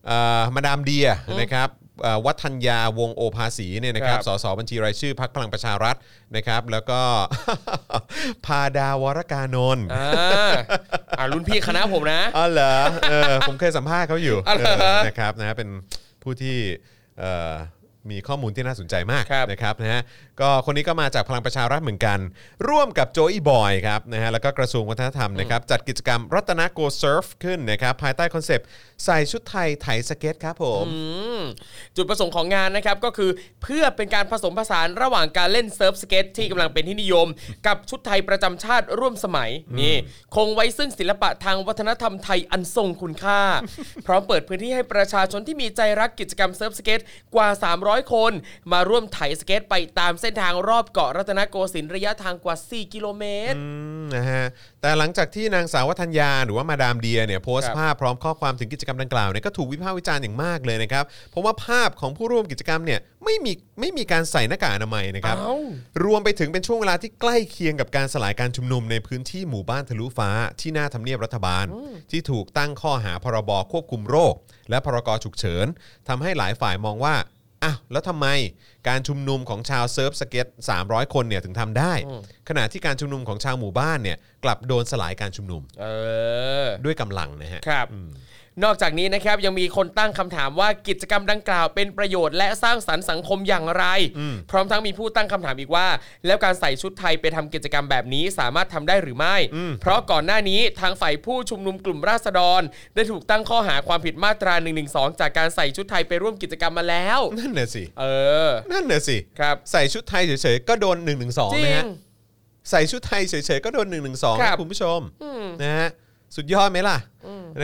S2: เอ่อมาดามเดีย
S3: อืม
S2: นะครับ เอ่อวัฒนยาวงศ์โอภาสีเนี่ยนะครับ
S3: ครับ
S2: สสบัญชีรายชื่อพักพลังประชารัฐนะครับ แล้วก็ พาดาวรการนนท์
S3: อ่าอ่ารุ่นพี่คณะผมนะ
S2: อ๋อเหรอเออ ผมเคยสัมภาษณ์เขาอยู่
S3: อ๋อเหรอ
S2: เออนะครับนะเป็นผู้ที่เอ่อมีข้อมูลที่น่าสนใจมาก
S3: ครับ
S2: นะครับนะฮะก็คนนี้ก็มาจากพลังประชารัฐเหมือนกัน ร่วมกับโจอีบอยครับนะฮะแล้วก็กระทรวงวัฒนธรรมนะครับจัดกิจกรรมรัตนโกเซิร์ฟขึ้นนะครับภายใต้คอนเซปต์ใส่ชุดไทยไถสเก็ตครับผม
S3: ืมจุดประสงค์ของงานนะครับก็คือเพื่อเป็นการผสมผสานระหว่างการเล่นเซิร์ฟสเก็ตที่กำลังเป็นที่นิยม กับชุดไทยประจำชาติร่วมสมัยนี่คงไว้ซึ่งศิลปะทางวัฒนธรรมไทยอันทรงคุณค่า พร้อมเปิดพื้นที่ให้ประชาชนที่มีใจรักกิจกรรมเซิร์ฟสเก็ตกว่า 300 คน มาร่วมไถสเก็ตไปตามเส้นทางรอบเกาะรัตนโกสินทร์ระยะทางกว่า 4 กิโลเมตร
S2: อืมนะฮะแต่หลังจากที่นางสาววัฒนยาหรือว่ามาดามเดียเนี่ยโพส
S3: ครั
S2: ต์
S3: บ
S2: ภาพพร้อมข้อความถึงกิจกรรมดังกล่าวเนี่ยก็ถูกวิพากษ์วิจารณ์อย่างมากเลยนะครับ เพราะว่าภาพของผู้ร่วมกิจกรรมเนี่ยไม่มีไม่มีการใส่หน้ากากอนามัยนะครับ
S3: เอ้า
S2: รวมไปถึงเป็นช่วงเวลาที่ใกล้เคียงกับการสลายการชุมนุมในพื้นที่หมู่บ้านทะลุฟ้าที่หน้าทำเนียบรัฐบาล ที่ถูกตั้งข้อหาพรบควบคุมโรค และพรกฉุกเฉินทำให้หลายฝ่ายมองว่าอ้าวแล้วทำไมการชุมนุมของชาวเซิร์ฟสเก็ต300 คนเนี่ยถึงทำได้ ขณะที่การชุมนุมของชาวหมู่บ้านเนี่ยกลับโดนสลายการชุมนุม
S3: เออ
S2: ด้วยกำลังนะฮะ
S3: ครับ นอกจากนี้นะครับยังมีคนตั้งคำถามว่ากิจกรรมดังกล่าวเป็นประโยชน์และสร้างสรรค์สังคมอย่างไร
S2: อืม
S3: พร้อมทั้งมีผู้ตั้งคำถามอีกว่า แล้วการใส่ชุดไทยไปทำกิจกรรมแบบนี้สามารถทำได้หรือไม่ เพราะก่อนหน้านี้ทางฝ่ายผู้ชุมนุมกลุ่มราษฎร ได้ถูกตั้งข้อหาความผิดมาตรา1นึจากการใส่ชุดไทยไปร่วมกิจกรรมมาแล้ว
S2: นั่นน่ะสิ
S3: เออ
S2: นั่นน่ะสิ
S3: ครับ
S2: ใส่ชุดไทยเฉยๆก็โดน1นึ
S3: จริ
S2: นะ
S3: ง
S2: ฮะ ใส่ชุดไทยเฉยๆ ก็โดน1นึ
S3: ครั
S2: นะ
S3: บ
S2: คุณผู้ชมนะฮะสุดยอดไหมล่ะ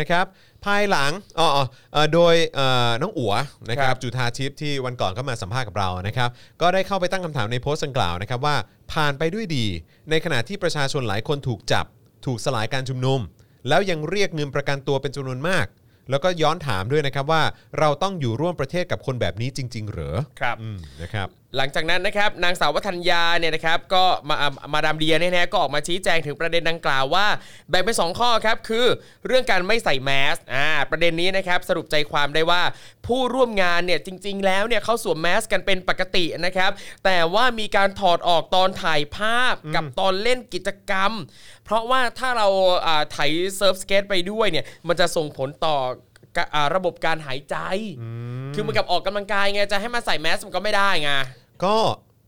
S2: นะครับ ภายหลังอ๋ออ๋อเอ่อโดยเอ่อน้องอัวนะค
S3: ค
S2: รั
S3: รั
S2: บบ จุธาทิพย์ที่วันก่อนก็มาสัมภาษณ์กับเรานะครับ ก็ได้เข้าไปตั้งคำถามในโพสต์ดังกล่าวนะครับว่าผ่านไปด้วยดี ในขณะที่ประชาชนหลายคนถูกจับ ถูกสลายการชุมนุม แล้วยังเรียกเงินประกันตัวเป็นจำนวนมาก แล้วก็ย้อนถามด้วยนะครับว่าเราต้องอยู่ร่วมประเทศกับคนแบบนี้จริง ๆ เหรอ
S3: ครับ
S2: อืมนะครับ
S3: หลังจากนั้นนะครับนางสาววัฒนยาเนี่ยนะครับก็มาอ่ามาดามเดียเนี่ยนะก็ออกมาชี้แจงถึงประเด็นดังกล่าวว่าแบ่งเป็นสองข้อครับคือ เรื่องการไม่ใส่แมสอ่าประเด็นนี้นะครับสรุปใจความได้ว่า ผู้ร่วมงานเนี่ยจริง ๆ แล้วเนี่ยเขาสวมแมสกันเป็นปกตินะครับ แต่ว่ามีการถอดออกตอนถ่ายภาพกับตอนเล่นกิจกรรม เพราะว่าถ้าเราอ่าไถ่ายเซิร์ฟสเกตไปด้วยเนี่ยมันจะส่งผลต่ออ่าระบบการหายใจ คือเหมือนกับออกกำลังกายไงจะให้มาใส่แมสมันก็ไม่ได้ไง
S2: ก็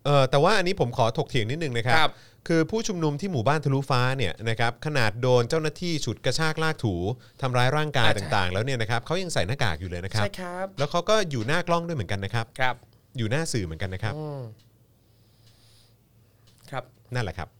S2: เออแต่ว่าอันนี้ผมขอถกเถียงนิดนึงนะครั
S3: ครับ บ
S2: คือผู้ชุมนุมที่หมู่บ้านทะลุฟ้าเนี่ยนะครับขนาดโดนเจ้าหน้าที่ฉุดกระชากลากถูทำร้ายร่างกาย
S3: อ่าใช่
S2: ต่างๆ แล้วเนี่ยนะครับเขายังใส่หน้ากากอยู่เลยนะครับ
S3: ใช่ครับ
S2: แล้วเขาก็อยู่หน้ากล้องด้วยเหมือนกันนะครับ
S3: ครับ
S2: อยู่หน้าสื่อเหมือนกันนะครับ
S3: ครับ
S2: นั่นแหละครับ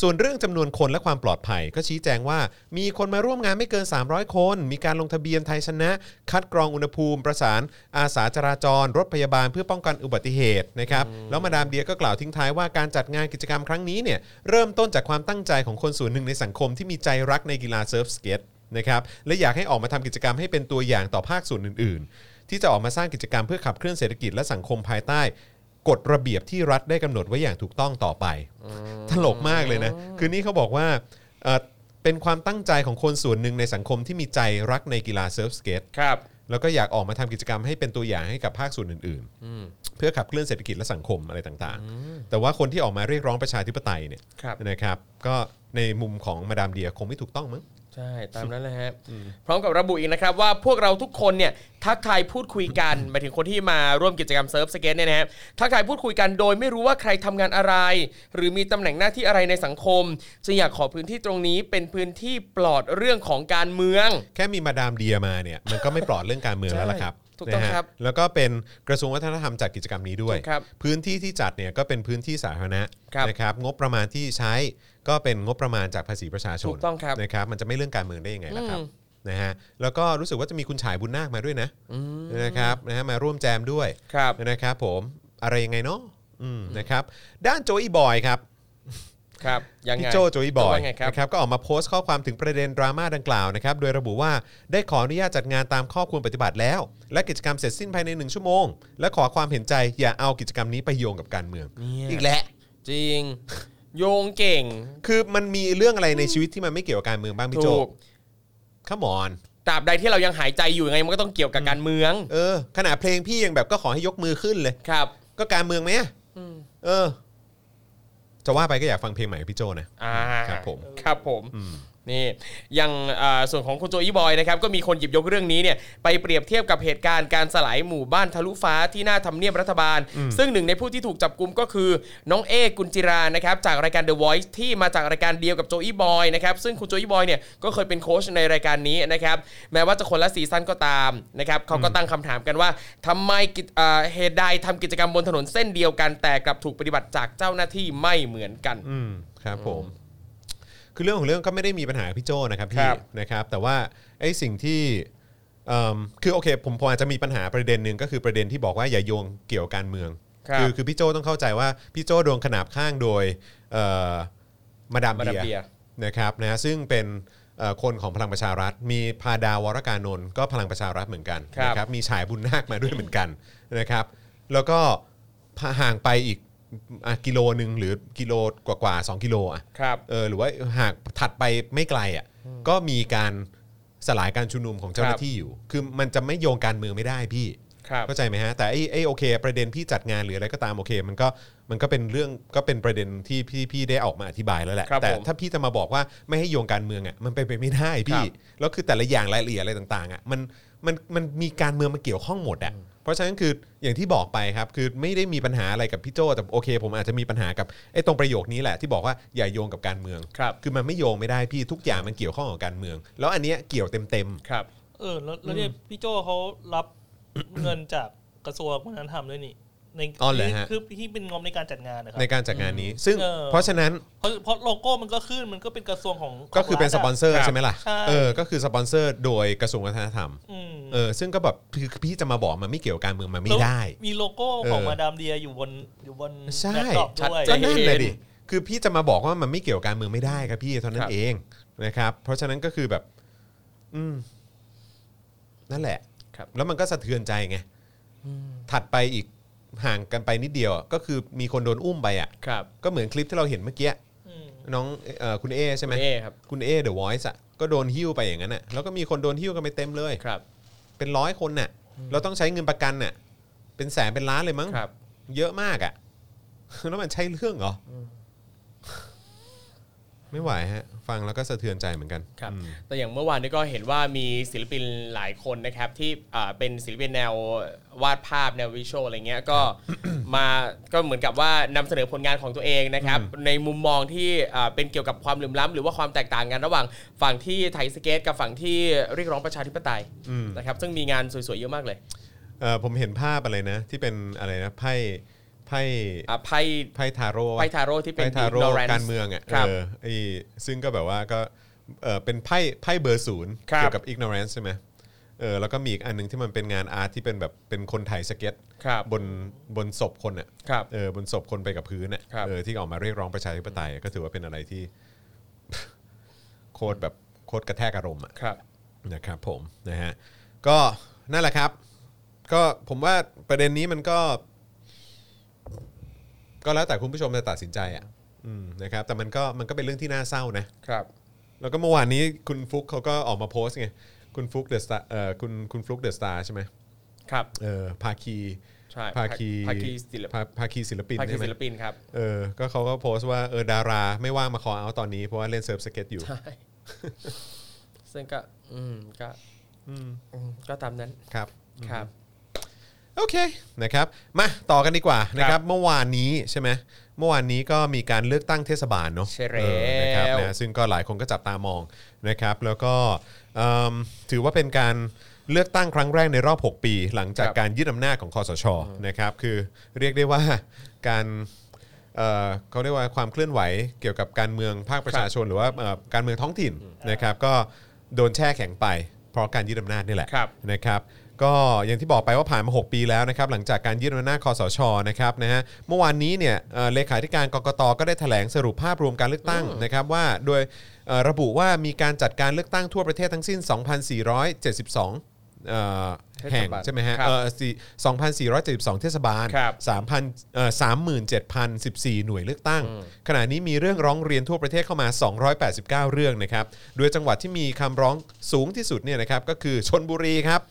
S2: ส่วนเรื่องจำนวนคนและความปลอดภัย ก็ชี้แจงว่า มีคนมาร่วมงานไม่เกิน 300 คน มีการลงทะเบียนไทยชนะ คัดกรองอุณหภูมิ ประสาน อาสาจราจร รถพยาบาลเพื่อป้องกันอุบัติเหตุนะครับแล้วมาดามเดียก็กล่าวทิ้งท้ายว่าการจัดงานกิจกรรมครั้งนี้เนี่ยเริ่มต้นจากความตั้งใจของคนส่วนหนึ่งในสังคมที่มีใจรักในกีฬาเซิร์ฟสเก็ตนะครับและอยากให้ออกมาทำกิจกรรมให้เป็นตัวอย่างต่อภาคส่วนอื่น ๆ ที่จะออกมาสร้างกิจกรรมเพื่อขับเคลื่อนเศรษฐกิจและสังคมภายใต้ กฎระเบียบที่รัฐได้กำหนดไว้อย่างถูกต้องต่อไป ตลกมากเลยนะ คือนี่เขาบอกว่าเอ่อเป็นความตั้งใจของคนส่วนหนึ่งในสังคมที่มีใจรักในกีฬาเซิร์ฟสเกต
S3: ครับ
S2: แล้วก็อยากออกมาทำกิจกรรมให้เป็นตัวอย่างให้กับภาคส่วนอื่นๆ เพื่อขับเคลื่อนเศรษฐกิจและสังคมอะไรต่างๆ แต่ว่าคนที่ออกมาเรียกร้องประชาธิปไตยเนี่ย
S3: ครับ
S2: นะครับ ก็ในมุมของมาดามเดียคงไม่ถูกต้องมั้ง
S3: ใช่ ตามนั้นแหละฮะ พร้อมกับระบุอีกนะครับว่าพวกเราทุกคนเนี่ยทักทายพูดคุยกัน หมายถึงคนที่มาร่วมกิจกรรมเซิร์ฟสเก็ตเนี่ยนะฮะทักทายพูดคุยกันโดยไม่รู้ว่าใครทำงานอะไร หรือมีตำแหน่งหน้าที่อะไรในสังคมจึงอยากขอพื้นที่ตรงนี้เป็นพื้นที่ปลอดเรื่องของการเมือง
S2: แค่มีมาดามเดียมาเนี่ยมันก็ไม่ปลอดเรื่องการเมืองแล้วล่ะครับ
S3: ใช่ถูกต้อง
S2: นะฮะ
S3: ครับ
S2: แล้วก็เป็นกระทรวงวัฒนธรรมจัดกิจกรรมนี้ด้วย
S3: ถูกครับ
S2: พื้นที่ที่จัดเนี่ยก็เป็นพื้นที่สาธารณะ
S3: ครับ
S2: นะครับงบประมาณที่ใช้ก็เป็นงบประมาณจากภาษีประชาชน
S3: ถูกต้องครับ
S2: นะครับมันจะไม่เรื่องการเมืองได้ยังไงล่ะครับ
S3: อืม
S2: นะฮะแล้วก็รู้สึกว่าจะมีคุณฉายบุญนาคมาด้วยนะนะครับนะฮะมาร่วมแจมด้วย
S3: ครับ
S2: นะครับผมอะไรยังไงเนาะอืมนะครับด้านโจอีบอยครับ
S3: ครับ ยังไง
S2: พี่โจโจอีบอย
S3: ว่าไงครับ
S2: นะครับก็ออกมาโพสต์ข้อความถึงประเด็นดราม่าดังกล่าวนะครับโดยระบุว่าได้ขออนุญาตจัดงานตามข้อควรปฏิบัติแล้ว และกิจกรรมเสร็จสิ้นภายในหนึ่งชั่วโมง และขอความเห็นใจอย่าเอากิจกรรมนี้ไปโยงกับการเมือง
S3: เนี่ย
S2: อีกแล้ว
S3: จริง โยงเก่ง
S2: คือมันมีเรื่องอะไรในชีวิตที่มันไม่เกี่ยวกับการเมืองบ้างพี่โจ
S3: ถูก
S2: ขมอน
S3: ตราบใดที่เรายังหายใจอยู่ยังไงมันก็ต้องเกี่ยวกับการเมือง
S2: เออ ขนาดเพลงพี่ยังแบบก็ขอให้ยกมือขึ้นเลย
S3: ครับ
S2: ก็การเมืองไหมอะ
S3: อืม
S2: เออ จะว่าไปก็อยากฟังเพลงใหม่ของพี่โจนะ
S3: อ่า
S2: ครับผม
S3: ครับผม
S2: อืม
S3: นี่ยังอ่าส่วนของคุณโจอี้บอยนะครับก็มีคนหยิบยกเรื่องนี้เนี่ยไปเปรียบเทียบกับเหตุการณ์การสลายหมู่บ้านทะลุฟ้าที่หน้าทำเนียบรัฐบาล
S2: อืม
S3: ซึ่งหนึ่งในผู้ที่ถูกจับกลุมก็คือ น้องเอกุญจิรานะครับจากรายการ The Voice ที่มาจากรายการเดียวกับโจอี้บอยนะครับซึ่งคุณโจอี้บอยเนี่ยก็เคยเป็นโค้ชในรายการนี้นะครับแม้ว่าจะคนละซีซั่นก็ตามนะครับเขาก็ตั้งคำถามกันว่าทำไมกิจอ่าเหตุใดทำกิจกรรมบนถนนเส้นเดียวกัน แต่กลับถูกปฏิบัติจากเจ้าหน้าที่ไม่เหมือนกัน
S2: อืมครับผม คือเรื่องของเรื่องก็ไม่ได้มีปัญหากับพี่โจนะครับพี่
S3: ครับ
S2: นะครับ แต่ว่าไอ้สิ่งที่เอิ่มคือโอเค ผมผมอาจจะมีปัญหาประเด็นหนึ่งก็คือประเด็นที่บอกว่าอย่าโยงเกี่ยวกับการเมือง
S3: ครับ
S2: อคือพี่โจต้องเข้าใจว่าพี่โจโดนขนาบข้างโดยเอ่อมาดาม
S3: มาดามเบี
S2: เบี
S3: ย
S2: ย
S3: ร์
S2: นะครับนะซึ่งเป็นเอ่อคนของพลังประชารัฐ มีพาดาวรการนนท์ก็พลังประชารัฐเหมือนกันนะมีฉายบุญนาคมาด้วยเหมือน กันนะครับ แล้วก็ห่างไปอีกอ่ะกิโลหนึ่งหรือกิโลกว่าๆสองกิโลอ่ะ
S3: ครับ
S2: เออหรือว่าหากถัดไปไม่ไกลอ่ะก็มีการสลายการชุมนุมของเจ้าห
S3: ครั
S2: น้า
S3: บ
S2: ที่อยู่ คือมันจะไม่โยงการเมืองไม่ได้พี่
S3: ครับ
S2: เข้าใจไหมฮะแต่ไอ้ไอ้โอเค ประเด็นพี่จัดงานหรืออะไรก็ตามโอเค มันก็มันก็เป็นเรื่องก็เป็นประเด็นที่พี่พี่ได้ออกมาอธิบายแล้วแหละ
S3: ครับ
S2: แต่
S3: ผม
S2: ถ้าพี่จะมาบอกว่าไม่ให้โยงการเมืองอ่ะมันเป็นไปไม่ได้
S3: ค
S2: พี่
S3: รับ
S2: แล้วคือแต่ละอย่างรายละเอียดอะไรต่างๆอ่ะมันมันมันมีการเมืองมาเกี่ยวข้องหมดอ่ะเพราะฉะนั้นคืออย่างที่บอกไปครับคือไม่ได้มีปัญหาอะไรกับพี่โจแต่โอเค ผมอาจจะมีปัญหากับไอ้ตรงประโยคนี้แหละที่บอกว่าอย่าโยงกับการเมือง
S3: ครับ
S2: คือมันไม่โยงไม่ได้พี่ทุกอย่างมันเกี่ยวข้องกับการเมือง แล้วอันเนี้ยเกี่ยวเต็ม
S3: ครับ
S4: เออแล้วแล้วเนี่ยพี่โจเขารับ เงินจากกระทรวงวัฒนธรรมด้วยนี่ใน
S2: อ๋อเหรอฮะ
S4: คือที่เป็นงบในการจัดงานนะครั
S2: ๆ
S4: บ
S2: ในการจัดงานนี้ ซึ่ง
S4: เออ
S2: เพราะฉะนั้น
S4: เพราะเพราะโลโก้มันก็ขึ้นมันก็เป็นกระทรวงของ
S2: ก็คือเป็นส
S4: ขง
S2: ป
S4: รัฐะ
S2: อนเซอร์
S3: ครับ
S2: ใช่ไหมล่ะ
S4: ใช่
S2: เออก็คือสปอนเซอร์โดยกระทรวงวัฒนธรรม
S4: อืม
S2: เออซึ่งก็แบบคือพี่จะมาบอกมันไม่เกี่ยวกับการเมืองมันไม่ได้
S4: แล้วมีโลโก้ของ
S2: เออ
S4: มาดามเดียอยู่บนอยู่บน
S2: ใช่
S4: แบ็คดรอปด้วย
S3: ชั
S2: ก็
S3: ดเจ
S2: นั่นแหละดิคือพี่จะมาบอกว่ามันไม่เกี่ยวกับการเมืองไม่ได้ครับพี่เท่านั้
S3: ครั
S2: น
S3: บ
S2: เองนะครับเพราะฉะนั้นก็คือแบบ อืมนั่นแหละ
S3: ครับ
S2: แล้วมันก็สะเทือนใจไงถัดไปอีกห่างกันไปนิดเดียวอะก็คือมีคนโดนอุ้มไปอ่ะ
S3: ครับ
S2: ก็เหมือนคลิปที่เราเห็นเมื่อกี้
S4: อืม
S2: น้องเอ่อคุณเอใช่ไหม
S3: คุณเอครับ
S2: คุณเอเดอะวอยซ์อ่ะก็โดนหิ้วไปอย่างนั้นอ่ะแล้วก็มีคนโดนหิ้วกันไปเต็มเลย
S3: ครับ
S2: เป็นร้อยคนน่ะ เราต้องใช้เงินประกันน่ะ เป็นแสนเป็นล้านเลยมั้ง
S3: ครับ
S2: เยอะมากอ่ะ แล้วมันใช่เรื่องเหรออไม่ไหวฮะ ฟังแล้วก็สะเทือนใจเหมือนกัน
S3: ครับ
S2: อืม
S3: แต่อย่างเมื่อวานนี้ก็เห็นว่ามีศิลปินหลายคนนะครับ ที่อ่าเป็นศิลปินแนววาดภาพแนววิชวลอะไรเงี้ยก็ มาก็เหมือนกับว่านำเสนอผลงานของตัวเองนะครับ ในมุมมองที่อ่าเป็นเกี่ยวกับความเหลื่อมล้ำหรือว่าความแตกต่างกันระหว่างฝั่งที่ไทยสเกต กับฝั่งที่เรียกร้องประชาธิปไตย
S2: อืม
S3: นะครับ ซึ่งมีงานสวยๆเยอะมากเลย
S2: เอ่อผมเห็นภาพอะไรนะ ที่เป็นอะไรนะไพ่ไพ่
S3: อ่ะไพ่
S2: ไพ่ทาโร่อะ
S3: ไพ่ทาโร่ที่เป็น
S2: ไพ่ทา
S3: Deep
S2: โร่
S3: Lawrence
S2: การเมืองอ่ะ
S3: ครับ
S2: เออไอ้ซึ่งก็แบบว่าก็เออเป็นไพ่ไพ่เบอร์ศูนย์
S3: ครับ
S2: เกี่ยวกับ ignorance ใช่ไหมเออแล้วก็มีอีกอันหนึงที่มันเป็นงานอาร์ตที่เป็นแบบเป็นคนถ่ายสเก็ต
S3: ครับ
S2: บนบนศพคนอ่ะ
S3: ครับ
S2: เออบนศพคนไปกับพื้นอ่ะ
S3: ครับ
S2: เออที่ออกมาเรียกร้องประชาธิปไตยก็ถือว่าเป็นอะไรที่ โคตรแบบโคตรกระแทกอารมณ์อ่ะ
S3: ครับ
S2: นะครับผมนะฮะก็นั่นแหละครับ ก็ผมว่าประเด็นนี้มันก็ ก็แล้วแต่คุณผู้ชมจะตัดสินใจอ่ะอืมนะครับ แต่มันก็มันก็เป็นเรื่องที่น่าเศร้านะครับ แล้วก็เมื่อวานนี้คุณฟลุกเขาก็ออกมาโพสต์ไงคุณฟลุกเดอะสตาร์เอ่อคุณคุณฟลุกเดอะสตาร์ใช่ไหม
S3: ครับ
S2: เออภาคี
S3: ใช่
S2: ภาคี
S3: ภาคีศิลป
S2: ภาภาคีศิลปิน
S3: ภาคี
S2: ใช่ไหม
S3: ศิลปินครับ
S2: เออก็เขาก็โพสต์ว่าเออดาราไม่ว่างมาคอเอาตอนนี้เพราะว่าเล่นเซิร์ฟสเก็ตอยู่
S3: ใช่ ซึ่งก็ อืม ก็
S2: อืม
S3: อืม ก็ตามนั้น
S2: ครับ
S3: ครับ
S2: โอเคนะครับมาต่อกันดีกว่านะครับเมื่อวานนี้ใช่ไหมเมื่อวานนี้ก็มีการเลือกตั้งเทศบาลเนาะ
S3: ใช่แล้ว
S2: เออนะครับนะซึ่งก็หลายคนก็จับตามองนะครับแล้วก็เอิ่มถือว่าเป็นการเลือกตั้งครั้งแรกในรอบ 6 ปี หลังจากการยึดอำนาจของคอสชนะครับคือเรียกได้ว่าการเอ่อเขาเรียกว่าความเคลื่อนไหวเกี่ยวกับการเมืองภาคประชาชน หรือว่าเอ่อการเมืองท้องถิ่นนะครับก็โดนแช่แข็งไป เพราะการยึดอำนาจนี่แหละ
S3: ครับ
S2: นะครับก็อย่างที่บอกไปว่าผ่านมา 6 ปีแล้วนะครับหลังจากการยึดอำนาจคอสชนะครับนะฮะเมื่อวานนี้เนี่ยเอ่อเลขาธิการกกตก็ได้แถลงสรุปภาพรวมการเลือกตั้งนะครับว่าโดยเอ่อระบุว่ามีการจัดการเลือกตั้งทั่วประเทศทั้งสิ้น 2,472เอ่อ
S3: เทศ
S2: แห่ง
S3: บาล
S2: ใช่ไหมฮะ
S3: ครับ
S2: เอ่อสี่2,472 เทศบาล
S3: ครับ
S2: 3,000เอ่อ37,014 หน่วยเลือกตั้ง ขณะนี้มีเรื่องร้องเรียนทั่วประเทศเข้ามา 289 เรื่องนะครับ โดยจังหวัดที่มีคำร้องสูงที่สุดเนี่ยนะครับก็คือชนบุรีครับ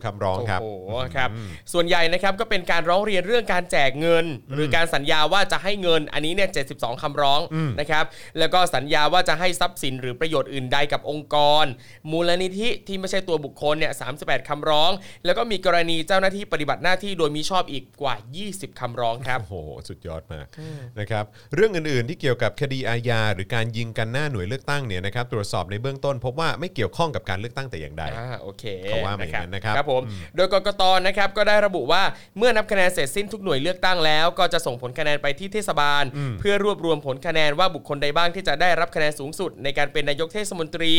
S2: 20 คำร้องครับ
S3: โอ้โหครับ ส่วนใหญ่นะครับก็เป็นการร้องเรียนเรื่องการแจกเงิน หรือการสัญญาว่าจะให้เงิน อันนี้เนี่ย72 คำร้อง
S2: อืม
S3: นะครับแล้วก็สัญญาว่าจะให้ทรัพย์สินหรือประโยชน์อื่นใดกับองค์กร มูลนิธิที่ไม่ใช่ตัวบุคคลเนี่ย38 คำร้อง แล้วก็มีกรณีเจ้าหน้าที่ปฏิบัติหน้าที่โดยมิชอบอีกกว่า 20 คำร้องครับ
S2: โอ้โห สุดยอดมากนะครับเรื่องอื่นๆที่เกี่ยวกับคดีอาญาหรือการยิงกันหน้าหน่วยเลือกตั้งเนี่ยนะครับตรวจสอบในเบื้องต้น พบว่าไม่เกี่ยวข้องกับการเลือกตั้งแต่อย่างใด
S3: อ่าโอเค
S2: เขาว่ามาอย่างนั้นนะครับ
S3: ครับผม
S2: อืม
S3: โดยกกตนะครับก็ได้ระบุว่าเมื่อนับคะแนนเสร็จสิ้นทุกหน่วยเลือกตั้งแล้ว ก็จะส่งผลคะแนนไปที่เทศบาล เพื่อรวบรวมผลคะแนนว่าบุคคลใดบ้างที่จะได้รับคะแนนสูงสุด ในการเป็นนายกเทศมนตรี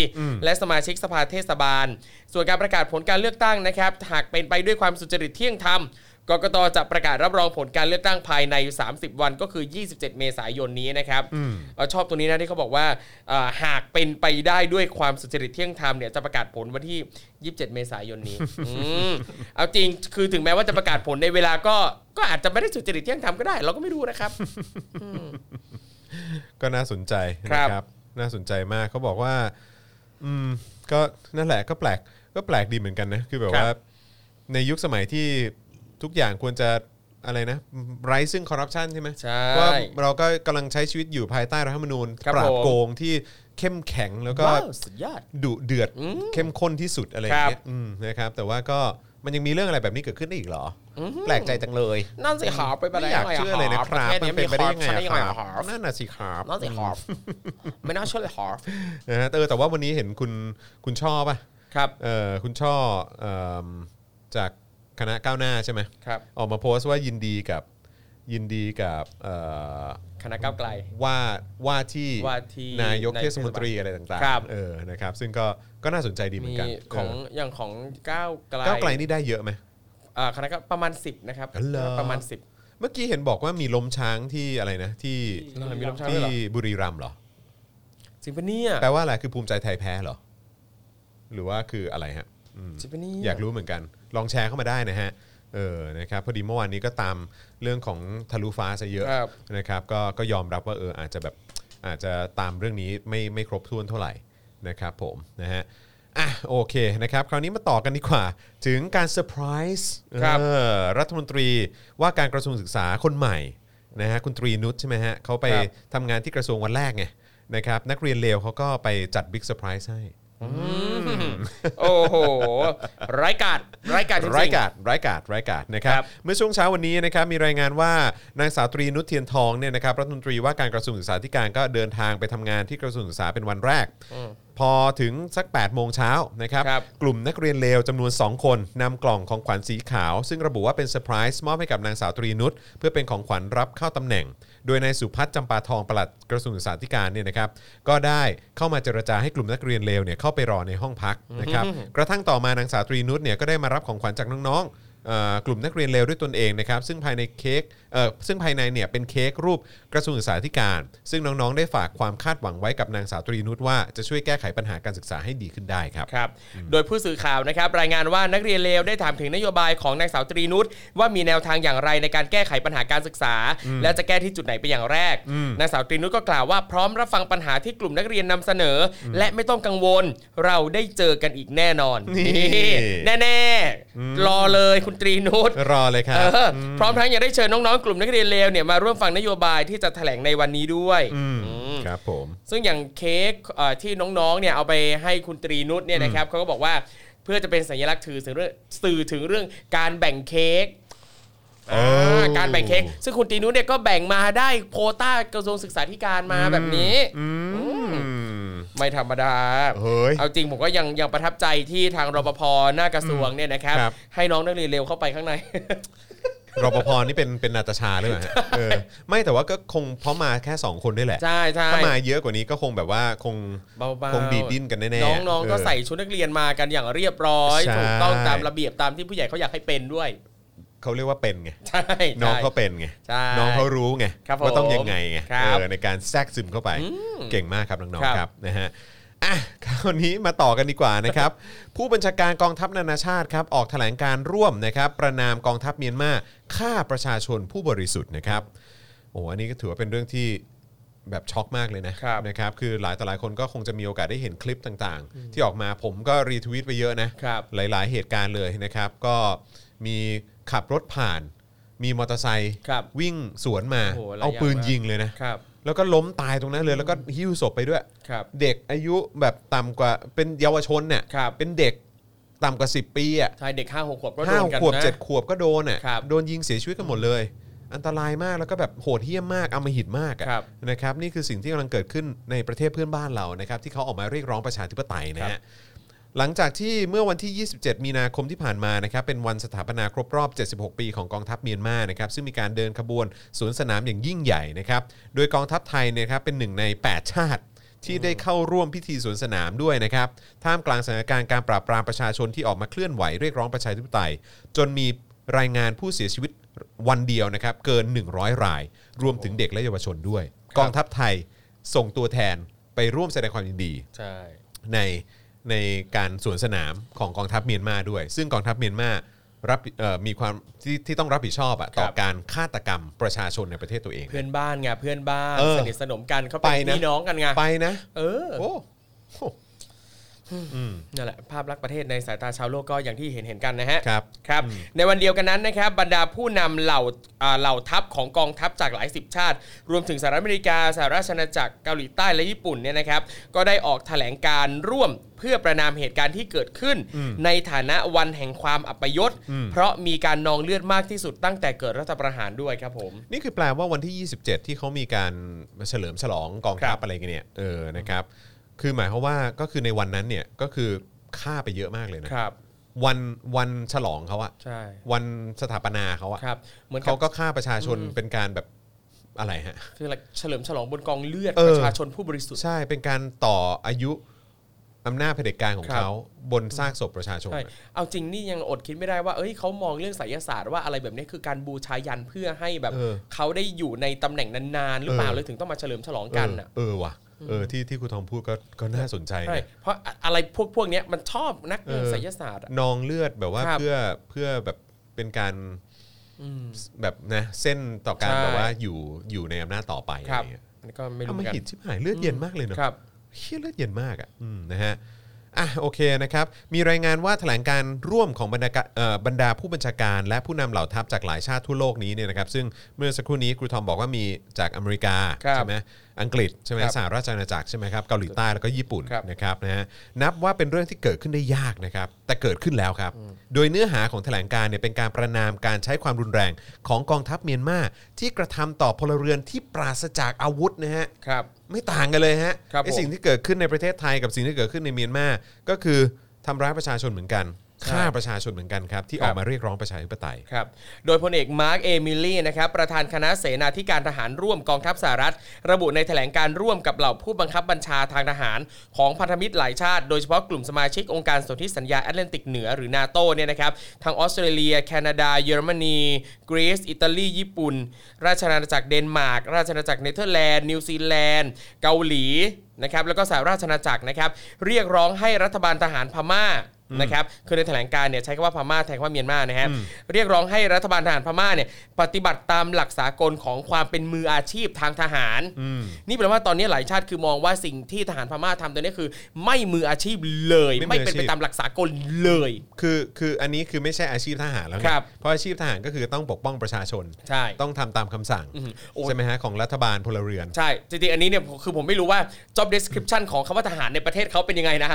S3: และสมาชิกสภาเทศบาล ส่วนการประกาศผลการเลือกตั้งนะครับหากเป็นไปด้วยความสุจริตเที่ยงธรรมกกตจะประกาศรับรองผลการเลือกตั้งภายใน 30 วันก็คือ 27 เมษายนนี้นะครับเอ่อชอบตัวนี้นะที่เขาบอกว่าเอ่อหากเป็นไปได้ด้วยความสุจริตเที่ยงธรรมเนี่ยจะประกาศผลวันที่ 27 เมษายน นี้ อืมเอาจริงคือถึงแม้ว่าจะประกาศผลในเวลาก็ก็อาจจะไม่ได้สุจริตเที่ยงธรรมก็ได้ เราก็ไม่รู้นะครับ
S2: ก็น่าสนใจ
S3: ครั
S2: นะ
S3: บ
S2: ครับ น่าสนใจมากเขาบอกว่า อืม ก็นั่นแหละก็แปลกก็แปลกดีเหมือนกันนะ คือแบบว่า ในยุคสมัยที่ทุกอย่างควรจะอะไรนะ ไร้ซึ่งคอร์รัปชันใช่ไหม
S3: ใช่
S2: ว่าเราก็กำลังใช้ชีวิตอยู่ภายใต้รัฐธรรมนูญ
S3: ครับ
S2: ปราบ
S3: ผม
S2: โกงที่เข้มแข็งแล้วก็
S3: ว้าวสุดยอด
S2: ดุเดือด
S3: อืม
S2: เข้มข้นที่สุดอะไรอย่างเงี้ย
S3: ครับ
S2: อืมนะครับ แต่ว่าก็มันยังมีเรื่องอะไรแบบนี้เกิดขึ้นได้อีกเหรอ แปลกใจจังเลย
S3: นั่นสิหาไปไป
S2: ไม่อยากเชื่อเลยนะครับ
S3: มั
S2: มัน
S3: น
S2: เป็
S3: เป็น น
S2: ไป
S3: ไป
S2: ได้
S3: ได้
S2: ยังง
S3: ไง
S2: ไง
S3: อะ
S2: อะค
S3: ค
S2: รั
S3: รั
S2: บบ นั่นน่ะสิครับ
S3: นั่นสิหาไม่น่าเชื่อเลยหา
S2: นะฮะเออแต่ว่าวันนี้เห็นคุณคุณช่อป่ะ
S3: ครับ
S2: เออคุณช่อเอิ่มจากคณะก้าวหน้าใช่ไหม
S3: ครับ
S2: ออกมาโพสต์ว่ายินดีกับยินดีกับเอ่อ
S3: คณะก้าวไกล
S2: ว่าว่าที่
S3: ว่าที่
S2: นายกเทศมนตรีอะไรต่าง
S3: ครับ
S2: ๆเออนะครับซึ่งก็ก็น่าสนใจดีเหมือนกัน
S3: มีของ
S2: เอ
S3: อย่างของก้าวไกล
S2: อก้าวไกลนี่ได้เยอะไหม
S3: อ่าคณะก็ประมาณ 10 นะครับ
S2: อ๋อเหรอ
S3: ประมาณ 10
S2: เมื่อกี้เห็นบอกว่ามีล้มช้างที่อะไรนะที่
S3: เราเห็นมีลมช้างด้
S2: ที่
S3: วยเหรอ
S2: บุรีรัมย์เหรอ
S3: จริงปะเนี่ย
S2: แปลว่าอะไรคือภูมิใจไทยแพ้เหรอหรือว่าคืออะไรฮะอืม
S3: จริงปะเนี่ย
S2: อยากรู้เหมือนกัน ลองแชร์เข้ามาได้นะฮะ เออ นะครับ พอดีเมื่อวานนี้ก็ตามเรื่องของทะลุฟ้าซะเยอะ
S3: ครับ
S2: นะครับ ก็ ก็ยอมรับว่าเอออาจจะแบบอาจจะตามเรื่องนี้ไม่ไม่ครบถ้วนเท่าไหร่นะครับผมนะฮะ อ่ะโอเคนะครับ คราวนี้มาต่อกันดีกว่า ถึงการเซอร์ไพรส์
S3: ครับ
S2: เออรัฐมนตรีว่าการกระทรวงศึกษาคนใหม่นะฮะคุณตรีนุชใช่ไหมฮะเขาไป
S3: ครับ
S2: ทำงานที่กระทรวงวันแรกไงนะครับนักเรียนเลวเขาก็ไปจัดบิ๊กเซอร์ไพรส์ให้
S3: โอ้โหร้ายกาดร้ายกาจจริงๆ
S2: ร้ายกาดร้ายกาดร้ายกาดนะครับ
S3: ครับ
S2: เมื่อช่วงเช้าวันนี้นะครับมีรายงานว่านางสาวตรีนุชเทียนทองเนี่ยนะครับรัฐมนตรีว่าการกระทรวงศึกษาธิการก็เดินทางไปทำงานที่กระทรวงศึกษาเป็นวันแรก พอถึงสัก8ปดโมงเช้านะครับ
S3: ครับ
S2: กลุ่มนักเรียนเลวจำนวน 2 คนนำกล่องของขวัญสีขาว ซึ่งระบุว่าเป็นเซอร์ไพรส์มอบให้กับนางสาวตรีนุชเพื่อเป็นของขวัญรับเข้าตำแหน่ง โดยนายสุพัฒน์จำปาทองปลัดกระทรวงศึกษาธิการเนี่ยนะครับก็ได้เข้ามาเจรจาให้กลุ่มนักเรียนเลวเนี่ยเข้าไปรอในห้องพักนะครับกระทั่งต่อมานางสาวตรีนุชเนี่ยก็ได้มารับของขวัญจากน้องๆเอ่อกลุ่มนักเรียนเลวด้วยตนเองนะครับซึ่งภายในเค้กเอ่อซึ่งภายในเนี่ยเป็นเค้กรูปกระทรวงศึกษาธิการ ซึ่งน้องๆได้ฝากความคาดหวังไว้กับนางสาวตรีนุชว่าจะช่วยแก้ไขปัญหาการศึกษาให้ดีขึ้นได้ครับ
S3: ครับ โดยผู้สื่อข่าวนะครับ รายงานว่านักเรียนเลวได้ถามถึงนโยบายของนางสาวตรีนุชว่ามีแนวทางอย่างไรในการแก้ไขปัญหาการศึกษา และจะแก้ที่จุดไหนเป็นอย่างแรกนางสาวตรีนุชก็กล่าวว่าพร้อมรับฟังปัญหาที่กลุ่มนักเรียนนำเสนออและไม่ต้องกังวล เราได้เจอกันอีกแน่นอน
S2: นี่
S3: แน่ๆรอเลยคุณตรีนุช
S2: รอเลยครับ
S3: เออพร้อมทั้งยังได้เชิญน้องๆ กลุ่มนักเรียนเลวเนี่ยมาร่วมฟังนโยบายที่จะแถลงในวันนี้ด้วย
S2: อืม
S3: อืม
S2: ครับผม
S3: ซึ่งอย่างเค้กเอ่อที่น้องๆ เนี่ยเอาไปให้คุณตรีนุชเนี่ยนะครับเขาก็บอกว่าเพื่อจะเป็นสัญลักษณ์ถือถึงเรื่องสื่อถึงเรื่องการแบ่งเค้ก
S2: โอ้
S3: อ่าการแบ่งเค้กซึ่งคุณตรีนุชเนี่ยก็แบ่งมาได้โควต้ากระทรวงศึกษาธิการมาแบบนี้
S2: อืม
S3: ไม่ธรรมดา
S2: เฮ้ย
S3: เอาจริงผมก็ยังยังประทับใจที่ทางรปภหน้ากระทรวงเนี่ยนะครับ
S2: ครับ
S3: ให้น้องนักเรียนเร็วเข้าไปข้างใน
S2: รปภนี่เป็นเป็นนาตาชาหรือเปล่าฮะเออไม่แต่ว่าก็คงเพราะมาแค่ 2 คนด้วยแหละ
S3: ใช่ใช่
S2: ถ้ามาเยอะกว่านี้ก็คงแบบว่าคง
S3: เบาๆ
S2: คงดีดดิ้นกันแน่ๆ
S3: น้องๆ ก็
S2: เ
S3: ใส่ชุดนักเรียนมากันอย่างเรียบร้อย
S2: ใช่
S3: ถูกต้องตามระเบียบตามที่ผู้ใหญ่เขาอยากให้เป็นด้วย
S2: เขาเรียกว่าเป็นไง
S3: ใช่
S2: น้อง
S3: ใช่
S2: เขาเป็นไง
S3: ใช่
S2: น้องเขารู้ไง
S3: ครับผม
S2: ว่าต้องยังไงไง
S3: ครับ
S2: เออในการแทรกซึมเข้าไป เก่งมากครับน้อง
S3: ค
S2: ๆ
S3: รับ
S2: ครับนะฮะ อ่ะคราวนี้มาต่อกันดีกว่านะครับ ผู้บัญชาการกองทัพนานาชาติครับออกแถลงการร่วมนะครับ ประนามกองทัพเมียนมาฆ่าประชาชนผู้บริสุทธิ์นะครับโอ้อันนี้ก็ถือว่าเป็นเรื่องที่แบบช็อกมากเลยนะครับ นะครับ คือหลายต่อหลายคนก็คงจะมีโอกาสได้เห็นคลิปต่างๆ ที่ออกมาผมก็รีทวิตไปเยอะนะครับ หลายๆเหตุการณ์เลยนะครับ ก็มีขับรถผ่าน มีมอเตอร์ไซค์
S3: ครับ
S2: วิ่งสวนมา
S3: โอ้โหหลาย
S2: เอาปืน
S3: อย่างมาก
S2: ยิงเลยนะครับ แล้วก็ล้มตายตรงนั้นเลยแล้วก็หิ้วศพไปด้วย
S3: ครับ
S2: เด็กอายุแบบต่ำกว่าเป็นเยาวชนเนี่ย
S3: ครับ
S2: เป็นเด็กต่ำกว่า 10 ปีอ่ะ
S3: ใช่เด็กห้าหกขวบก็โด
S2: ห้าน
S3: กัน
S2: ขวบ
S3: นะ
S2: เจ็ดขวบก็โดนอ่ะ
S3: ครับ
S2: โดนยิงเสียชีวิตกันหมดเลย อันตรายมากแล้วก็แบบโหดเหี้ยมมากอำมหิตมากอะ
S3: ครับ
S2: นะครับนี่คือสิ่งที่กำลังเกิดขึ้นในประเทศเพื่อนบ้านเรานะครับที่เขาออกมาเรียกร้องประชาธิปไตยนะ
S3: ครั
S2: ฮะ
S3: บ
S2: หลังจากที่เมื่อวันที่ 27 มีนาคมที่ผ่านมานะครับเป็นวันสถาปนาครบรอบ 76 ปีของกองทัพเมียนมานะครับซึ่งมีการเดินขบวนสวนสนามอย่างยิ่งใหญ่นะครับโดยกองทัพไทยเนี่ยครับเป็นหนึ่งใน 8 ชาติ ที่ได้เข้าร่วมพิธีสวนสนามด้วยนะครับ ท่ามกลางสถานการณ์การปราบปรามประชาชนที่ออกมาเคลื่อนไหวเรียกร้องประชาธิปไตย จนมีรายงานผู้เสียชีวิตวันเดียวนะครับ เกิน 100 ราย รวมถึงเด็กและเยาวชนด้วย กองทัพไทยส่งตัวแทนไปร่วมแสดงความยินดี
S3: ใช่
S2: ในในการสวนสนามของกองทัพเมียนมาด้วย ซึ่งกองทัพเมียนมารับเอ่อมีความที่ที่ต้องรับผิดชอบอะต่อ
S3: ครับ
S2: การฆาตกรรมประชาชนในประเทศตัวเอง
S3: เพื่อนบ้านไงเพื่อนบ้าน
S2: เออ
S3: สนิทสนมกันเขา
S2: ไป
S3: เป็น
S2: นะ
S3: พี่น้องกันไง
S2: ไปนะ
S3: เออ
S2: โอ้โหอืม
S3: นั่นแหละภาพลักษณ์ประเทศในสายตาชาวโลกก็อย่างที่เห็นเห็นๆกันนะฮะ
S2: ครับ
S3: ครับในวันเดียวกันนั้นนะครับบรรดาผู้นำเหล่าอ่าเหล่าทัพของกองทัพจากหลายสิบชาติ รวมถึงสหรัฐอเมริกาสหราชอาณาจักรเกาหลีใต้และญี่ปุ่นเนี่ยนะครับก็ได้ออกแถลงการร่วมเพื่อประนามเหตุการณ์ที่เกิดขึ้น ในฐานะวันแห่งความอัปยศ
S2: อืม
S3: เพราะมีการนองเลือดมากที่สุดตั้งแต่เกิดรัฐประหารด้วยครับผม
S2: นี่คือแปลว่าวันที่ 27 ที่เขามีการเฉลิมฉลองกอง
S3: ค
S2: ทั
S3: รั
S2: พ
S3: บ
S2: อะไรกันเนี่ยเออนะครับ คือหมายความว่าก็คือในวันนั้นเนี่ยก็คือฆ่าไปเยอะมากเลยนะครับ วันวันฉลองเขาอะ
S3: ใช่
S2: วันสถาปนาเขาอะ
S3: ครับเหมือน
S2: เขา
S3: เขา
S2: ก็ฆ่าประชาชนเป็นการแบบอะไรฮะ
S3: คืออะไรเฉลิมฉลองบนกองเลือด
S2: เออ
S3: ประชาชนผู้บริสุทธิ์
S2: ใช่เป็นการต่ออายุอำนาจเผด็จการของ
S3: ครับ
S2: เขาบนซากศพประชาชน
S3: ใช่
S2: อะ
S3: เอาจริงนี่ยังอดคิดไม่ได้ว่าเอ้ยเขามองเรื่องไสยศาสตร์ว่าอะไรแบบนี้คือการบูชายันเพื่อให้แบบ
S2: เออ
S3: เขาได้อยู่ในตำแหน่งนานๆ หรือเปล่า
S2: เออ
S3: เลยถึงต้องมาเฉลิมฉลองกัน
S2: เออ
S3: อ่ะ
S2: เออว่ะเออที่ที่ครูทอมพูดก็ก็น่าสนใจ
S3: ใช่
S2: นะ
S3: เพราะอะอะไรพวกพวกเนี้ยมันชอบนักเรื่อง
S2: เออ
S3: ไสยศาสตร์อ่ะ
S2: นองเลือดแบบว่า
S3: ครับ
S2: เพื่อเพื่อแบบเป็นการ
S3: อืม
S2: แบบนะเส้นต่อการ
S3: ใช่
S2: แบบว่าอยู่อยู่ในอำนาจต่อไปอะ
S3: ค
S2: ไร
S3: รับ
S2: เงี้ย
S3: อันนี้ก็ไม่
S2: เอา
S3: รู้เห
S2: มา
S3: มือนกัน
S2: หิดชิบหายเลือดเย็นมากเลยเนาะ
S3: ครับ
S2: เฮี้ยเลือดเย็นมากอ่ะอืมนะฮะอ่ะโอเคนะครับ มีรายงานว่าแถลงการร่วมของบรรดากะเอ่อบรรดาผู้บัญชาการ และผู้นำเหล่าทัพจากหลายชาติทั่วโลกนี้เนี่ยนะครับซึ่งเมื่อสักครู่นี้ครูทอมบอกว่ามีจากอเมริกา
S3: ครับ
S2: ใช่ไหมอังกฤษใช่ไหม
S3: ครับ
S2: สหราชอาณาจักรใช่ไหมครับเกาหลีใต้แล้วก็ญี่ปุ่น
S3: ครับ
S2: นะครับนะฮะนับว่าเป็นเรื่องที่เกิดขึ้นได้ยากนะครับ แต่เกิดขึ้นแล้วครับ โดยเนื้อหาของแถลงการเนี่ยเป็นการประนามการใช้ความรุนแรงของกองทัพเมียนมาที่กระทำต่อพลเรือนที่ปราศจากอาวุธนะฮะ
S3: ครับ
S2: ไม่ต่างกันเลยฮะ
S3: ครับ
S2: ไอ
S3: ผม
S2: สิ่งที่เกิดขึ้นในประเทศไทยกับสิ่งที่เกิดขึ้นในเมียนมาก็คือทำร้ายประชาชนเหมือนกัน
S3: ใช่
S2: ฆ่าประชาชนเหมือนกันครับที่
S3: ค
S2: อ
S3: รั
S2: อบ กมาเรียกร้องประชาธิปไตย
S3: ครับ โดยพลเอกมาร์กเอมิลี่นะครับประธานคณะเสนาธิการทหารร่วมกองทัพสหรัฐ ระบุในแถลงการร่วมกับเหล่าผู้บังคับบัญชาทางทหาร ของพันธมิตรหลายชาติ โดยเฉพาะกลุ่มสมาชิกองค์การสนธิสัญญาแอตแลนติกเหนือหรือนาโตเนี่ยนะครับทางออสเตรเลีย แคนาดา เยอรมนี กรีซอิตาลี ญี่ปุ่น ราชอาณาจักรเดนมาร์ก ราชอาณาจักรเนเธอร์แลนด์นิวซีแลนด์เกาหลีนะครับแล้วก็สหราชอาณาจักรนะครับเรียกร้องให้รัฐบาลทหารพม่า นะครับคือในแถลงการเนี่ยใช้คำว่าพม่าแทนคำว่าเมียนมานะฮะเรียกร้องให้รัฐบาลทหารพม่าเนี่ยปฏิบัติตามหลักสากลของความเป็นมืออาชีพทางทหาร นี่แปลว่าตอนนี้หลายชาติคือมองว่าสิ่งที่ทหารพม่าทำตัวนี้คือ ไม่มืออาชีพเลย
S2: ไม่
S3: ไม่
S2: มืออาชีพ
S3: เป็นไปตามหลักสากลเลย
S2: คือคืออันนี้คือไม่ใช่อาชีพทหารแล้วไง
S3: ครับ
S2: เพราะอาชีพทหารก็คือต้องปกป้องประชาชน
S3: ใช่
S2: ต้องทำตามคำสั่ง
S3: อืมโอ้ย
S2: ใช่ไหมฮะของรัฐบาลพลเรือน
S3: ใช่จริงๆอันนี้เนี่ยคือผมไม่รู้ว่า job description ของคำว่าทหารในประเทศเขาเป็นยังไงนะ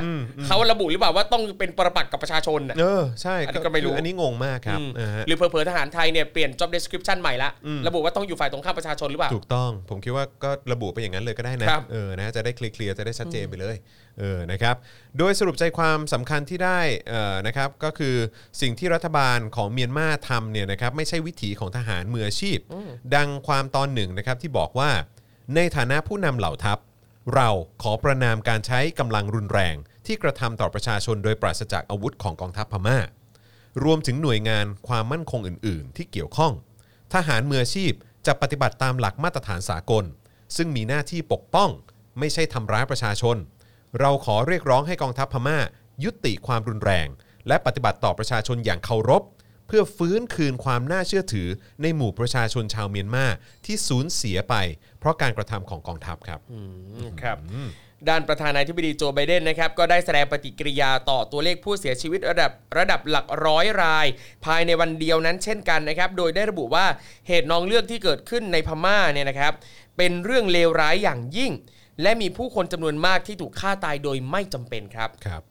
S3: เขาระบุหรือเปล่าว่าต้องเป็นประปักษ์กับประชาชนน่ะ
S2: เออใช่
S3: อันนี้ก็ไม่รู้
S2: คืออันนี้งงมากครับ
S3: อืม
S2: นะฮะ
S3: หรือเผลอๆทหารไทยเนี่ยเปลี่ยน job description ใหม่ละ
S2: อืม
S3: ระบุว่าต้องอยู่ฝ่ายตรงข้ามประชาชนหรือเปล่า
S2: ถูกต้อง ผมคิดว่าก็ระบุไปอย่างนั้นเลยก็ได้นะครับ เออนะจะได้เคลียร์ๆจะได้ชัดเจนไปเลยเออนะครับโดยสรุปใจความสำคัญที่ได้เอ่อนะครับก็คือสิ่งที่รัฐบาลของเมียนมาทำเนี่ยนะครับไม่ใช่วิถีของทหารมืออาชีพ ดังความตอนหนึ่งนะครับที่บอกว่าในฐานะผู้นำเหล่าทัพ เราขอประนามการใช้กำลังรุนแรง ที่กระทำต่อประชาชนโดยปราศจากอาวุธของกองทัพพม่า รวมถึงหน่วยงานความมั่นคงอื่น ๆ ที่เกี่ยวข้อง ทหารมืออาชีพจะปฏิบัติตามหลักมาตรฐานสากล ซึ่งมีหน้าที่ปกป้อง ไม่ใช่ทำร้ายประชาชน เราขอเรียกร้องให้กองทัพพม่า ยุติความรุนแรง และปฏิบัติต่อประชาชนอย่างเคารพ เพื่อฟื้นคืนความน่าเชื่อถือในหมู่ประชาชนชาวเมียนมาที่สูญเสียไป เพราะการกระทำของกองทัพครับ
S3: ครับ ด้านประธานาธิบดีโจไบเดนนะครับ ก็ได้แสดงปฏิกิริยาต่อตัวเลขผู้เสียชีวิตระดับระดับหลักร้อยราย ภายในวันเดียวนั้นเช่นกันนะครับ โดยได้ระบุว่าเหตุนองเลือกที่เกิดขึ้นในพม่าเนี่ยนะครับ เป็นเรื่องเลวร้ายอย่างยิ่ง และมีผู้คนจำนวนมากที่ถูกฆ่าตายโดยไม่จำเป็นครับ
S2: ครับ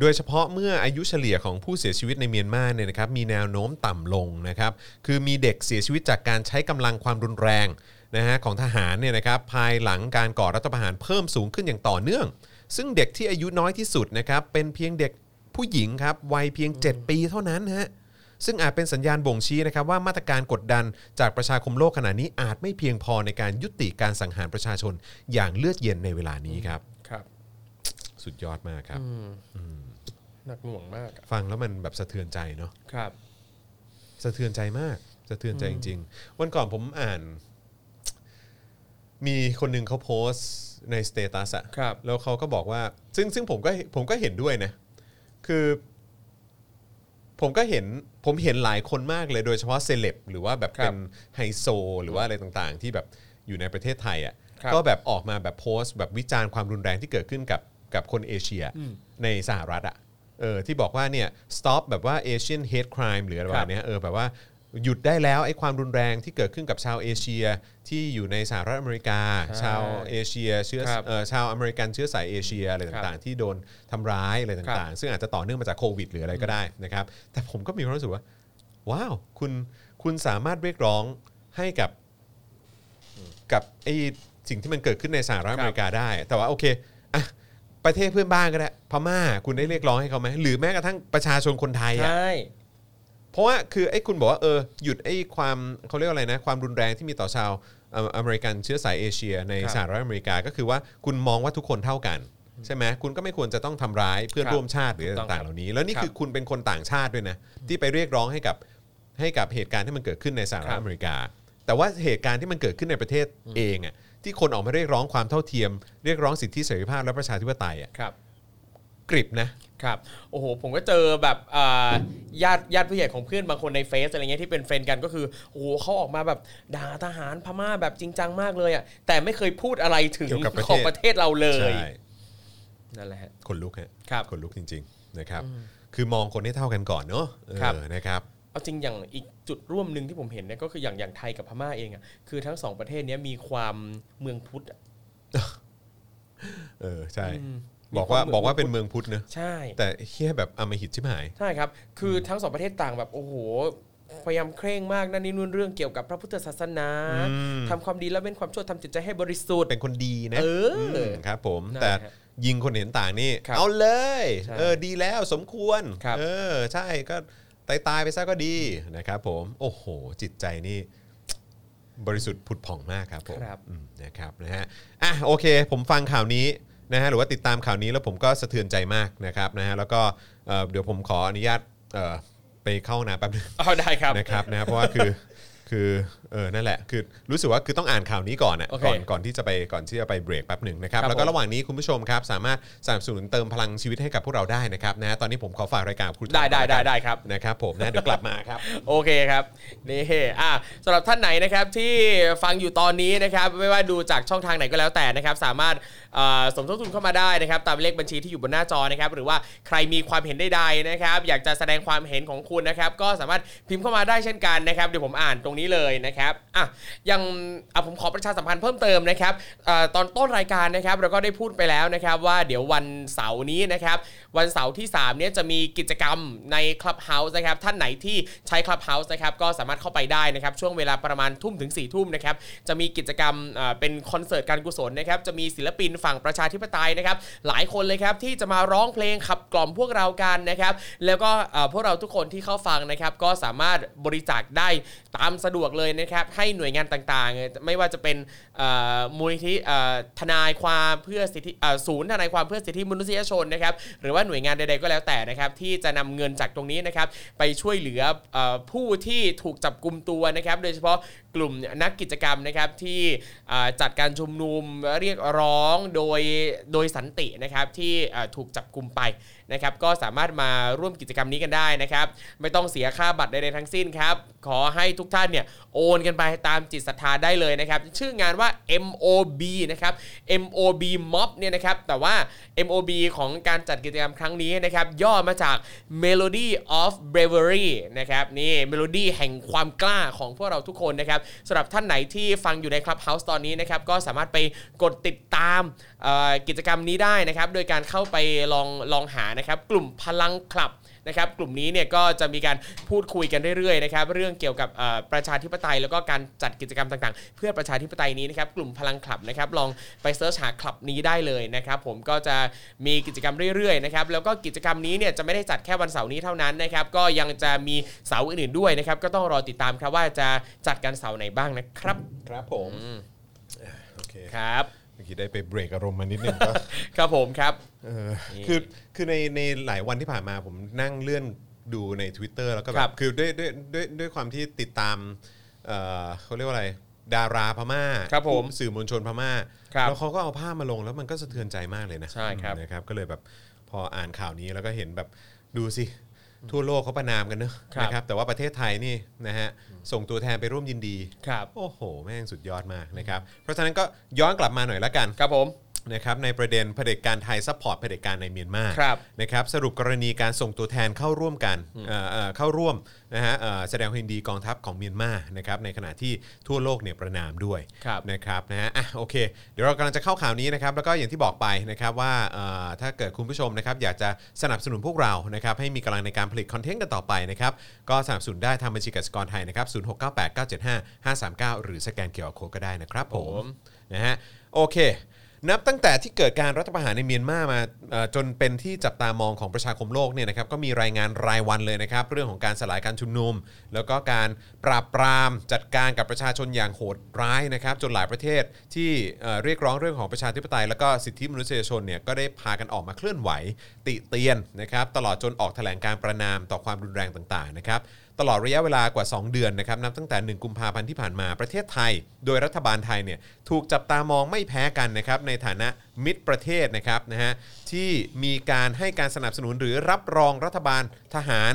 S2: โดยเฉพาะเมื่ออายุเฉลี่ยของผู้เสียชีวิตในเมียนมาเนี่ยนะครับมีแนวโน้มต่ำลงนะครับ คือมีเด็กเสียชีวิตจากการใช้กำลังความรุนแรงนะฮะของทหารเนี่ยนะครับภายหลังการก่อรัฐประหารเพิ่มสูงขึ้นอย่างต่อเนื่อง ซึ่งเด็กที่อายุน้อยที่สุดนะครับเป็นเพียงเด็กผู้หญิงครับวัยเพียง 7 ปีเท่านั้นฮะซึ่งอาจเป็นสัญญาณบ่งชี้นะครับว่ามาตรการกดดันจากประชาคมโลกขณะนี้อาจไม่เพียงพอในการยุติการสังหารประชาชนอย่างเลือดเย็นในเวลานี้ครับ
S3: ครับ
S2: สุดยอดมากครับ
S3: หนักหน่วงมาก
S2: ฟังแล้วมันแบบสะเทือนใจเนาะ
S3: ครับ
S2: สะเทือนใจมากสะเทือนใจจริง ๆ วันก่อนผมอ่าน มีคนหนึ่งเขาโพสต์ในสเตตัสอะ
S3: ครับ
S2: แล้วเขาก็บอกว่า ซึ่งซึ่งผมก็ผมก็เห็นด้วยนะ คือ ผมก็เห็นผมเห็นหลายคนมากเลยโดยเฉพาะเซเลบหรือว่าแบบ
S3: ครับ
S2: เป็นไฮโซ หรือว่าอะไรต่างๆ ที่แบบอยู่ในประเทศไทยอะ
S3: ครับ
S2: ก็แบบออกมาแบบโพสต์แบบวิจารณ์ความรุนแรงที่เกิดขึ้นกับกับคนเอเชีย ในสหรัฐอะเออที่บอกว่าเนี่ย stop แบบว่า Asian hate crime หรืออะไรแบบเนี้ยเออแบบว่าหยุดได้แล้วไอ้ความรุนแรงที่เกิดขึ้นกับชาวเอเชียที่อยู่ในสหรัฐอเมริกา
S3: ใช่
S2: ชาวเอเชียเชื้อ
S3: ครับ
S2: เอ่อชาวอเมริกันเชื้อสายเอเชียอะไร
S3: ครั
S2: ต่าง
S3: บ
S2: ๆ ที่โดนทำร้ายอะไร
S3: ครั
S2: ต่าง
S3: บ
S2: ๆ ซึ่งอาจจะต่อเนื่องมาจากโควิดหรืออะไรก็ได้นะครับ แต่ผมก็มีความรู้สึกว่า ว้าว คุณคุณสามารถเรียกร้องให้กับ กับไอ้สิ่งที่มันเกิดขึ้นในสหรัฐอเมริกาได้ แต่ว่าโอเคอ่ะประเทศเพื่อนบ้านก็ได้พม่าคุณได้เรียกร้องให้เขาไหมหรือแม้กระทั่งประชาชนคนไทย
S3: ใช
S2: อ่ะ
S3: ่
S2: เพราะว่าคือไอ้คุณบอกว่าเออหยุดไอ้ความเขาเรียกว่าอะไรนะ ความรุนแรงที่มีต่อชาวเอ่ออเมริกันเชื้อสายเอเชีย ใน
S3: ครับ
S2: สหรัฐอเมริกาก็คือว่าคุณมองว่าทุกคนเท่ากัน ใช่ไหมคุณก็ไม่ควรจะต้องทำร้ายเพื่อน
S3: ครับ
S2: ร่วมชาติหรืออะไร
S3: ถูกต้อง
S2: ต่างๆ เหล่านี้ แล้วนี่
S3: ครับ
S2: คือคุณเป็นคนต่างชาติด้วยนะที่ไปเรียกร้องให้กับให้กับเหตุการณ์ที่มันเกิดขึ้นในสหรั
S3: ครั
S2: ฐ
S3: บ
S2: อเมริกา แต่ว่าเหตุการณ์ที่มันเกิดขึ้นในประเทศเองอ่ะที่คนออกมาเรียกร้องความเท่าเทียม เรียกร้องสิทธิเสรีภาพและประชาธิปไตยอ่ะ
S3: ครับ
S2: กริบนะครับ
S3: โอ้โห ผมก็เจอแบบอ่าญาติญาติผู้ใหญ่ของเพื่อนบางคนในเฟซอะไรเงี้ยที่เป็นเฟรนด์กันก็คือ โอ้โหเขาออกมาแบบด่าทหารพม่าแบบจริงจังมากเลยอ่ะ แต่ไม่เคยพูดอะไรถึงของประเทศเราเลย
S2: ใช่
S3: นั่นแหละฮะ
S2: คนลุกฮะ
S3: ครับ
S2: คนลุกจริง ๆนะครับ คือมองคนให้เท่ากันก่อนเนาะเออ
S3: ครับ
S2: นะครับ
S3: เอาจริงอย่างอีกจุดร่วมหนึ่งที่ผมเห็นเนี่ยก็คืออย่างอย่างไทยกับพม่าเองอ่ะ คือทั้งสองประเทศเนี้ยมีความเมืองพุทธอะ
S2: เออใช่
S3: อืม
S2: บอกว่า
S3: มีค
S2: บอกว่าเป็นเมืองพุทธนะ
S3: ใช่
S2: แต่เฮี้ยแบบอำมหิตชิบหาย
S3: ใช่ครับ คือทั้งสองประเทศต่างแบบโอ้โห พยายามเคร่งมากนั่นนี่นู่นเรื่องเกี่ยวกับพระพุทธศาสนา
S2: อืม
S3: ทำความดีแล้วเป็นความชั่วทำจิตใจให้บริสุทธิ์
S2: เป็นคนดีนะ
S3: เอออื
S2: มครับผม
S3: นั่น
S2: แต่
S3: แหละฮะ
S2: ยิงคนเห็นต่างนี่
S3: ครับ
S2: เอาเลย
S3: ใช่
S2: เออดีแล้วสมควร
S3: ครับ
S2: เออ ใช่ก็ตายตายๆไปซะก็ดีนะครับผม โอ้โห จิตใจนี่ บริสุทธิ์ผุดผ่องมากครับผม
S3: ครับ
S2: อืมนะครับนะฮะอ่ะโอเค ผมฟังข่าวนี้นะฮะหรือว่าติดตามข่าวนี้แล้วผมก็สะเทือนใจมากนะครับนะฮะแล้วก็เอ่อเดี๋ยวผมขออนุญาตเอ่อไปเข้าห้องน้ำแป๊บนึง
S3: เอาได้ครับ
S2: นะครับนะเพราะว่าคือ คือเออนั่นแหละคือรู้สึกว่าคือต้องอ่านข่าวนี้ก่อนนะ
S3: โอเค
S2: ก่อนก่อนที่จะไปก่อนที่จะไปเบรกแป๊บหนึ่งนะครับ
S3: ครับ
S2: แล้วก็
S3: ผม
S2: ระหว่างนี้คุณผู้ชมครับ สามารถสนับสนุนเติมพลังชีวิตให้กับพวกเราได้นะครับนะตอนนี้ผมขอฝากรายการกับครูทอม
S3: ได้
S2: ก่
S3: ได้
S2: อนนะ
S3: ได้ครับ
S2: นะครับผมนะเดี๋ยวกลับมาครับ
S3: โอเคครับนี่อ่ะสำหรับท่านไหนนะครับที่ฟังอยู่ตอนนี้นะครับ ไม่ว่าดูจากช่องทางไหนก็แล้วแต่นะครับ สามารถเอ่อสมทบทุนเข้ามาได้นะครับ ตามเลขบัญชีที่อยู่บนหน้าจอนะครับ หรือว่าใครมีความเห็นใดๆนะครับ อยากจะแสดงความเห็นของคุณนะครับ ก็สามารถพิมพ์เข้ามาได้เช่นกันนะครับเดี๋ยวผมอ่านตรงนี้เลยนะครับอ่ะยังอ่ะผมขอประชาสัมพันธ์เพิ่มเติมนะครับเออตอนต้นรายการนะครับเราก็ได้พูดไปแล้วนะครับว่าเดี๋ยววันเสาร์นี้นะครับ วันเสาร์ที่3เนี่ยจะมีกิจกรรมใน Clubhouse นะครับท่านไหนที่ใช้ Clubhouse นะครับก็สามารถเข้าไปได้นะครับ ช่วงเวลาประมาณทุ่มถึง4ี่ทุ่มนะครับจะมีกิจกรรมเอ่อเป็นคอนเสิร์ตการกุศลนะครับจะมีศิลปินฝั่งประชาธิปไตยนะครับ หลายคนเลยครับที่จะมาร้องเพลงขับกล่อมพวกเรากันนะครับ แล้วก็เอ่อพวกเราทุกคนที่เข้าฟังนะครับ ก็สามารถบริจาคได้ตามสะดวกเลยนะครับให้หน่วยงานต่างๆ ไม่ว่าจะเป็นเอ่อมูลนิธิเอ่อทนายความเพื่อสิทธิเอ่อศูนย์ทนายความเพื่อสิทธิมนุษยชนนะครับ หรือว่าหน่วยงานใดๆก็แล้วแต่นะครับ ที่จะนำเงินจากตรงนี้นะครับ ไปช่วยเหลือเออผู้ที่ถูกจับกลุ่มตัวนะครับ โดยเฉพาะ กลุ่มนักกิจกรรมนะครับที่อ่าจัดการชุมนุมเรียกร้องโดยโดยสันตินะครับที่อ่าถูกจับกลุ่มไปนะครับก็สามารถมาร่วมกิจกรรมนี้กันได้นะครับไม่ต้องเสียค่าบัตรใดๆทั้งสิ้นครับขอให้ทุกท่านเนี่ยโอนกันไปตามจิตศรัทธาได้เลยนะครับชื่องานว่า MOB นะครับ MOB Mob เนี่ยนะครับแต่ว่า MOB ของการจัดกิจกรรมครั้งนี้นะครับย่อมาจาก Melody of Bravery นะครับนี่ Melody แห่งความกล้าของพวกเราทุกคนนะครับสำหรับท่านไหนที่ฟังอยู่ใน Clubhouse ตอนนี้นะครับก็สามารถไปกดติดตามเอ่อกิจกรรมนี้ได้นะครับโดยการเข้าไปลองลองหานะครับกลุ่มพลังคลับ นะครับกลุ่มนี้เนี่ยก็จะมีการพูดคุยกันเรื่อยๆนะครับเรื่องเกี่ยวกับเอ่อประชาธิปไตย แล้วก็การจัดกิจกรรมต่างๆ เพื่อประชาธิปไตยนี้นะครับกลุ่มพลังคลับนะครับลองไปเสิร์ชหาคลับนี้ได้เลยนะครับผมก็จะมีกิจกรรมเรื่อยๆนะครับแล้วก็กิจกรรมนี้เนี่ยจะไม่ได้จัดแค่วันเสาร์นี้เท่านั้นนะครับก็ยังจะมีเสาร์อื่นๆด้วยนะครับก็ต้องรอติดตามครับว่าจะจัดกันเสาร์ไหนบ้างนะครับ
S2: ครับผมโอเค
S3: ครับ
S2: เมื่อกี้ได้ไปเบรกอารมณ์มานิดนึงก็
S3: ครับผมครับ
S2: เออ
S3: นี่
S2: คือคือในในหลายวันที่ผ่านมาผมนั่งเลื่อนดูใน Twitter แล้วก็แบ
S3: ครับ บ
S2: คือด้วยด้วยด้วยด้วยความที่ติดตามเอ่อเขาเรียกว่าอะไรดาราพม่า
S3: ครับผม
S2: สื่อมวลชนพม่า
S3: ครับ
S2: แล้วเขาก็เอาภาพมาลงแล้วมันก็สะเทือนใจมากเลยนะ
S3: ใช่ครับ
S2: นะครับ ก็เลยแบบพออ่านข่าวนี้แล้วก็เห็นแบบดูสิ ทั่วโลกเขาประนามกันเนอะนะครับแต่ว่าประเทศไทยนี่นะฮะส่งตัวแทนไปร่วมยินดี
S3: ครับ
S2: โอ้โห แม่งสุดยอดมากนะครับเพราะฉะนั้นก็ย้อนกลับมาหน่อยละกัน
S3: ครับผม
S2: นะครับในประเด็นเผด็จการไทยซัพพอร์ตเผด็จการในเมียนมา
S3: ครับ
S2: นะครับสรุปกรณีการส่งตัวแทนเข้าร่วมกันเอ่อเอ่อเข้าร่วมนะฮะเอ่อแสดงความยินดีกองทัพของเมียนมานะครับในขณะที่ทั่วโลกเนี่ยประนามด้วย
S3: ครับ
S2: นะครับนะฮะอ่ะโอเค เดี๋ยวเรากำลังจะเข้าข่าวนี้นะครับแล้วก็อย่างที่บอกไปนะครับว่าเอ่อถ้าเกิดคุณผู้ชมนะครับอยากจะสนับสนุนพวกเรานะครับให้มีกำลังในการผลิตคอนเทนต์กันต่อไปนะครับก็สนับสนุนได้ทางบัญชีกสิกรไทยนะครับศูนย์หกเก้าแปดเก้าเจ็ดห้าห้าสามเก้าหรือสแกนเคอร์โคก็ได้นะครับผ
S3: ผม ม
S2: นะฮะโอเค นับตั้งแต่ที่เกิดการรัฐประหารในเมียนมามาเอ่อจนเป็นที่จับตามองของประชาคมโลกเนี่ยนะครับก็มีรายงานรายวันเลยนะครับ เรื่องของการสลายการชุมนุม แล้วก็การปราบปรามจัดการกับประชาชนอย่างโหดร้ายนะครับ จนหลายประเทศที่เอ่อเรียกร้องเรื่องของประชาธิปไตย แล้วก็สิทธิมนุษยชนเนี่ยก็ได้พากันออกมาเคลื่อนไหว ติเตียนนะครับตลอดจนออกแถลงการประนามต่อความรุนแรงต่างๆนะครับ ตลอดระยะเวลากว่า 2 เดือนนะครับนับตั้งแต่ 1 กุมภาพันธ์ที่ผ่านมาประเทศไทย โดยรัฐบาลไทยเนี่ยถูกจับตามองไม่แพ้กันนะครับในฐานะมิตรประเทศนะครับนะฮะที่มีการให้การสนับสนุนหรือรับรองรัฐบาลทหาร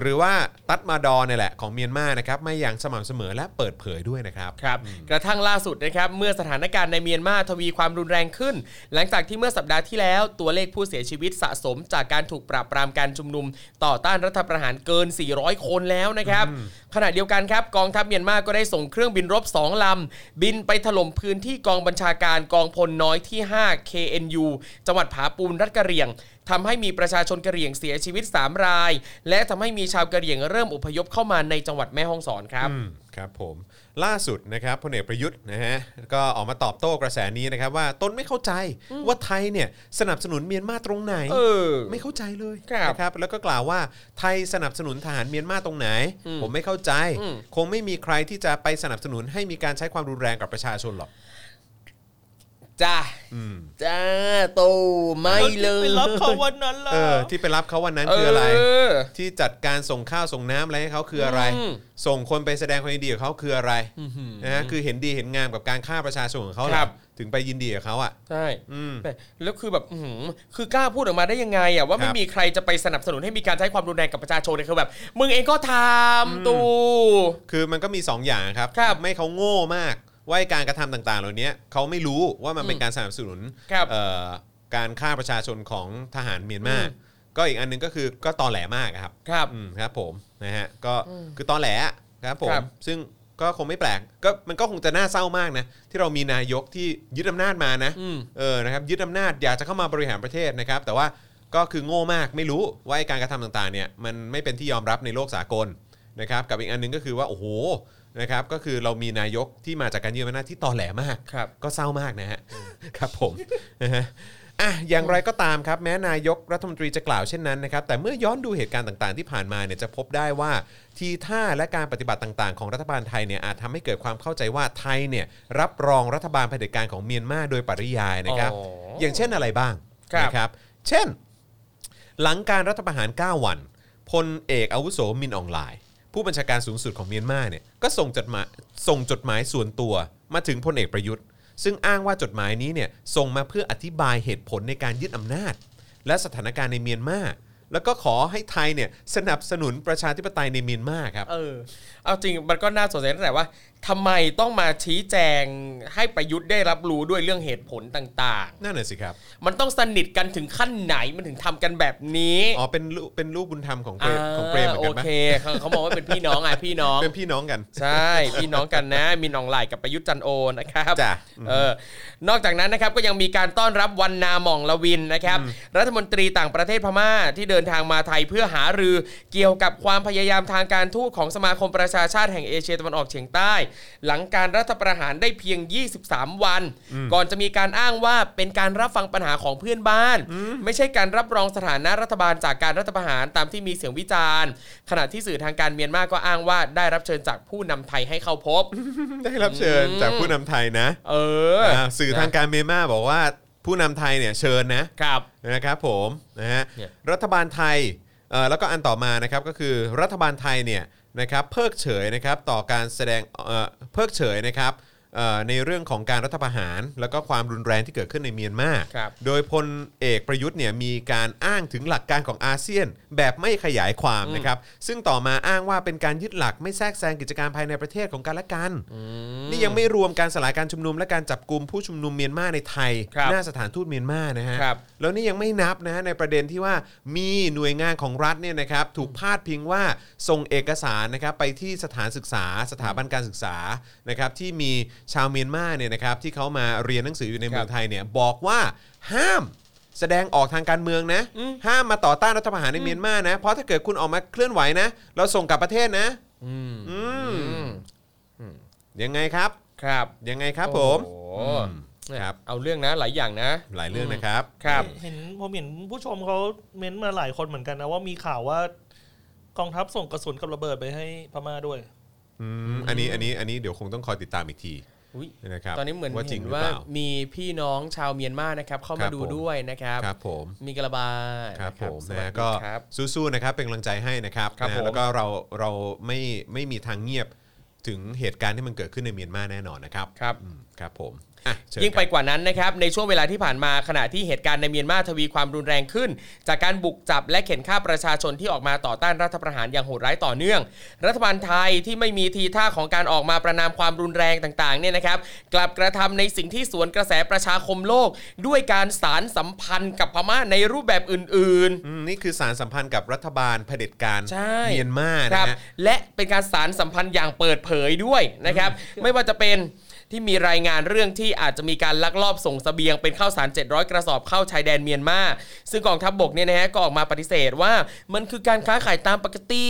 S2: หรือว่าตัดมาดอเนี่ยแหละของเมียนมานะครับไม่อย่างสม่ำเสมอและเปิดเผยด้วยนะครับ
S3: ครับกระทั่งล่าสุดนะครับเมื่อสถานการณ์ในเมียนมาทวีความรุนแรงขึ้น หลังจากที่เมื่อสัปดาห์ที่แล้วตัวเลขผู้เสียชีวิตสะสมจากการถูกปราบปรามการชุมนุม ต่อต้านรัฐประหารเกิน 400 คนแล้วนะครับขณะเดียวกันครับกองทัพเมียนมาก็ได้ส่งเครื่องบินรบ 2 ลำ บินไปถล่มพื้นที่กองบัญชาการกองพลน้อยที่ 5 KNU จังหวัดผาปูนรัฐกะเหรี่ยง ทำให้มีประชาชนกะเหรี่ยงเสียชีวิต 3 ราย และทำให้มีชาวกะเหรี่ยงเริ่มอพยพเข้ามาในจังหวัดแม่ฮ่องสอนครับ
S2: อืมครับผมล่าสุดนะครับพลเอกประยุทธ์นะฮะก็ออกมาตอบโต้กระแสนี้นะครับว่าตนไม่เข้าใจว่าไทยเนี่ยสนับสนุนเมียนมาตรงไหน
S3: เออ
S2: ไม่เข้าใจเลย
S3: ครับ
S2: นะครับแล้วก็กล่าวว่าไทยสนับสนุนทหารเมียนมาตรงไหน
S3: อืม
S2: ผมไม่เข้าใจ
S3: อืม
S2: คงไม่มีใครที่จะไปสนับสนุนให้มีการใช้ความรุนแรงกับประชาชนหรอก
S3: จ้า
S2: อืม
S3: จ้าโตไม่เลย
S4: ไปรับเขาวันนั้นละ
S2: เออที่ไปรับเขาวันนั้น
S3: เอ
S2: คืออะไร
S3: อ
S2: ที่จัดการส่งข้าวส่งน้ำอะไรให้เขาคืออะไร
S3: อืม
S2: ส่งคนไปแสดงความยินดีกับเขาคืออะไร
S3: อื้อหือ
S2: นะฮะคือเห็นดีเห็นงามกับการฆ่าประชาชนของเขาเหอ
S3: ครับ
S2: ถึงไปยินดีกับเขาอ่ะ
S3: ใช่
S2: อืม
S3: แต่แล้วคือแบบอื้อหือคือกล้าพูดออกมาได้ยังไงอ่ะ
S2: ค
S3: ว่าไม่
S2: รับ
S3: มีใครจะไปสนับสนุนให้มีการใช้ความรุนแรงกับประชาชนเลยคือแบบ มึงเองก็ทำตู
S2: คือมันก็มี 2 อย่างครับ
S3: ครับ
S2: ไม่เขาโง่มาก ว่าไอ้การกระทำต่าง ๆ เหล่านี้เขาไม่รู้ว่ามันเป็นการสนับสนุน
S3: ครับ
S2: เอ่อการฆ่าประชาชนของทหารเมียนมา
S3: อืม
S2: ก็อีกอันหนึงก็คือก็ตอแหลมากอะครับ
S3: ครับ
S2: อืมครับผมนะฮะก็คือตอแหลอะครับผม
S3: ครับ
S2: ซึ่งก็คงไม่แปลกก็มันก็คงจะน่าเศร้ามากนะที่เรามีนายกที่ยึดอำนาจมานะ
S3: อืม
S2: เออนะครับยึดอำนาจอยากจะเข้ามาบริหารประเทศนะครับ แต่ว่าก็คือโง่มากไม่รู้ว่าไอ้การกระทำต่างๆเนี่ยมันไม่เป็นที่ยอมรับในโลกสากล นะครับกับอีกอันหนึงก็คือว่าโอ้โหนะครับก็คือเรามีนายกที่มาจากการยืมอำนาจที่ตอแหลมาก
S3: ครับ
S2: ก็เศร้ามากนะฮะ ครับผมนะฮะอ่ะอย่างไรก็ตามครับ แม้นายกรัฐมนตรีจะกล่าวเช่นนั้นนะครับ แต่เมื่อย้อนดูเหตุการณ์ต่างๆที่ผ่านมาเนี่ยจะพบได้ว่าทีท่าและการปฏิบัติต่างๆ ของรัฐบาลไทยเนี่ยอาจทำให้เกิดความเข้าใจว่าไทยเนี่ยรับรองรัฐบาลเผด็จการของเมียนมาโดยปริยายนะครับ
S3: อ๋อ
S2: อ
S3: อ
S2: ย่างเช่นอะไรบ้าง
S3: ครับ
S2: นะครับ เช่น หลังการรัฐประหาร 9 วัน พลเอกอาวุโสมินอองไลน์ ผู้บัญชาการสูงสุดของเมียนมาเนี่ยก็ส่งจดหมายส่งจดหมายส่วนตัวมาถึงพลเอกประยุทธ์ ซึ่งอ้างว่าจดหมายนี้เนี่ยส่งมาเพื่ออธิบายเหตุผลในการยึดอำนาจ และสถานการณ์ในเมียนมาแล้วก็ขอให้ไทยเนี่ยสนับสนุนประชาธิปไตยในเมียนมาครับ
S3: เออ เอาจริงมันก็น่าสนใจตั้งแต่ว่าทำไมต้องมาชี้แจงให้ประยุทธ์ได้รับรู้ด้วยเรื่องเหตุผลต่าง
S2: นั่นน่ะสิครับ
S3: ๆ มันต้องสนิทกันถึงขั้นไหนมันถึงทำกันแบบนี้
S2: อ๋อเป็นลูกเป็นลูกบุญธรรมของเปรมของเปรมเหมือนกัน
S3: โอ
S2: ไหม
S3: เคเขาเขามองว่าเป็นพี่น้องอ่ะพี่น้อง
S2: เป็นพี่น้องกัน
S3: ใช่ พี่น้องกันนะ มีหน้องไหลกับประยุทธ์จันทร์โอนะครับ
S2: จ้ะ
S3: เออนอกจากนั้นนะครับก็ยังมีการต้อนรับวันนาหม่องละวินนะครับ รัฐมนตรีต่างประเทศพม่าที่เดินทางมาไทยเพื่อหารือเกี่ยวกับความพยายามทางการทูตของสมาคมประชาชาติแห่งเอเชียตะวันออกเฉียงใต้ หลังการรัฐประหารได้เพียง 23 วัน ก่อนจะมีการอ้างว่าเป็นการรับฟังปัญหาของเพื่อนบ้าน ไม่ใช่การรับรองสถานะรัฐบาลจากการรัฐประหารตามที่มีเสียงวิจารณ์ ขณะที่สื่อทางการเมียนมาก็อ้างว่าได้รับเชิญจากผู้นำไทยให้เข้าพบ
S2: ได้รับเชิญจากผู้นำไทยนะ
S3: เออ
S2: อ่าสื่อทางการเมียนมาบอกว่าผู้นำไทยเนี่ยเชิญนะ
S3: ครับ
S2: นะครับผมนะฮะ
S3: เนี่ย
S2: รัฐบาลไทยเอ่อแล้วก็อันต่อมานะครับก็คือรัฐบาลไทยเนี่ยนะครับเพิกเฉยนะครับต่อการแสดงเอ่อเพิกเฉยนะครับเอ่อในเรื่องของการรัฐประหาร แล้วก็ความรุนแรงที่เกิดขึ้นในเมียนมา
S3: ครับ
S2: โดยพลเอกประยุทธ์เนี่ยมีการอ้างถึงหลักการของอาเซียนแบบไม่ขยายความนะครับซึ่งต่อมาอ้างว่าเป็นการยึดหลักไม่แทรกแซงกิจการภายในประเทศของกันและกัน นี่ยังไม่รวมการสลายการชุมนุมและการจับกลุ่มผู้ชุมนุมเมียนมาในไทย
S3: ครับ
S2: หน้าสถานทูตเมียนมานะฮะ
S3: ครับ
S2: แล้วนี่ยังไม่นับนะฮะในประเด็นที่ว่ามีหน่วยงานของรัฐเนี่ยนะครับถูกพาดพิงว่าส่งเอกสารนะครับไปที่สถานศึกษา สถาบันการศึกษานะครับที่มีชาวเมียนมาเนี่ยนะครับที่เขามาเรียนหนังสืออยู่ในเมืองไทยเนี่ยบอกว่าห้ามแสดงออกทางการเมืองนะ ห้ามมาต่อต้านรัฐประหารในเมียนมานะ เพราะถ้าเกิดคุณออกมาเคลื่อนไหวนะ เราส่งกลับประเทศนะ
S3: อืม
S2: อืมยังไงครับ
S3: ครับ
S2: ยังไงครับผม
S3: โอ้โห
S2: อืมครับ
S3: เอาเรื่องนะหลายอย่างนะ
S2: หลายเรื่องนะครับ
S3: ครับ
S4: เห็นผมเห็นผู้ชมเขาเม้นต์มาหลายคนเหมือนกันนะว่ามีข่าวว่ากองทัพส่งกระสุนกับระเบิดไปให้พม่าด้วย
S2: อืมอันนี้อันนี้อันนี้เดี๋ยวคงต้องคอยติดตามอีกที
S3: อุ๊ย
S2: นะครับ
S3: ตอนนี้เหมือน
S2: ว่าจริ
S3: เห็
S2: ง
S3: น
S2: หรือ
S3: ว่า
S2: เปล่า
S3: มีพี่น้องชาวเมียนมานะครับเข้า
S2: ครั
S3: มา
S2: บ
S3: ดู
S2: ผม
S3: ด้วยนะครับ
S2: ครับผม
S3: มีกระบา
S2: ครับผม
S3: สวัส
S2: นะ
S3: ดี
S2: ก็
S3: ครับ
S2: สู้ๆนะครับเป็นกำลังใจให้นะครับ
S3: ครับ
S2: นะ
S3: ผม
S2: แล้วก็เราเราไม่ไม่มีทางเงียบถึงเหตุการณ์ที่มันเกิดขึ้นในเมียนมาแน่นอนนะครับ
S3: ครับ
S2: อืมครับผมอ่ะเชิญ
S3: ยิ่งไป
S2: ครับ
S3: กว่านั้นนะครับ ในช่วงเวลาที่ผ่านมาขณะที่เหตุการณ์ในเมียนมาทวีความรุนแรงขึ้น จากการบุกจับและเข็นฆ่าประชาชนที่ออกมาต่อต้านรัฐประหารอย่างโหดร้ายต่อเนื่อง รัฐบาลไทยที่ไม่มีทีท่าของการออกมาประนามความรุนแรงต่างๆเนี่ยนะครับ กลับกระทำในสิ่งที่สวนกระแสประชาคมโลก ด้วยการสารสัมพันธ์กับพม่าในรูปแบบอื่น ๆ
S2: อืมนี่คือสารสัมพันธ์กับรัฐบาลเผด็จการ
S3: ใช่
S2: เมียนมานะ
S3: ครับ
S2: ฮะ
S3: และเป็นการสารสัมพันธ์อย่างเปิดเผยด้วยนะครับ ไม่ว่าจะเป็นที่มีรายงานเรื่องที่อาจจะมีการลักลอบส่งเสบียงเป็นข้าวสาร 700 กระสอบเข้าชายแดนเมียนมา ซึ่งกองทัพบบกเนี่ยนะฮะก็ออกมาปฏิเสธว่ามันคือการค้าขายตามปกติ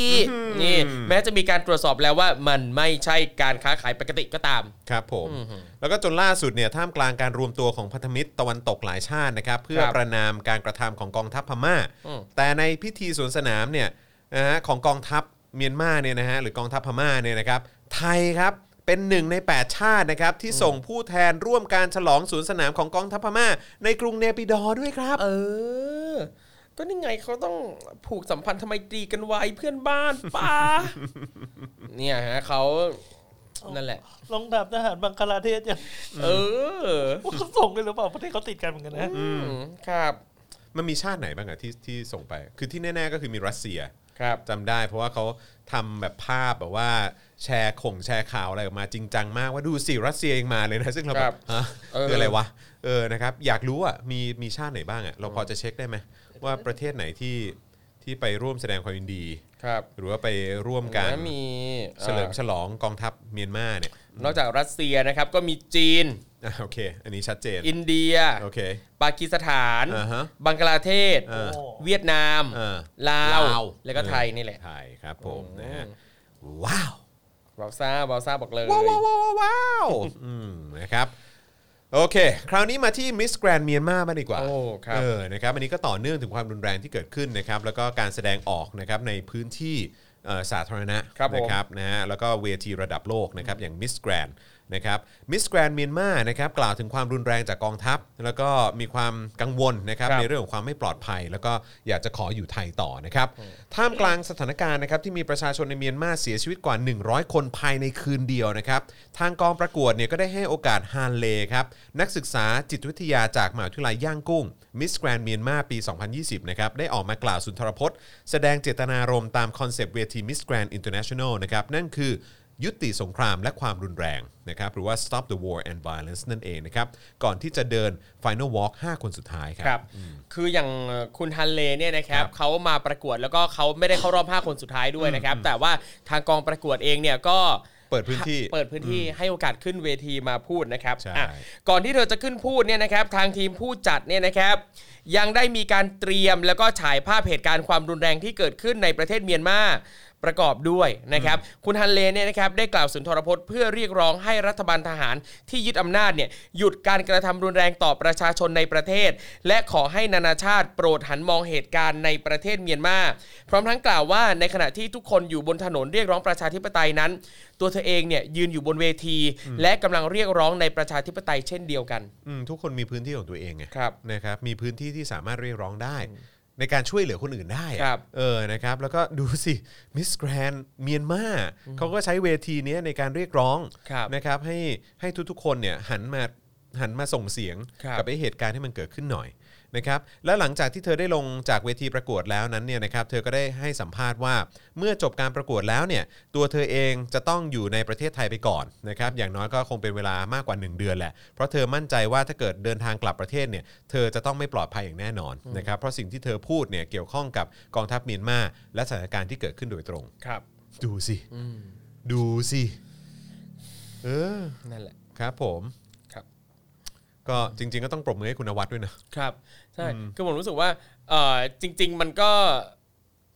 S3: นี่แม้จะมีการตรวจสอบแล้วว่ามันไม่ใช่การค้าขายปกติก็ตาม
S2: ครับผม แล้วก็จนล่าสุดเนี่ยท่ามกลางการรวมตัวของพันธมิตรตะวันตกหลายชาตินะครับ เพื่อ
S3: ครับ
S2: ประนามการกระทำของกองทัพพม่า
S3: อืม
S2: แต่ในพิธีสวนสนามเนี่ยนะฮะของกองทัพเมียนมาเนี่ยนะฮะหรือกองทัพพม่าเนี่ยนะครับ ไทยครับเป็นหนึ่งใน 8 ชาตินะครับ ที่ส่งผู้แทนร่วมการฉลองสวนสนามของกองทัพพม่า ในกรุงเนปิดอร์ด้วยครับ
S3: เออ ก็นี่ไงเขาต้องผูกสัมพันธ์ทำไมตรีกันไว้เพื่อนบ้านป้า เนี่ยฮะเขานั่นแหละ
S4: ลองดาบทหารบังคลาเทศยัง
S3: เออ
S4: ว่าเขาส่งกันหรือเปล่าประเทศเขาติดกันเหมือนกันนะ
S3: อืมครับ
S2: มันมีชาติไหนบ้างอะที่ที่ส่งไป คือที่แน่ๆก็คือมีรัสเซีย
S3: ครับ
S2: จำได้เพราะว่าเขาทำแบบภาพแบบว่าแชร์ข่งแชร์ข่าวอะไรออกมาจริงจังมากว่าดูสิรัสเซียยังมาเลยนะ ซึ่งเรา
S3: ค
S2: แบ
S3: รั
S2: บบ ฮะ
S3: เออ
S2: คืออะไรวะเออนะครับอยากรู้อ่ะมีมีชาติไหนบ้างอ่ะเราพอจะเช็คได้ไหมว่าประเทศไหนที่ที่ไปร่วมแสดงความยินดี
S3: ครับ
S2: หรือว่าไปร่วมกัน
S3: แล้วมี
S2: เฉลิมฉ
S3: อ่า
S2: ลองกองทัพเมียนมาเนี่ย
S3: นอกจากรัสเซียนะครับ ก็มีจีน
S2: อ่ะโอเค อันนี้ชัดเจน
S3: อินเดีย
S2: โอเค
S3: ปากีสถาน
S2: อ่าฮะ
S3: บังกลาเทศ
S2: อ่า
S3: เวียดนาม
S2: เออ
S3: ลาว
S2: ลาว
S3: แล้วก็ไทยนี่แหละ
S2: ไทยครับผม
S3: อืม
S2: นะฮะว้าว
S3: บอลซ่าบอลซ่าบอกเลย
S2: ว้าวว้าวว้าวว้าวว้าวอืมนะครับ โอเค คราวนี้มาที่มิสแกรนเมียนมาบ้างดีกว่า
S3: โอ้ครับ
S2: เออนะครับอันนี้ก็ต่อเนื่องถึงความรุนแรงที่เกิดขึ้นนะครับ แล้วก็การแสดงออกนะครับในพื้นที่เอ่อสาธารณะ
S3: ครับผม
S2: นะครับนะฮะแล้วก็เวทีระดับโลกนะครับอย่างมิสแกรน นะครับมิสแกรนเมียนมานะครับกล่าวถึงความรุนแรงจากกองทัพ แล้วก็มีความกังวลนะครับ
S3: ครับ
S2: ในเรื่องของความไม่ปลอดภัย แล้วก็อยากจะขออยู่ไทยต่อนะครับท่ามกลางสถานการณ์นะครับที่มีประชาชนในเมียนมาเสียชีวิตกว่า 100 คนภายในคืนเดียวนะครับทางกองประกวดเนี่ยก็ได้ให้โอกาสฮานเลครับนักศึกษาจิตวิทยาจากมหาวิทยาลัยย่างกุ้งมิสแกรนเมียนมาปี 2020นะครับได้ออกมากล่าวสุนทรพจน์ แสดงเจตนารมณ์ตามคอนเซปต์เวทีมิสแกรนอินเตอร์เนชั่นแนลนะครับนั่นคือ ยุติสงครามและความรุนแรงนะครับหรือว่า stop the war and violence นั่นเองนะครับ ก่อนที่จะเดิน final walk 5 คนสุดท้ายค
S3: ค
S2: รั
S3: รับ บ คืออย่างคุณฮันเลเนี่ยนะครั
S2: ครับ บ
S3: เขามาประกวดแล้วก็เขาไม่ได้เข้ารอบ 5 คนสุดท้ายด้วยนะครับ แต่ว่าทางกองประกวดเองเนี่ยก็
S2: เปิดพื้นที่
S3: เปิดพื้นที่ให้โอกาสขึ้นเวทีมาพูดนะครับ
S2: ใช่
S3: อ่ะก่อนที่เธอจะขึ้นพูดเนี่ยนะครับ ทางทีมผู้จัดเนี่ยนะครับ ยังได้มีการเตรียมแล้วก็ฉายภาพเหตุการณ์ความรุนแรงที่เกิดขึ้นในประเทศเมียนมาประกอบด้วยนะครับ คุณฮันเลเนี่ยนะครับได้กล่าวสุนทรพจน์เพื่อเรียกร้องให้รัฐบาลทหารที่ยึดอำนาจเนี่ยหยุดการกระทำรุนแรงต่อประชาชนในประเทศ และขอให้นานาชาติโปรดหันมองเหตุการณ์ในประเทศเมียนมาพร้อมทั้งกล่าวว่าในขณะที่ทุกคนอยู่บนถนนเรียกร้องประชาธิปไตยนั้น ตัวเธอเองเนี่ยยืนอยู่บนเวที และกำลังเรียกร้องในประชาธิปไตยเช่นเดียวกัน
S2: อืมทุกคนมีพื้นที่ของตัวเองไง
S3: ครับ
S2: นะครับมีพื้นที่ที่สามารถเรียกร้องได้ ในการช่วยเหลือคนอื่นได้อะ
S3: ครับ
S2: เออนะครับแล้วก็ดูสิมิสแกรนเมียนมาเขาก็ใช้เวทีเนี้ยในการเรียกร้อง
S3: ครับ
S2: นะครับให้ให้ทุกๆคนเนี่ยหันมาหันมาส่งเสียง
S3: ครับ
S2: กัไอ้เหตุการณ์ที่มันเกิดขึ้นหน่อยนะครับและหลังจากที่เธอได้ลงจากเวทีประกวดแล้วนั้นเนี่ยนะครับเธอก็ได้ให้สัมภาษณ์ว่าเมื่อจบการประกวดแล้วเนี่ยตัวเธอเองจะต้องอยู่ในประเทศไทยไปก่อนนะครับอย่างน้อยก็คงเป็นเวลามากกว่า 1 เดือนแหละ เพราะเธอมั่นใจว่าถ้าเกิดเดินทางกลับประเทศเนี่ยเธอจะต้องไม่ปลอดภัยอย่างแน่นอนนะครับเพราะสิ่งที่เธอพูดเนี่ยเกี่ยวข้องกับกองทัพเมียนมาและสถานการณ์ที่เกิดขึ้นโดยตรง
S3: ครับ
S2: ดูสิดูสิเออ
S3: นั่นแหละ
S2: ครับผม
S3: ครับ
S2: ก็จริง ๆ ก็ต้องปรบมือให้คุณนวัดด้วยนะ
S3: ครับใช่คือผมรู้สึกว่าเออจริง ๆ มันก็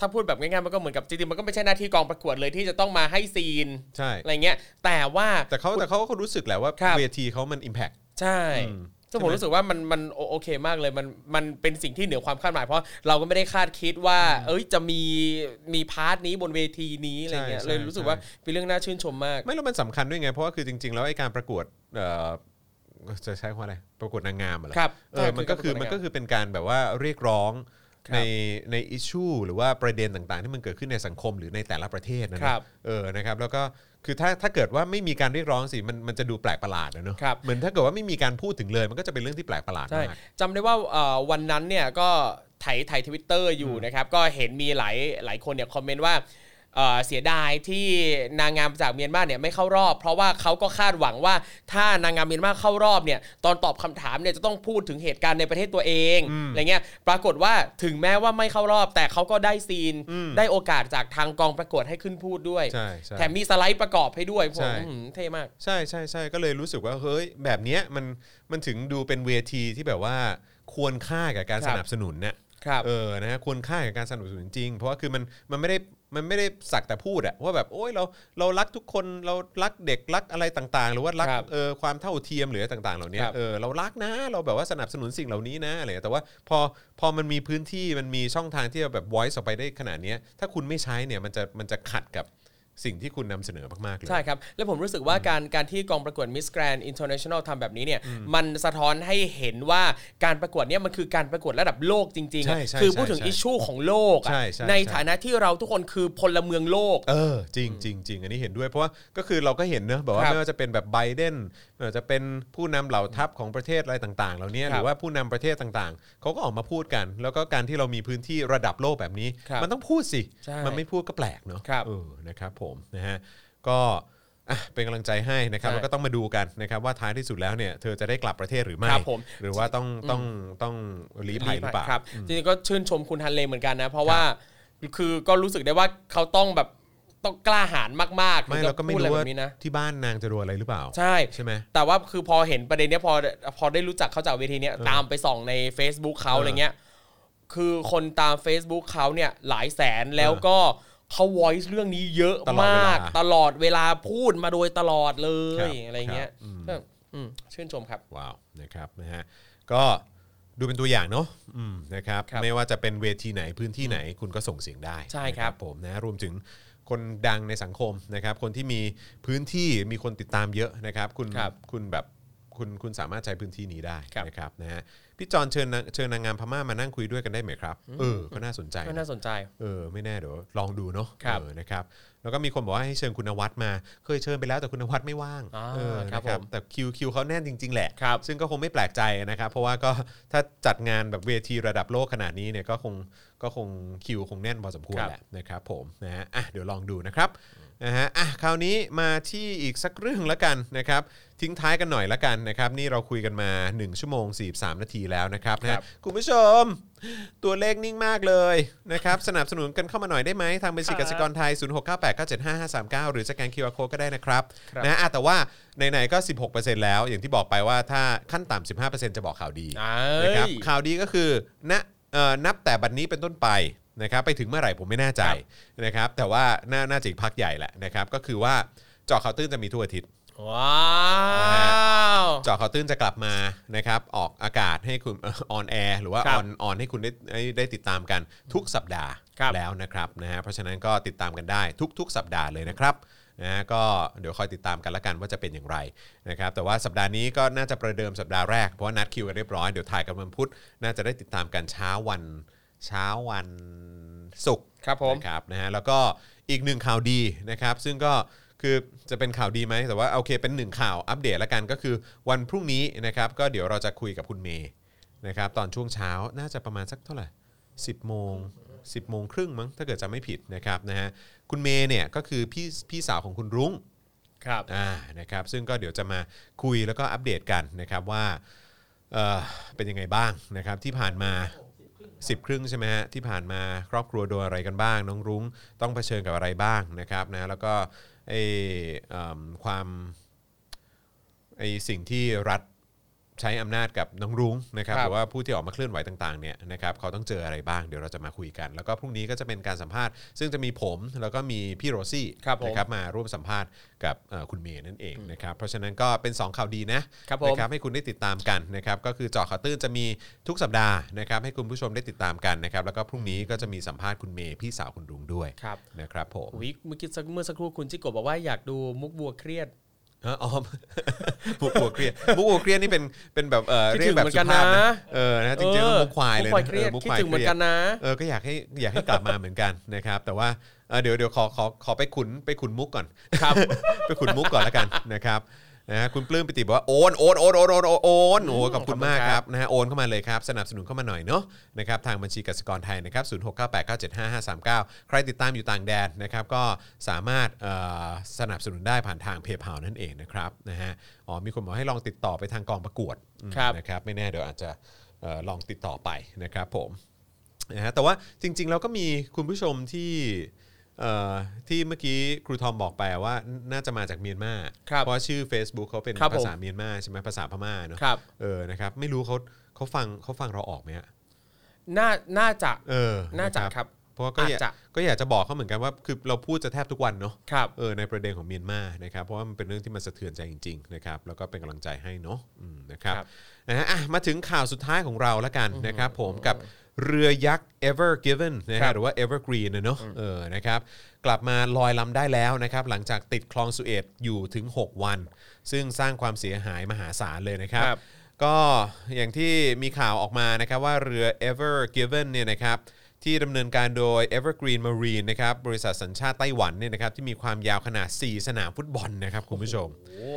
S3: ถ้าพูดแบบง่ายๆมันก็เหมือนกับจริงๆมันก็ไม่ใช่หน้าที่กองประกวดเลยที่จะต้องมาให้ซีน
S2: ใช่
S3: อะไรเงี้ย แต่ว่า
S2: แต่เขาแต่เขาก็รู้สึกแหละว่า
S3: ครับ
S2: เวทีเขามัน Impact
S3: ใช่
S2: อืม
S3: ซึ่งผมรู้สึกว่ามันมันโอโอเคมากเลยมันมันเป็นสิ่งที่เหนือความคาดหมายเพราะเราก็ไม่ได้คาดคิดว่า เอ้ยจะมีมีพาร์ทนี้บนเวทีนี้อะไรเงี้ย
S2: ใช่
S3: เลย
S2: ใช่
S3: รู้สึก
S2: ใช่
S3: ว่าเป็นเรื่องน่าชื่นชมมาก
S2: ไม่แล้วมันสำคัญด้วยไง เพราะว่าคือจริง ๆ แล้วไอ้การประกวดเอ่อจะใช้คำว่าอะไรประกวดนางงามเหรอ
S3: ครับ
S2: เออมันก็คือ
S3: ใช่คือกา
S2: มัน
S3: รประกวดนางงาม
S2: ก็คือเป็นการแบบว่าเรียกร้อง
S3: ครับ
S2: ในในอิชชูหรือว่าประเด็นต่างๆ ที่มันเกิดขึ้นในสังคมหรือในแต่ละประเทศนะนะครับ เออนะครับแล้วก็คือถ้าถ้าเกิดว่าไม่มีการเรียกร้องสิมันมันจะดูแปลกประหลาดนะเนอะ
S3: ครับ
S2: เหมือนถ้าเกิดว่าไม่มีการพูดถึงเลยมันก็จะเป็นเรื่องที่แปลกประหลาด
S3: ใช่
S2: มาก
S3: จำได้ว่าเอ่อวันนั้นเนี่ยก็ไถไถทวิตเตอร์อยู่นะครับก็เห็นมีหลายหลายคนเนี่ยคอมเมนต์ว่าเอ่อเสียดายที่นางงามจากเมียนมาเนี่ยไม่เข้ารอบ เพราะว่าเขาก็คาดหวังว่าถ้านางงามเมียนมาเข้ารอบเนี่ยตอนตอบคำถามเนี่ยจะต้องพูดถึงเหตุการณ์ในประเทศตัวเองอะไรเงี้ยปรากฏว่าถึงแม้ว่าไม่เข้ารอบ แต่เขาก็ได้ซีน
S2: อืม
S3: ได้โอกาสจากทางกองประกวดให้ขึ้นพูดด้วย
S2: ใช่ใช่
S3: แถมมีสไลด์ประกอบให้ด้วยผ
S2: ใช่
S3: มอืมเท่มาก
S2: ใช่ใช่ใช่ก็เลยรู้สึกว่าเฮ้ยแบบเนี้ยมันมันถึงดูเป็นเวทีที่แบบว่าควรค่ากับการ
S3: ครั
S2: ส
S3: บ
S2: นับสนุนเนี่ย
S3: ครับ
S2: เออนะฮะควรค่ากับการสนับสนุนจริง เพราะว่าคือมันมันไม่ได้มันไม่ได้สักแต่พูดอะว่าแบบโอ้ยเราเรารักทุกคนเรารักเด็กรักอะไรต่างๆ หรือว่ารัก
S3: ครับ
S2: เออความเท่าเทียมหรืออะไรต่าง ๆ เหล่านี้
S3: ครับ
S2: เออเรารักนะเราแบบว่าสนับสนุนสิ่งเหล่านี้นะอะไรอย่างเงี้ยแต่ว่าพอพอมันมีพื้นที่มันมีช่องทางที่จะแบบ voice ออกไปได้ขนาดเนี้ยถ้าคุณไม่ใช้เนี่ยมันจะมันจะขัดกับสิ่งที่คุณนำเสนอมากๆเลย
S3: ใช่ครับ แล้วผมรู้สึกว่าการการที่กองประกวด Miss Grand International ทำแบบนี้เนี่ย มันสะท้อนให้เห็นว่าการประกวดเนี่ยมันคือการประกวดระดับโลกจริงๆอะ
S2: ใช่ใช่
S3: คือพูดถึง
S2: ใช่
S3: อิชชูของโลกอะ
S2: ใช่ใช่ใช่
S3: ฐานะที่เราทุกคนคือพลเมืองโลก
S2: เออจริงจริงจริงอันนี้เห็นด้วยเพราะว่าก็คือเราก็เห็นเนอะแบบว่า
S3: ครับ
S2: ไม่ว่าจะเป็นแบบไบเดนไม่ว่าจะเป็นผู้นำเหล่าทัพของประเทศอะไรต่างๆ เหล่านี้
S3: ครับ
S2: หรือว่าผู้นำประเทศต่างๆเขาก็ออกมาพูดกัน แล้วก็การที่เรามีพื้นที่ระดับโลกแบบนี้
S3: ครับ
S2: มันต้องพูดสิ
S3: ใช่
S2: มันไม่พูดก็แปลกเนอะ
S3: ครับ
S2: เออนะครับผมนะฮะก็อ่ะเป็นกำลังใจให้นะครับ
S3: ใช่
S2: แล้วก็ต้องมาดูกันนะครับว่าท้ายที่สุดแล้วเนี่ยเธอจะได้กลับประเทศหรือไม่
S3: ครับผม
S2: หรือว่าต้องต้องต้องลี้ภัยหรือเปล่า
S3: ครับจริงๆก็ชื่นชมคุณฮันเลเหมือนกันนะ เพราะว่าคือก็รู้สึกได้ว่าเขาต้องแบบต้องกล้าหาญมากๆ
S2: ไม่
S3: ถึง
S2: เรา
S3: จะ
S2: ก็ไม่
S3: พูดอะ
S2: รู้
S3: แบ
S2: ว่า
S3: บนี้นะ
S2: ที่บ้านนางจะโดนอะไรหรือเปล่า
S3: ใช่
S2: ใช่ไหม
S3: แต่ว่าคือพอเห็นประเด็นเนี้ยพอพอได้รู้จักเขาจากเวทีเนี้ยตามไปส่องใน Facebook เขาอะไรเงี้ย คือคนตาม Facebook เขาเนี่ยหลายแสนแล้วก็เขา voice เรื่องนี้เยอะ
S2: ตลอดเวลาม
S3: มากตลอดเวลาพูดมาโดยตลอดเล
S2: ครั
S3: ย
S2: บ
S3: อะไรเงี้ย
S2: ครับอืม
S3: ก็อืมชื่นชมครับ
S2: ว้าว นะครับ นะฮะ ก็ดูเป็นตัวอย่างเนาะอืมนะครับ
S3: ครับ
S2: ไม่ว่าจะเป็นเวทีไหนพื้นที่ไหนคุณก็ส่งเสียงได้
S3: ใช่
S2: นะครับ ผมนะ รวมถึง คนดังในสังคมนะครับ คนที่มีพื้นที่มีคนติดตามเยอะนะครับ คุณ
S3: ครับ
S2: คุณแบบคุณคุณสามารถใช้พื้นที่นี้ได้
S3: ครับ
S2: นะครับนะฮะพี่จอนเชิญนางเชิญนางงามพม่ามานั่งคุยด้วยกันได้ไหมครับเออก็น่าสนใจ
S3: ก็
S2: นะ
S3: น่าสนใจ
S2: เออไม่แน่เดี๋ยวลองดูเนาะ
S3: ครับ
S2: เออนะครับ แล้วก็มีคนบอกว่าให้เชิญคุณนวัดมา เคยเชิญไปแล้วแต่คุณนวัดไม่ว่าง
S3: อ่า
S2: เออนะครับ
S3: ผม
S2: แต่คิวคิวเขาแน่นจริง ๆ แหละ
S3: ครับ
S2: ซึ่งก็คงไม่แปลกใจนะครับ เพราะว่าก็ถ้าจัดงานแบบเวทีระดับโลกขนาดนี้เนี่ยก็คงก็คงคิวคงแน่นพอสมควร
S3: ครับ
S2: แหละนะครับผมนะฮะอ่ะเดี๋ยวลองดูนะครับนะฮะอ่ะคราวนี้มาที่อีกสักเรื่องละกันนะครับ ทิ้งท้ายกันหน่อยละกันนะครับ นี่เราคุยกันมา 1 ชั่วโมง 43 นาทีแล้วนะครับนะฮะคุณผู้ชม ตัวเลขนิ่งมากเลยนะครับ สนับสนุนกันเข้ามาหน่อยได้ไหมทางบัญชีกสิกรไทย 0698975539 หรือสแกน QR Code ก็ได้นะครับ
S3: ครับ
S2: นะอ่ะแต่ว่าไหนๆก็ 16%แล้ว อย่างที่บอกไปว่าถ้าขั้นต่ำ15%จะบอกข่าวดี
S3: อ่า
S2: นะครับ
S3: เอ้ย
S2: ข่าวดีก็คือณเอ่อนับแต่บัดนี้เป็นต้นไปนะครับไปถึงเมื่อไหร่ผมไม่แน่ใจนะครับแต่ว่าน่าน่าจะอีกพักใหญ่แหละนะครับก็คือว่าเจาะข่าวตื้นจะมีทุกอาทิตย์
S3: ว้าว
S2: เจอข่าวตื้นจะกลับมานะครับออกอากาศให้คุณ ออนแอร์หรือว่าอ
S3: ครับ
S2: อนออนให้คุณได้ได้ได้ติดตามกันทุกสัปดาห์
S3: ครับ
S2: แล้วนะครับนะฮะเพราะฉะนั้นก็ติดตามกันได้ทุก ๆ สัปดาห์เลยนะครับนะฮะก็เดี๋ยวคอยติดตามกันละกันว่าจะเป็นอย่างไรนะครับแต่ว่าสัปดาห์นี้ก็น่าจะประเดิมสัปดาห์แรกเพราะว่านัดคิวกันเรียบร้อยเดี๋ยวถ่ายกันวันพุธน่าจะได้ติดตามกันเช้าวันเช้าวันศุกร์
S3: ครับผม
S2: นะครับนะฮะแล้วก็อีกหนึ่งข่าวดีนะครับ ซึ่งก็ คือจะเป็นข่าวดีไหมแต่ว่าโอเคเป็นหนึ่งข่าวอัปเดตละกันก็คือวันพรุ่งนี้นะครับ ก็เดี๋ยวเราจะคุยกับคุณเมย์นะครับ ตอนช่วงเช้าน่าจะประมาณสักเท่าไหร่ 10โมง10โมงครึ่งมั้งถ้าเกิดจะไม่ผิดนะครับนะฮะคุณเมย์เนี่ยก็คือพี่พี่สาวของคุณรุ้ง
S3: ครับ
S2: อ่านะครับซึ่งก็เดี๋ยวจะมาคุยแล้วก็อัปเดตกันนะครับว่าเอ่อเป็นยังไงบ้างนะครับที่ผ่านมา 10 ครึ่งใช่ไหมฮะที่ผ่านมาครอบครัวโดนอะไรกันบ้าง น้องรุ้งต้องเผชิญกับอะไรบ้างนะครับนะแล้วก็ไอเอิ่มความไอสิ่งที่รัฐใช้อำนาจกับน้องรุ้งนะครับ
S3: ครั
S2: ห
S3: บ
S2: รือว่าผู้ที่ออกมาเคลื่อนไหวต่างๆเนี่ยนะครับเขาต้องเจออะไรบ้างเดี๋ยวเราจะมาคุยกัน แล้วก็พรุ่งนี้ก็จะเป็นการสัมภาษณ์ ซึ่งจะมีผมแล้วก็มีพี่โรซี่
S3: ครับผม
S2: นะครับมาร่วมสัมภาษณ์กับเอ่อคุณเมย์นั่นเองนะครับเพราะฉะนั้นก็เป็น 2 ข่าวดีนะครับ
S3: ผม
S2: นะครับให้คุณได้ติดตามกันนะครับก็คือเจาะข่าวตื้นจะมีทุกสัปดาห์นะครับให้คุณผู้ชมได้ติดตามกันนะครับแล้วก็พรุ่งนี้ก็จะมีสัมภาษณ์คุณเมย์พี่สาวคุณรุงด้วย
S3: ครับ
S2: นะครับผม
S3: อุ๊ยเมื่อกี้สักเมื่อสักครู่คุณจิโกะบอกว่าอยากดูมุกบัวเครียด
S2: เออออ ม มุกบัวเครียดมุกบัวเครียดนี่เป็นเป็นแบบเออ
S3: คิด
S2: เรีย
S3: ถึ
S2: ก
S3: ง
S2: แบบ
S3: เหมือน
S2: สุ
S3: กัน
S2: ภาพนะ
S3: นะ
S2: เออนะจริงๆต้องมุกควายเลย
S3: มุกควา
S2: นะ
S3: ยเครียด
S2: ออมุก
S3: คิด
S2: ควาย
S3: ถึงเหมื
S2: เค
S3: อ
S2: รี
S3: น
S2: ยด
S3: กันนะ
S2: เออ ก็อยากให้อยากให้กลับมาเหมือนกันนะครับ แต่ว่าเอ่อเดี๋ยวเดี๋ยวขอขอขอไปขุนไปขุนมุกก่อน ครับ ไปขุนมุกก่อนแล้วกันนะครับนะฮะคุณปลื้มปิติบอกว่าโอนโอนโอนโอนโอนโอนโอนโอ้โหขอบคุณมากครับนะฮะโอนเข้ามาเลยครับ สนับสนุนเข้ามาหน่อยเนาะนะครับทางบัญชีกสิกรไทยนะครับศูนย์หกเก้ใครติดตามอยู่ต่างแดนนะครับก็สามารถเอ่อสนับสนุนได้ผ่านทางเพย์เพานั่นเองนะครับนะฮะอ๋อมีคนบอกให้ลองติดต่อไปทางกองประกวดอืม
S3: ครับ
S2: นะครับไม่แน่เดี๋ยวอาจจะเอ่อลองติดต่อไปนะครับผม นะฮะแต่ว่าจริงๆแล้วก็มีคุณผู้ชมที่เอ่อที่เมื่อกี้ครูทอมบอกไปว่าน่าจะมาจากเมียนมา
S3: ครับ
S2: เพราะชื่อ Facebook เขาเป็น
S3: ครับผม
S2: ภาษาเมียนมาใช่ไหมภาษาพม่าเนอะ
S3: ครับ
S2: เออนะครับไม่รู้เขาเขาฟังเขาฟังเราออกไหมฮะ
S3: น่าน่าจะ
S2: เออ
S3: น่าจะ
S2: ครับ
S3: ครับ
S2: เพราะว่าก็อยาก
S3: อาจจะ
S2: ก็อยากจะบอกเขาเหมือนกันว่าคือเราพูดจะแทบทุกวันเนาะ
S3: ครับ
S2: เออในประเด็นของเมียนมานะครับเพราะว่ามันเป็นเรื่องที่มันสะเทือนใจจริงๆนะครับแล้วก็เป็นกำลังใจให้เนาะอืมนะครับ
S3: ครับ
S2: นะฮะอ่ะมาถึงข่าวสุดท้ายของเราละกันนะครับผมกับเรือยักษ์ Ever Given นะ
S3: ครั
S2: ฮะ
S3: บ
S2: หรือว่า Evergreen นะเนอะเออนะครับกลับมาลอยลำได้แล้วนะครับหลังจากติดคลองสุเอตอยู่ถึง 6 วัน ซึ่งสร้างความเสียหายมหาศาลเลยนะครับ
S3: ครับ
S2: ก็อย่างที่มีข่าวออกมานะครับว่าเรือ Ever Given เนี่ยนะครับที่ดำเนินการโดย Evergreen Marine นะครับบริษัทสัญชาติไต้หวันเนี่ยนะครับที่มีความยาวขนาด 4 สนามฟุตบอลนะครับคุณผู้ชม
S3: โอ้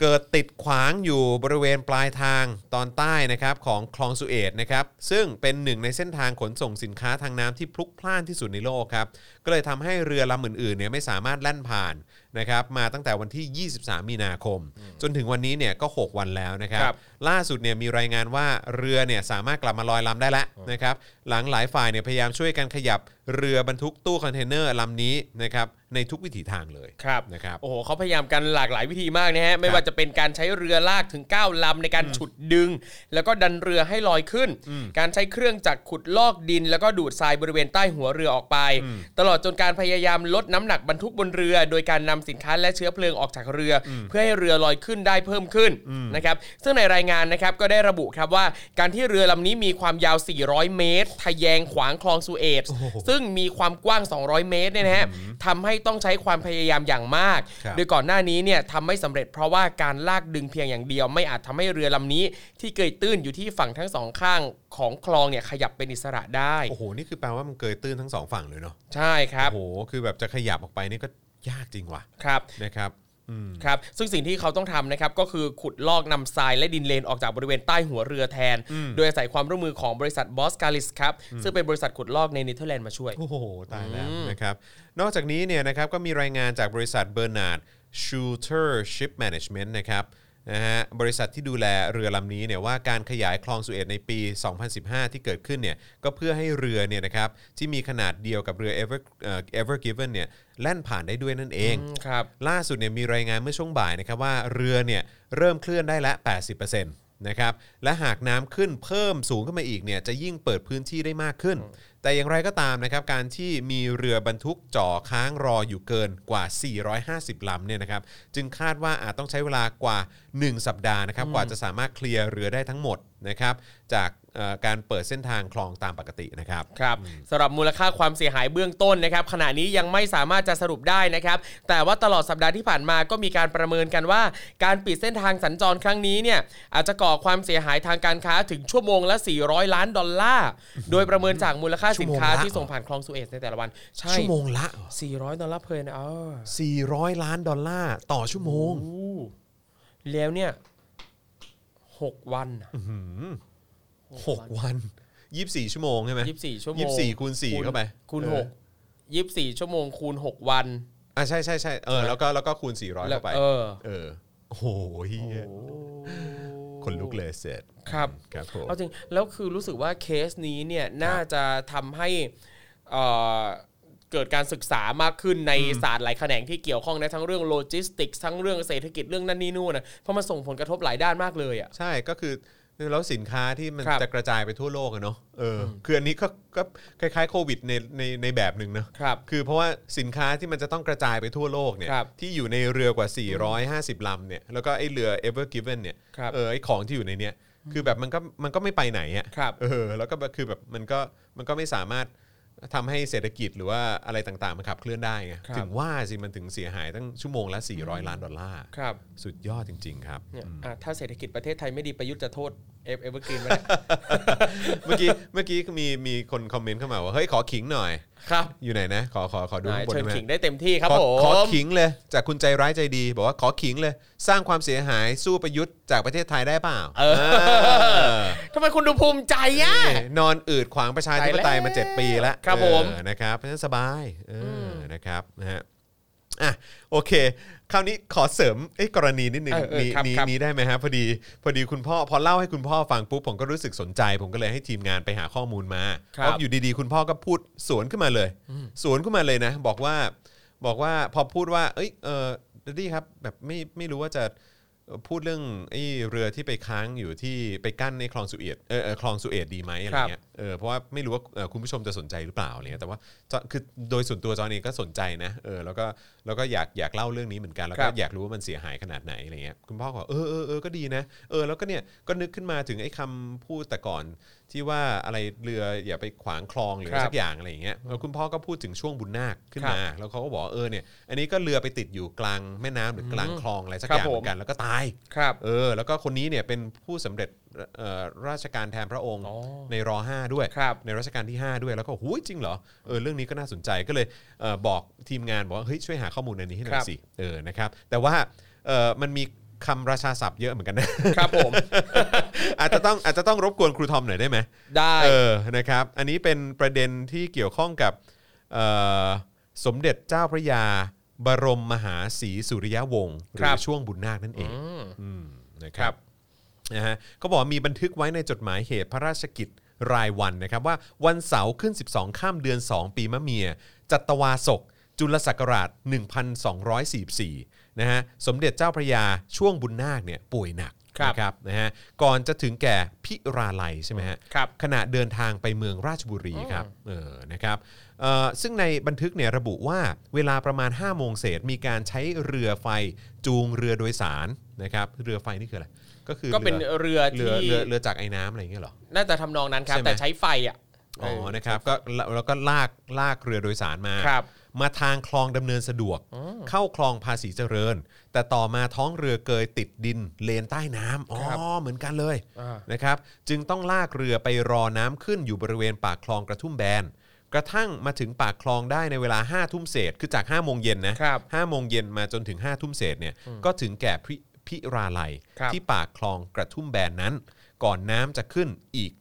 S2: เกิดติดขวางอยู่บริเวณปลายทางตอนใต้นะครับของคลองสุเอตนะครับซึ่งเป็นหนึ่งในเส้นทางขนส่งสินค้าทางน้ำที่พลุกพล่านที่สุดในโลกครับก็เลยทำให้เรือลำอื่นๆเนี่ยไม่สามารถแล่นผ่านนะครับมาตั้งแต่วันที่ 23 มีนาคม จนถึงวันนี้เนี่ยก็ 6 วันแล้วนะครับ
S3: ครับ
S2: ล่าสุดเนี่ยมีรายงานว่าเรือเนี่ยสามารถกลับมาลอยลำได้แล้วนะครับหลังหลายฝ่ายเนี่ยพยายามช่วยกันขยับเรือบรรทุกตู้คอนเทนเนอร์ลำนี้นะครับในทุกวิถีทางเลย
S3: ครับ
S2: นะครับ
S3: โอ้โหเขาพยายามกันหลากหลายวิธีมากนะฮะ ไม่ว่าจะเป็นการใช้เรือลากถึง 9 ลำในการฉุดดึง แล้วก็ดันเรือให้ลอยขึ้น การใช้เครื่องจักรขุดลอกดิน แล้วก็ดูดทรายบริเวณใต้หัวเรือออกไป ตลอดจนการพยายามลดน้ำหนักบรรทุกบนเรือ โดยการนำสินค้าและเชื้อเพลิงออกจากเรืออเพื่อให้เรือลอยขึ้นได้เพิ่มขึ้นนะครับซึ่งในราย งานนะครับก็ได้ระบุครับว่าการที่เรือลำนี้มีความยาว 400 เมตร ทะแยงขวางคลองสุเอตซ
S2: โอ้โห
S3: ซึ่งมีความกว้าง 200 เมตรเนี่ยนะฮะทำให้ต้องใช้ความพยายามอย่างมาก
S2: ครับ
S3: โดยก่อนหน้านี้เนี่ยทำไม่สำเร็จเพราะว่าการลากดึงเพียงอย่างเดียว ไม่อาจทำให้เรือลำนี้ ที่เกยตื้นอยู่ที่ฝั่งทั้งสองข้างของคลองเนี่ยขยับเป็นอิสระได้
S2: โอ้โห นี่คือแปลว่ามันเกยตื้นทั้งสองฝั่งเลยเนาะ
S3: ใช่ครับ
S2: โอ้โห คือแบบจะขยับออกไปนี่ก็ยากจริงว่ะ
S3: ครับ
S2: นะครับอืม
S3: ครับ ซึ่งสิ่งที่เขาต้องทำนะครับ ก็คือขุดลอกนำทรายและดินเลนออกจากบริเวณใต้หัวเรือแทน
S2: อืม
S3: โดยอาศัยความร่วมมือของบริษัทบอสกาลิสครับ ซึ่งเป็นบริษัทขุดลอกในเนเธอร์แลนด์มาช่วย
S2: โอ้โห ตายแล้ว
S3: อืม
S2: นะครับ นอกจากนี้เนี่ยนะครับก็มีรายงานจากบริษัทเบอร์นาร์ดชูเตอร์ชิปแมネจเมนต์นะครับนะฮะบริษัทที่ดูแลเรือลำนี้เนี่ยว่าการขยายคลองสุเอตในปี 2015 ที่เกิดขึ้นเนี่ยก็เพื่อให้เรือเนี่ยนะครับที่มีขนาดเดียวกับเรือ Ever เอ่อ Ever Given เนี่ยแล่นผ่านได้ด้วยนั่นเอง
S3: อืมครับ
S2: ล่าสุดเนี่ยมีรายงานเมื่อช่วงบ่ายนะครับว่าเรือเนี่ยเริ่มเคลื่อนได้ละ 80%นะครับและหากน้ำขึ้นเพิ่มสูงขึ้นมาอีกเนี่ยจะยิ่งเปิดพื้นที่ได้มากขึ้น แต่อย่างไรก็ตามนะครับการที่มีเรือบรรทุกจ่อค้างรออยู่เกินกว่า 450ลำเนี่ยนะครับจึงคาดว่าอาจต้องใช้เวลากว่า 1 สัปดาห์นะครับกว่าจะสามารถเคลียร์เรือได้ทั้งหมดนะครับจากเอ่อการเปิดเส้นทางคลองตามปกตินะครับ
S3: ครับสำหรับมูลค่าความเสียหายเบื้องต้นนะครับขณะนี้ยังไม่สามารถจะสรุปได้นะครับ แต่ว่าตลอดสัปดาห์ที่ผ่านมาก็มีการประเมินกันว่า การปิดเส้นทางสัญจรครั้งนี้เนี่ยอาจจะก่อความเสียหายทางการค้าถึงชั่วโมงละ 400 ล้านดอลลาร์ โดยประเมินจากมูลค่าสินค้า
S2: ชั่วโมงละ
S3: ที่ส่งผ่านคลองสุเอตในแต่ละวัน ใช่
S2: ชั่วโมงละเหรอ
S3: 400 ดอลลาร์เพลินอ๋อ
S2: 400 ล้านดอลลาร์ต่อชั่วโมง
S3: แล้วเนี่ย 6 วันน่ะ
S2: หกวันยี่สิบสี่ชั่วโมงใช่ไหม
S3: ยี่สิบสี่ชั่วโมง
S2: ยี่สิบสี่คูณสี่เข้าไป
S3: คูณ
S2: เออ
S3: หกยี่สิบสี่ชั่วโมงคูณหกวัน
S2: อ่ะใช่ใช่ใช่เออแล้วก็แล้วก็คูณสี่ร้อย
S3: แล้ว
S2: เข้าไป
S3: เออ
S2: เออโอ้โหเหี้ยคนลุกเลยเสร็จ
S3: ครับ
S2: ครับผม
S3: เอาจริง แล้วคือรู้สึกว่าเคสนี้เนี่ยน่าจะทำให้เอ่อเกิดการศึกษามากขึ้นในศาสตร์หลายแขนงที่เกี่ยวข้องนะทั้งเรื่องโลจิสติกส์ทั้งเรื่องเศรษฐกิจเรื่องนั่นนี่นู่นนะเพราะมันส่งผลกระทบหลายด้านมากเลยอ่ะ
S2: ใช่ก็คือแล้วสินค้าที่มัน
S3: ครับ
S2: จะกระจายไปทั่วโลกอะเนาะเอออคืออันนี้ก็ก็คล้ายๆโควิดในในในแบบหนึ่งเนอะ
S3: ครับ
S2: คือเพราะว่าสินค้าที่มันจะต้องกระจายไปทั่วโลกเนี่ย
S3: ครับ
S2: ที่อยู่ในเรือกว่า 450ลำเนี่ยแล้วก็ไอ้เรือ Ever Given เนี่ย
S3: ครับ
S2: เออไอ้ของที่อยู่ในเนี้ยคือแบบมันก็มันก็ไม่ไปไหนอ่ะ
S3: ครับ
S2: เออแล้วก็แบบคือแบบมันก็มันก็ไม่สามารถทำให้เศรษฐกิจหรือว่าอะไรต่างๆ มันขับเคลื่อนได้ไง
S3: ครับ
S2: ถึงว่าสิมันถึงเสียหายตั้งชั่วโมงละ 400 ล้านดอลลาร์
S3: ครับ
S2: สุดยอดจริง ๆ ครับ
S3: เนี่ย
S2: อืม
S3: อ่ะถ้าเศรษฐกิจประเทศไทยไม่ดีประยุทธ์จะโทษเอฟเอเวอร์กรีนไห ม
S2: เมื่อกี้เมื่อกี้มีมีคนคอมเมนต์เข้ามาว่า เฮ้ย ขอขิงหน่อย
S3: ครับ
S2: อยู่ไหนนะ ขอขอขอดู
S3: นาย
S2: ข้างบน
S3: เชิญ
S2: ได้ไหม
S3: ขิงได้เต็มที่ครับ
S2: ขอ
S3: ผม
S2: ขอขิงเลย จากคุณใจร้ายใจดี บอกว่าขอขิงเลย สร้างความเสียหายสู้ประยุทธ์จากประเทศไทยได้เปล่า
S3: เออ
S2: เออ
S3: ทำไมคุณดูภูมิใจอ่ะ
S2: นี่นอนอืดขวางประชาธิปไตยมา
S3: ไปแล้ว
S2: 7 ปีแล้ว
S3: ครับผม
S2: เออนะครับเพราะฉะนั้นสบายเอออนะครับนะฮะอ่ะโอเค คราวนี้ขอเสริมเอ้ยกรณีนิดนึง
S3: เออเออ
S2: มี
S3: ครับ
S2: มี
S3: ครับ
S2: มีได้ไหมฮะพอดีพอดีคุณพ่อพอเล่าให้คุณพ่อฟังปุ๊บผมก็รู้สึกสนใจ ผมก็เลยให้ทีมงานไปหาข้อมูลมา
S3: ครับ
S2: เพาะอยู่ดีๆ คุณพ่อก็พูดสวนขึ้นมาเลย สวนขึ้นมาเลยนะ บอกว่าบอกว่าพอพูดว่า เอ้ยเออดดดี้ครับแบบไม่ไม่รู้ว่าจะ พูดเรื่องไอ้เรือที่ไปค้างอยู่ที่ไปกั้นในคลองสุเอตเออเออคลองสุเอตดีไหมอะไรเงี้ยเออเพราะว่าไม่รู้ว่าเอ่อคุณผู้ชมจะสนใจหรือเปล่าอะไรเงี้ยแต่ว่าจอคือโดยส่วนตัวจอห์นเองก็สนใจนะเออแล้วก็แล้วก็อยากอยากเล่าเรื่องนี้เหมือนกันแล้ว
S3: ค
S2: ก็
S3: รับ
S2: อยากรู้ว่ามันเสียหายขนาดไหนอะไรเงี้ยคุณพ่อก็บอกเออเออเออก็ดีนะเออแล้วก็เนี่ยก็นึกขึ้นมาถึงไอ้คำพูดแต่ก่อนที่ว่าอะไรเรืออย่าไปขวางคลองหรือ
S3: ครับ
S2: สักอย่างอะไรเงี้ยแล้วคุณพ่อก็พูดถึงช่วงบุญนาคขึ้นมา แล้วเขาก็บอกว่าเออเนี่ยอันนี้ก็เรือไปติดอยู่กลางแม่น้ำหรือกลางคลองอะไรสัก
S3: ครั
S2: อบ ย่างเหมือน
S3: ผม
S2: กันแล้วก็ตาย
S3: ครับ
S2: เออแล้วก็คนนี้เนี่ยเป็นผู้สำเร็จเอ่อราชการแทนพระองค์
S3: อ๋อ
S2: ในร5ด้วย
S3: ครับ
S2: ในรัชการที่ 5 ด้วยแล้วก็หูยจริงเหรอเออเรื่องนี้ก็น่าสนใจก็เลยเออบอกทีมงานบอกว่าเฮ้ยช่วยหาข้อมูลอันนี้ให้หน่
S3: ค
S2: อ
S3: รั
S2: ย
S3: บ
S2: สิเออนะครับแต่ว่าเออมันมีคำราชาศัพท์เยอะเหมือนกันนะ
S3: ครับผม
S2: อาจจะต้องอาจจะต้องรบกวนครูทอมหน่อยได้ไหม
S3: ได้
S2: เออนะครับอันนี้เป็นประเด็นที่เกี่ยวข้องกับเอ่อสมเด็จเจ้าพระยา บรมมหาศรีสุริยวงศ์หรื
S3: ครั
S2: อบ ช่วงบุญนาคนั่นเอง
S3: ม
S2: อืมนะค
S3: ครั
S2: รับบ นะฮะเขาบอกว่ามีบันทึกไว้ในจดหมายเหตุพระราชกิจรายวันนะครับว่าวันเสาร์ขึ้น 12 ข้ามเดือน 2 ปีมะเมีย จัตวาศก จุลศักราช 1244 นะฮะสมเด็จเจ้าพระยาช่วงบุญนาคเนี่ยป่วยหนัก
S3: ครับ
S2: นะครับนะฮะก่อนจะถึงแก่พิราลัยใช่ไหมฮะ
S3: ครับ
S2: ขณะเดินทางไปเมืองราชบุรีครับเออนะครับเอ่อซึ่งในบันทึกเนี่ยระบุว่าเวลาประมาณ5โมงเศษมีการใช้เรือไฟจูงเรือโดยสาร นะครับเรือไฟนี่คืออะไรก็คือ
S3: ก็เป็น
S2: รือ
S3: เรือ
S2: เรือ
S3: ที่
S2: เรือเรือจากไอ้น้ำอะไรอย่างเงี้ยเหรอ
S3: น่าจะทำนองนั้นครับ
S2: ใช่ไหม
S3: แต่ใช้ไฟอ่ะ
S2: อ๋อ
S3: เ
S2: นะครับก็แล้วแล้วก็ลากลากเรือโดยสารมา
S3: ครับ
S2: มาทางคลองดำเนินสะดวก
S3: อืม
S2: เข้าคลองภาษีเจริญ แต่ต่อมาท้องเรือเกยติดดินเลนใต้น้ำอ๋อ
S3: ครับ
S2: เหมือนกันเลย
S3: อ่า
S2: นะครับจึงต้องลากเรือไปรอน้ำขึ้นอยู่บริเวณปากคลองกระทุ่มแบน กระทั่งมาถึงปากคลองได้ในเวลา5้าทุ่มเศษคือจาก5้าโมงเย็นนะครับ ห้าโมงเย็นมาจนถึง5้าทุ่มเศษเนี่ยก็ถึงแก่พิพิราลัย
S3: ครับ
S2: ที่ปากคลองกระทุ่มแบนนั้น ก่อนน้ำจะขึ้นอีก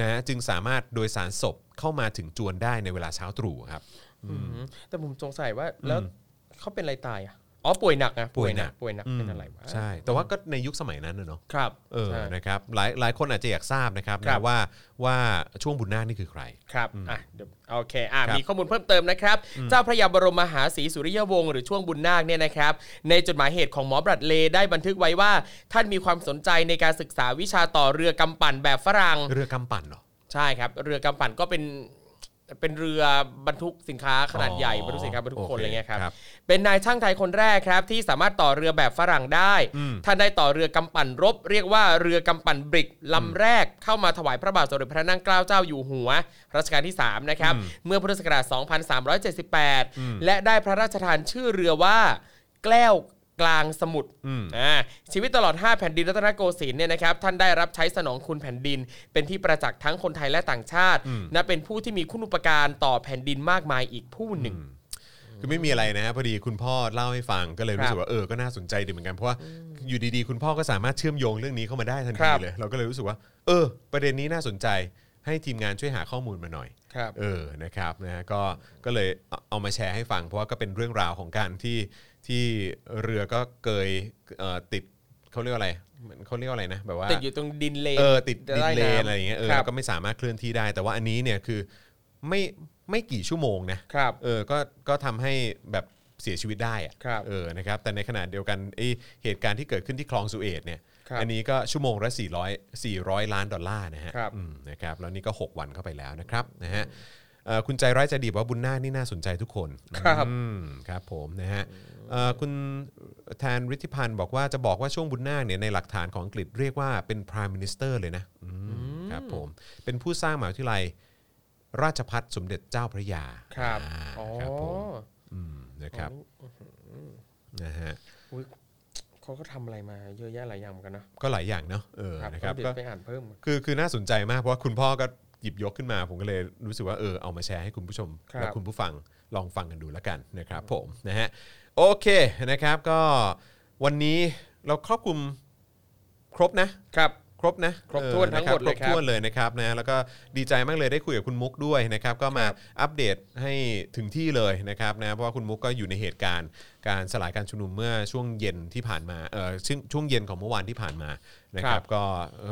S2: นะฮะจึงสามารถโดยสารศพเข้ามาถึงจวนได้ในเวลาเช้าตรู่ครับ
S3: อืมแต่ผมสงสัยว่าแล้วเขาเป็นอะไรตายอ่ะอ๋อป่วยหนักนะ
S2: ป่วยหนัก
S3: ป่วยหนักเป็นอะไรวะ
S2: ใช่ แต่ว่าก็ในยุคสมัยนั้นน่ะเนาะ
S3: ครับ
S2: เออ
S3: ใช่
S2: นะครับหลายหลายคนอาจจะอยากทราบนะครับ
S3: ครั
S2: นะ
S3: บ
S2: ว่าว่าช่วงบุญนาคนี่คือใคร
S3: ครับอ่ะเดี๋ยวโอเคอ่ะ
S2: ครับ
S3: มีข้อมูลเพิ่มเติมนะครับ เจ้าพระยาบรมมหาศรีสุริยวงศ์หรือช่วงบุญนาคเนี่ยนะครับ ในจดหมายเหตุของหมอบรัดเลย์ได้บันทึกไว้ว่า ท่านมีความสนใจในการศึกษาวิชาต่อเรือกำปั่นแบบฝรั่ง
S2: เรือกำปั่นเหรอ
S3: ใช่ครับ เรือกำปั่นก็เป็นเป็นเรือบรรทุกสินค้าขนาดใหญ่
S2: อ๋อบ
S3: รรทุกสินค้าบรรทุก
S2: โอเค
S3: คนอะไรเงี้ยครับ
S2: ครับ
S3: เป็นนายช่างไทยคนแรกครับ ที่สามารถต่อเรือแบบฝรั่งได้
S2: อืม
S3: ท่านได้ต่อเรือกำปั่นรบ เรียกว่าเรือกำปั่นบริกลำแรกเข้ามาถวายพระบาทสมเด็จพระนั่งเกล้าเจ้าอยู่หัว รัชกาลที่ 3 นะครับ เมื่อพุทธศักราช 2378 และได้พระราชทานชื่อเรือว่า แกล้วกลางสมุทร
S2: อืม
S3: อ่าชีวิตตลอด 5 แผ่นดินรัตนโกสินทร์เนี่ยนะครับท่านได้รับใช้สนองคุณแผ่นดิน เป็นที่ประจักษ์ทั้งคนไทยและต่างชาติ
S2: อืม
S3: นับเป็นผู้ที่มีคุณอุปการต่อแผ่นดินมากมายอีกผู้หนึ่ง
S2: คือไม่มีอะไรนะฮะพอดีคุณพ่อเล่าให้ฟังก็เลย
S3: ครับ
S2: รู้สึกว่าเออก็น่าสนใจดีเหมือนกันเพราะว่าอยู่ดีๆ คุณพ่อก็สามารถเชื่อมโยงเรื่องนี้เข้ามาได้ทัน
S3: ครั
S2: ที
S3: บ
S2: เลยเราก็เลยรู้สึกว่า เออ ประเด็นนี้น่าสนใจให้ทีมงานช่วยหาข้อมูลมาหน่อย
S3: ครับ
S2: เออ นะครับ นะฮะ ก็ ก็เลยเอาเอามาแชร์ให้ฟัง เพราะว่าก็เป็นเรื่องราวของการที่ ที่เรือก็เกยเอ่อติดเขาเรียกว่าอะไรเหมือนเขาเรียกว่าอะไรนะ แบบว่า
S3: ติดอยู่ตรงดินเลน
S2: เออ ติดดิน
S3: ใ
S2: เลนอะไรอย่างเงี้ย เออ
S3: ครับ
S2: ก็ไม่สามารถเคลื่อนที่ได้ แต่ว่าอันนี้เนี่ยคือไม่ ไม่กี่ชั่วโมงนะ
S3: ครับ
S2: เออ ก็ ก็ทำให้แบบเสียชีวิตได้อะ
S3: ครับ
S2: เออ นะครับ แต่ในขณะเดียวกันไอเหตุการณ์ที่เกิดขึ้นที่คลองสุเอตเนี่ย
S3: ครับ
S2: อันนี้ก็ชั่วโมงละ400 400 ล้านดอลลาร์นะฮะ
S3: ครับ
S2: อืมนะครับ แล้วนี่ก็ 6 วันเข้าไปแล้วนะครับ นะฮะเอ่อคุณใจร้ายใจดีบอกว่าบุญนาคนี่น่าสนใจทุกคน
S3: ครับ
S2: อืมครับผมนะฮะเอ่อคุณแทนฤทธิพันธ์บอกว่าจะบอกว่าช่วงบุญนาคเนี่ยในหลักฐานของอังกฤษเรียกว่าเป็น prime minister เลยนะอืมครับผม เป็นผู้สร้างมหาวิทยาลัยราชพัฒสมเด็จเจ้าพระยา
S3: ครับ
S2: อ่า
S3: อ๋อ
S2: ครับผมมนะครับนะฮะ
S3: อุ๊ยเขาก็ทำอะไรมาเยอะแยะหลายอย่างเหมือนกันนะ
S2: ก็หลายอย่างเนาะเออนะครับ
S3: เดี๋ย
S2: ก็
S3: วไปอ่านเพิ่ม
S2: คือคือน่าสนใจมากเพราะว่าคุณพ่อก็หยิบยกขึ้นมา ผมก็เลยรู้สึกว่าเออเอามาแชร์ให้คุณผู้ชม
S3: ครับ
S2: และคุณผู้ฟังลองฟังกันดูแล้วกันนะครับ ผมนะฮะโอเคนะครับก็วันนี้เราครอบคลุมครบนะ
S3: ครับ
S2: ครบนะ
S3: ครบถ้วน
S2: เออ
S3: ทั้งหมดเลย
S2: นะ
S3: ค
S2: คร
S3: รับบ
S2: ถ้วนเลยนะครับนะแล้วก็ดีใจมากเลยได้คุยกับคุณมุกด้วยนะครับก็มาอัปเดตให้ถึงที่เลยนะครับนะเพราะว่าคุณมุกก็อยู่ในเหตุการณ์การสลายการชุมนุมเมื่อช่วงเย็นที่ผ่านมาเออซึ่งช่วงเย็นของเมื่อวานที่ผ่านมานะค
S3: ครั
S2: รั
S3: บบ
S2: ก็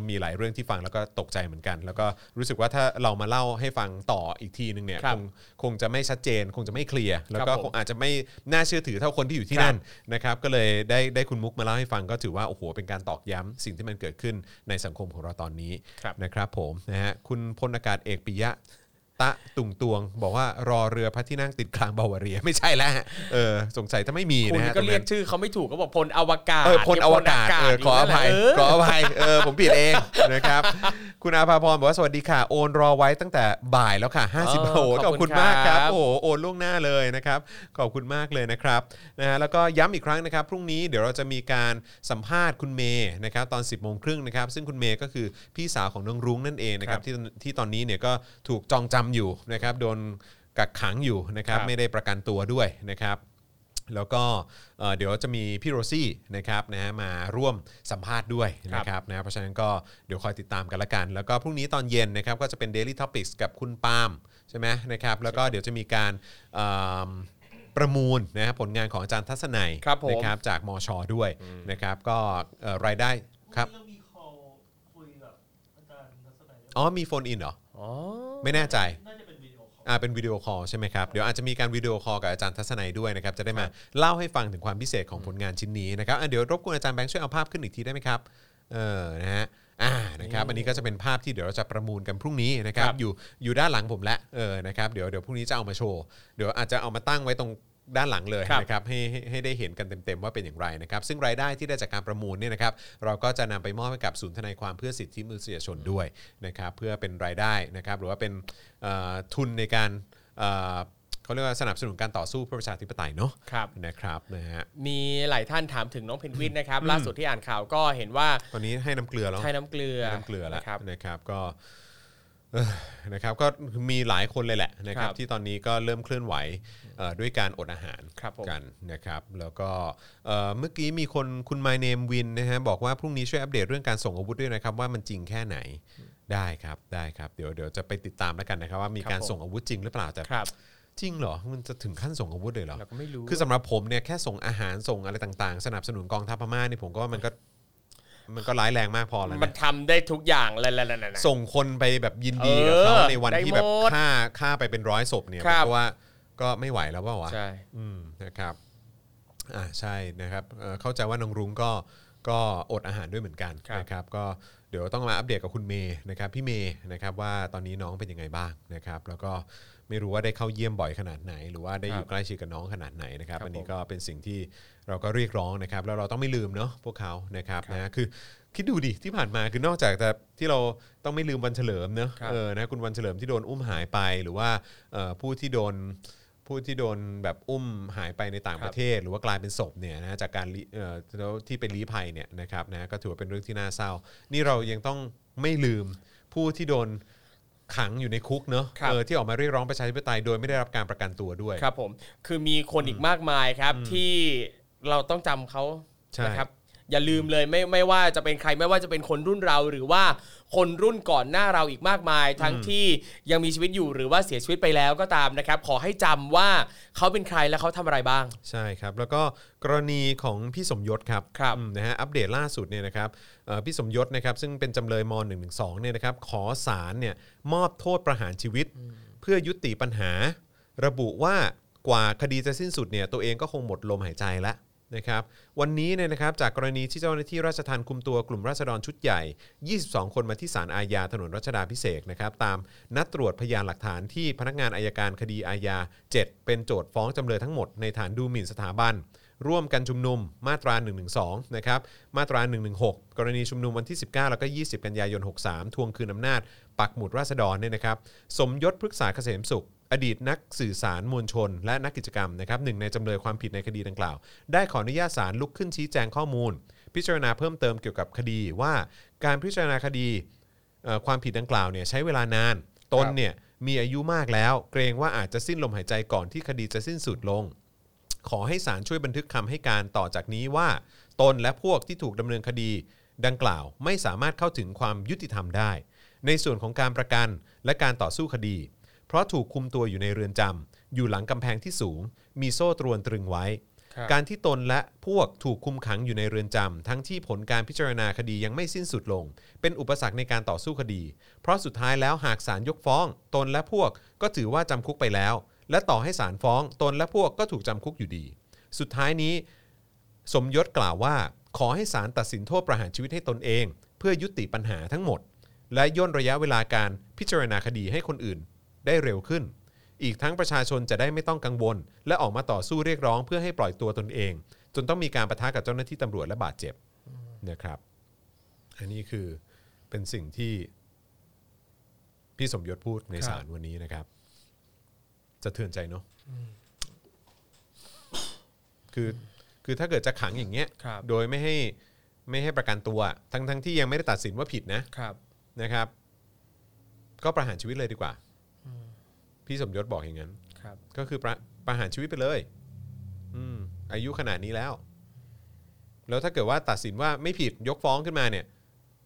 S2: มีหลายเรื่องที่ฟังแล้วก็ตกใจเหมือนกัน แล้วก็รู้สึกว่าถ้าเรามาเล่าให้ฟังต่ออีกทีนึงเนี่ย
S3: ครั
S2: ค
S3: บ
S2: งคงจะไม่ชัดเจน คงจะไม่เคลียร์แล้วก็
S3: ครับผม
S2: คงอาจจะไม่น่าเชื่อถือเท่าคนที่อยู่ที่นั่น นะครับก็เลยได้ได้คุณมุกมาเล่าให้ฟังก็ถือว่าโอ้โหเป็นการตอกย้ำสิ่งที่มันเกิดขึ้นในสังคมของเราตอนนี้
S3: ครับ
S2: นะครับผมนะฮะคุณพลอากาศเอกปิยะตะตุงตวง บอกว่ารอเรือพระที่นั่งติดกลางบาวาเรีย ไม่ใช่แล้วฮะเออสงสัยถ้าไม่มี
S3: คุณ
S2: นะฮะ
S3: ก็
S2: ตง
S3: เรีย
S2: นั้
S3: ก
S2: น
S3: ชื่อเขาไม่ถูกเขาบอกพลอวกาศ
S2: เออพลอวกาศเออขออภัย
S3: เ
S2: ขออภัยเออผมผิดเอง นะครับ คุณอาภาพรบอกว่าสวัสดีค่ะ โอนรอไว้ตั้งแต่บ่ายแล้วค่ะ50
S3: อ๋อ
S2: โอ้โห
S3: ข
S2: ข
S3: อ
S2: อ
S3: บบ คุ
S2: คุณ ณมากครับ
S3: ครับ
S2: โอ้ โอ้โหโอนล่วงหน้าเลยนะครับ ขอบคุณมากเลยนะครับนะฮะแล้วก็ย้ำอีกครั้งนะครับ พรุ่งนี้เดี๋ยวเราจะมีการสัมภาษณ์คุณเมย์นะครับตอน 10บโมงครึ่งนะครับซึ่งคุณเมย์ก็คือพี่สาวของน้องรุ้งนั่นเองนะครับที่ที่ตอนนี้เนี่ยก็ถูกจองจำอยู่นะครับโดนกักขังอยู่นะครับ
S3: ครับ
S2: ไม่ได้ประกันตัวด้วยนะครับ แล้วก็เอ่อเดี๋ยวจะมีพี่โรซี่นะครับนะฮะมาร่วมสัมภาษณ์ด้วย
S3: ครับ
S2: นะครับนะเพราะฉะนั้นก็เดี๋ยวคอยติดตามกันละกัน แล้วก็พรุ่งนี้ตอนเย็นนะครับก็จะเป็น Daily Topics กับคุณปาล์มใช่ไหมนะครับแล้วก็เดี๋ยวจะมีการเอิ่มประมูลนะครับผลงานของอาจารย์ทัศนัย
S3: ครับผม
S2: นะครับจากมชด้วยนะครับก็เอ่อรายได้ครับ
S4: เรื่องมีคอลคุยกับอาจารย์ทัศนัย
S2: อ๋อมีโฟนอินเหรอ
S3: อ๋อ
S2: ไม่แน่ใจ
S4: น่าจะเป็นวิดีโอคอล
S2: อ่าเป็นวิดีโอคอลใช่ไหมครับ เดี๋ยวอาจจะมีการวิดีโอคอลกับอาจารย์ทัศนัยด้วยนะครับ จะได้มาเล่าให้ฟังถึงความพิเศษของผลงานชิ้นนี้นะครับอ่ะเดี๋ยวรบกวนอาจารย์แบงค์ช่วยเอาภาพขึ้นอีกทีได้ไหมครับ เออ นะฮะ อ่า นะครับ อันนี้ก็จะเป็นภาพที่เดี๋ยวเราจะประมูลกันพรุ่งนี้นะครับ
S3: ครับ
S2: อยู่ อยู่ด้านหลังผมและ เออ นะครับ เดี๋ยว เดี๋ยวพรุ่งนี้จะเอามาโชว์ เดี๋ยวอาจจะเอามาตั้งไว้ตรง ด้านหลังเลย
S3: ครับ
S2: นะครับให้ให้ให้ได้เห็นกันเต็มๆว่าเป็นอย่างไรนะครับ ซึ่งรายได้ที่ได้จากการประมูลเนี่ยนะครับ เราก็จะนำไปมอบให้กับศูนย์ทนายความเพื่อสิทธิมนุษยชนด้วยนะครับ เพื่อเป็นรายได้นะครับ หรือว่าเป็นเอ่อทุนในการเอ่อเขาเรียกว่าสนับสนุนการต่อสู้เพื่อประชาธิปไตยเนาะ
S3: ครับ
S2: นะครับนะฮะ
S3: มีหลายท่านถามถึงน้องเพน กวินนะครับ
S2: อืม
S3: ล่าสุดที่อ่านข่าวก็เห็นว่า
S2: ตอนนี้ให้น้ำเกลือแล้ว
S3: ใช้น้ำเกลือ
S2: น้ำเกลือแล้ว
S3: นะครับ
S2: นะครับก็ เอ่อนะครับก็มีหลายคนเลยแหละนะครับ
S3: ครับ
S2: ที่ตอนนี้ก็เริ่มเคลื่อนไหวเอ่อด้วยการอดอาหาร
S3: ครับผม
S2: กันนะครับ แล้วก็เอ่อเมื่อกี้มีคนคุณ My Name Win นะฮะบอกว่าพรุ่งนี้ช่วยอัปเดตเรื่องการส่งอาวุธด้วยนะครับ ว่ามันจริงแค่ไหนได้ครับได้ครับเดี๋ยวเดี๋ยวจะไปติดตามแล้วกันนะครับ ว่ามีการส่งอาวุธจริงหรือเปล่าแต่
S3: ครับ
S2: จริงเหรอมันจะถึงขั้นส่งอาวุธเลยเหรอ
S3: เราก็ไม่รู้
S2: คือสำหรับผมเนี่ยแค่ส่งอาหารส่งอะไรต่าง ๆ สนับสนุนกองทัพพม่านี่ผมก็ว่ามันก็มันก็ร้ายแรงมากพอแล้วนะ
S3: มันทำได้ทุกอย่างเลยแหละ
S2: ส่งคนไปแบบยินดีกับเขา
S3: เออ
S2: ในวันที่แบบ
S3: ได้หมด
S2: ฆ่าฆ่าไปเป็นร้อยศพเนี่ย
S3: ครับ
S2: เพราะว่าก็ไม่ไหวแล้วเปล่าวะ
S3: ใช่
S2: อืมนะครับอ่าใช่นะครับเอ่อเข้าใจว่าน้องรุ้งก็ก็อดอาหารด้วยเหมือนกัน
S3: ครับ
S2: นะครับ ก็เดี๋ยวต้องมาอัปเดตกับคุณเมย์นะครับพี่เมย์นะครับว่าตอนนี้น้องเป็นยังไงบ้างนะครับ แล้วก็ไม่รู้ว่าได้เข้าเยี่ยมบ่อยขนาดไหน หรือว่าได้อยู่ใกล้ชิดกับน้องขนาดไหนนะครับ อันนี้ก็เป็นสิ่งที่เราก็เรียกร้องนะครับ แล้วเราต้องไม่ลืมเนาะพวกเขานะครับนะคือ คิดดูดิที่ผ่านมาคือนอกจากแต่ที่เราต้องไม่ลืมวันเฉลิมเนอะ
S3: ครับ
S2: เออนะคุณวันเฉลิมที่โดนอุ้มหายไปหรือว่าเอ่อผู้ที่โดนผู้ที่โดนแบบอุ้มหายไปในต่าง
S3: ครั
S2: ป
S3: บ
S2: ระเทศ หรือว่ากลายเป็นศพเนี่ยนะจากการลี้เอ่อแล้วที่เป็นลี้ภัยเนี่ยนะครับนะก็ถือว่าเป็นเรื่องที่น่าเศร้า นี่เรายังต้องไม่ลืมผู้ที่โดนขังอยู่ในคุกเนอะ
S3: ครับ
S2: เออที่ออกมาเรียกร้องประชาธิปไตยโดยไม่ได้รับการประกันตัวด้วย
S3: ครับผม คือมีคนอีกมากมายครับที่เราต้องจำเขา
S2: ใช่
S3: นะครับ อย่าลืมเลยไม่ไม่ว่าจะเป็นใครไม่ว่าจะเป็นคนรุ่นเรา หรือว่าคนรุ่นก่อนหน้าเราอีกมากมาย ทั้งที่ยังมีชีวิตอยู่หรือว่าเสียชีวิตไปแล้วก็ตามนะครับ ขอให้จำว่าเขาเป็นใครและเขาทำอะไรบ้าง
S2: ใช่ครับ แล้วก็กรณีของพี่สมยศครับ
S3: ครับ
S2: อืมนะฮะอัปเดตล่าสุดเนี่ยนะครับเอ่อพี่สมยศนะครับซึ่งเป็นจำเลยม .112 เนี่ยนะครับขอศาลเนี่ยมอบโทษประหารชีวิต เพื่อยุติปัญหา ระบุว่ากว่าคดีจะสิ้นสุดเนี่ยตัวเองก็คงหมดลมหายใจละนะครับวันนี้เนี่ยนะครับจากกรณีที่เจ้าหน้าที่ราชทัณฑ์คุมตัวกลุ่มราษฎรชุดใหญ่ 22 คนมาที่ศาลอาญาถนนรัชดาพิเศษกนะครับตามนัดตรวจพยานหลักฐานที่พนักงานอายการคดีอาญา 7 เป็นโจทย์ฟ้องจำเลยทั้งหมดในฐานดูหมิ่นสถาบัน ร่วมกันชุมนุมมาตรา 112 นะครับ มาตรา 116 กรณีชุมนุมวันที่ 19 แล้วก็ 20 กันยายน 63 ทวงคืนอำนาจ ปักหมุดราษฎรเนี่ยนะครับ สมยศพฤกษาเกษมสุข อดีตนักสื่อสารมวลชน และนักกิจกรรมนะครับหนึ่งในจำเลยความผิดในคดีดังกล่าว ได้ขออนุญาตศาลลุกขึ้นชี้แจงข้อมูล พิจารณาเพิ่มเติมเกี่ยวกับคดีว่าการพิจารณาคดี เอ่อความผิดดังกล่าวเนี่ยใช้เวลานาน ตนเนี่ยมีอายุมากแล้ว เกรงว่าอาจจะสิ้นลมหายใจก่อนที่คดีจะสิ้นสุดลง ขอให้ศาลช่วยบันทึกคำให้การต่อจากนี้ว่า ตนและพวกที่ถูกดำเนินคดีดังกล่าวไม่สามารถเข้าถึงความยุติธรรมได้ ในส่วนของการประกันและการต่อสู้คดี เพราะถูกคุมตัวอยู่ในเรือนจำอยู่หลังกำแพงที่สูง มีโซ่ตรวนตรึงไว้
S3: ครับ
S2: การที่ตนและพวกถูกคุมขังอยู่ในเรือนจำทั้งที่ผลการพิจารณาคดียังไม่สิ้นสุดลง เป็นอุปสรรคในการต่อสู้คดี เพราะสุดท้ายแล้วหากศาลยกฟ้อง ตนและพวกก็ถือว่าจำคุกไปแล้ว และต่อให้ศาลฟ้อง ตนและพวกก็ถูกจำคุกอยู่ดี สุดท้ายนี้ สมยศกล่าวว่า ขอให้ศาลตัดสินโทษประหารชีวิตให้ตนเอง เพื่อยุติปัญหาทั้งหมด และย่นระยะเวลาการพิจารณาคดีให้คนอื่นได้เร็วขึ้น อีกทั้งประชาชนจะได้ไม่ต้องกังวล และออกมาต่อสู้เรียกร้องเพื่อให้ปล่อยตัวตนเอง จนต้องมีการประทะกับเจ้าหน้าที่ตำรวจและบาดเจ็บนะครับ อันนี้คือเป็นสิ่งที่พี่สมยศพูดในศาลวันนี้นะครับสะเทือนใจเนาะคือคือถ้าเกิดจะขังอย่างเงี้ย
S3: ครับ
S2: โดยไม่ให้ไม่ให้ประกันตัวอะทั้งทั้งที่ยังไม่ได้ตัดสินว่าผิดนะ
S3: ครับ
S2: นะครับ ก็ประหารชีวิตเลยดีกว่า พี่สมยศบอกอย่างนั้น
S3: ครับ
S2: ก็คือประประหารชีวิตไปเลย อืม อายุขนาดนี้แล้ว แล้วถ้าเกิดว่าตัดสินว่าไม่ผิดยกฟ้องขึ้นมาเนี่ย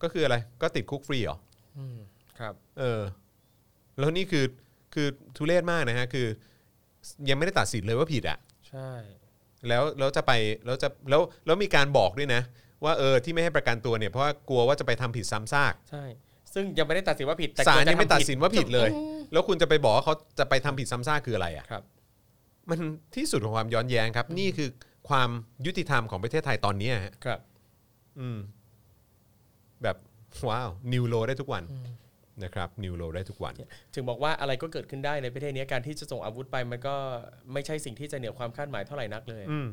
S2: ก็คืออะไร ก็ติดคุกฟรีเหรอ
S3: อืมครับ
S2: เออ แล้วนี่คือคือทุเรศมากนะฮะ คือ ยังไม่ได้ตัดสินเลยว่าผิดอะ
S3: ใช่
S2: แล้วแล้วจะไปแล้วจะแล้วแล้วมีการบอกด้วยนะ ว่าเออที่ไม่ให้ประกันตัวเนี่ยเพราะว่ากลัวว่าจะไปทำผิดซ้ำซาก
S3: ใช่ ซึ่งยังไม่ได้ตัดสินว่าผิดแต่
S2: ศาล
S3: ควจะ
S2: ยังไม่
S3: ทำ
S2: ตัดสินว่าผิดเลย
S3: อืม
S2: แล้วคุณจะไปบอกว่าเขาจะไปทำผิดซ้ำซากคืออะไรอ่ะ
S3: ครับ
S2: มันที่สุดของความย้อนแย้งครับ นี่คือความยุติธรรมของประเทศไทยตอนนี้ฮะ
S3: ครับ
S2: อืม แบบว้าวนิวโลได้ทุกวัน นะครับนิวโรได้ทุกวัน
S3: ถึงบอกว่าอะไรก็เกิดขึ้นได้ในประเทศนี้การที่จะส่งอาวุธไปมันก็ไม่ใช่สิ่งที่จะเหนือความคาดหมายเท่าไหร่นักเลย
S2: อืม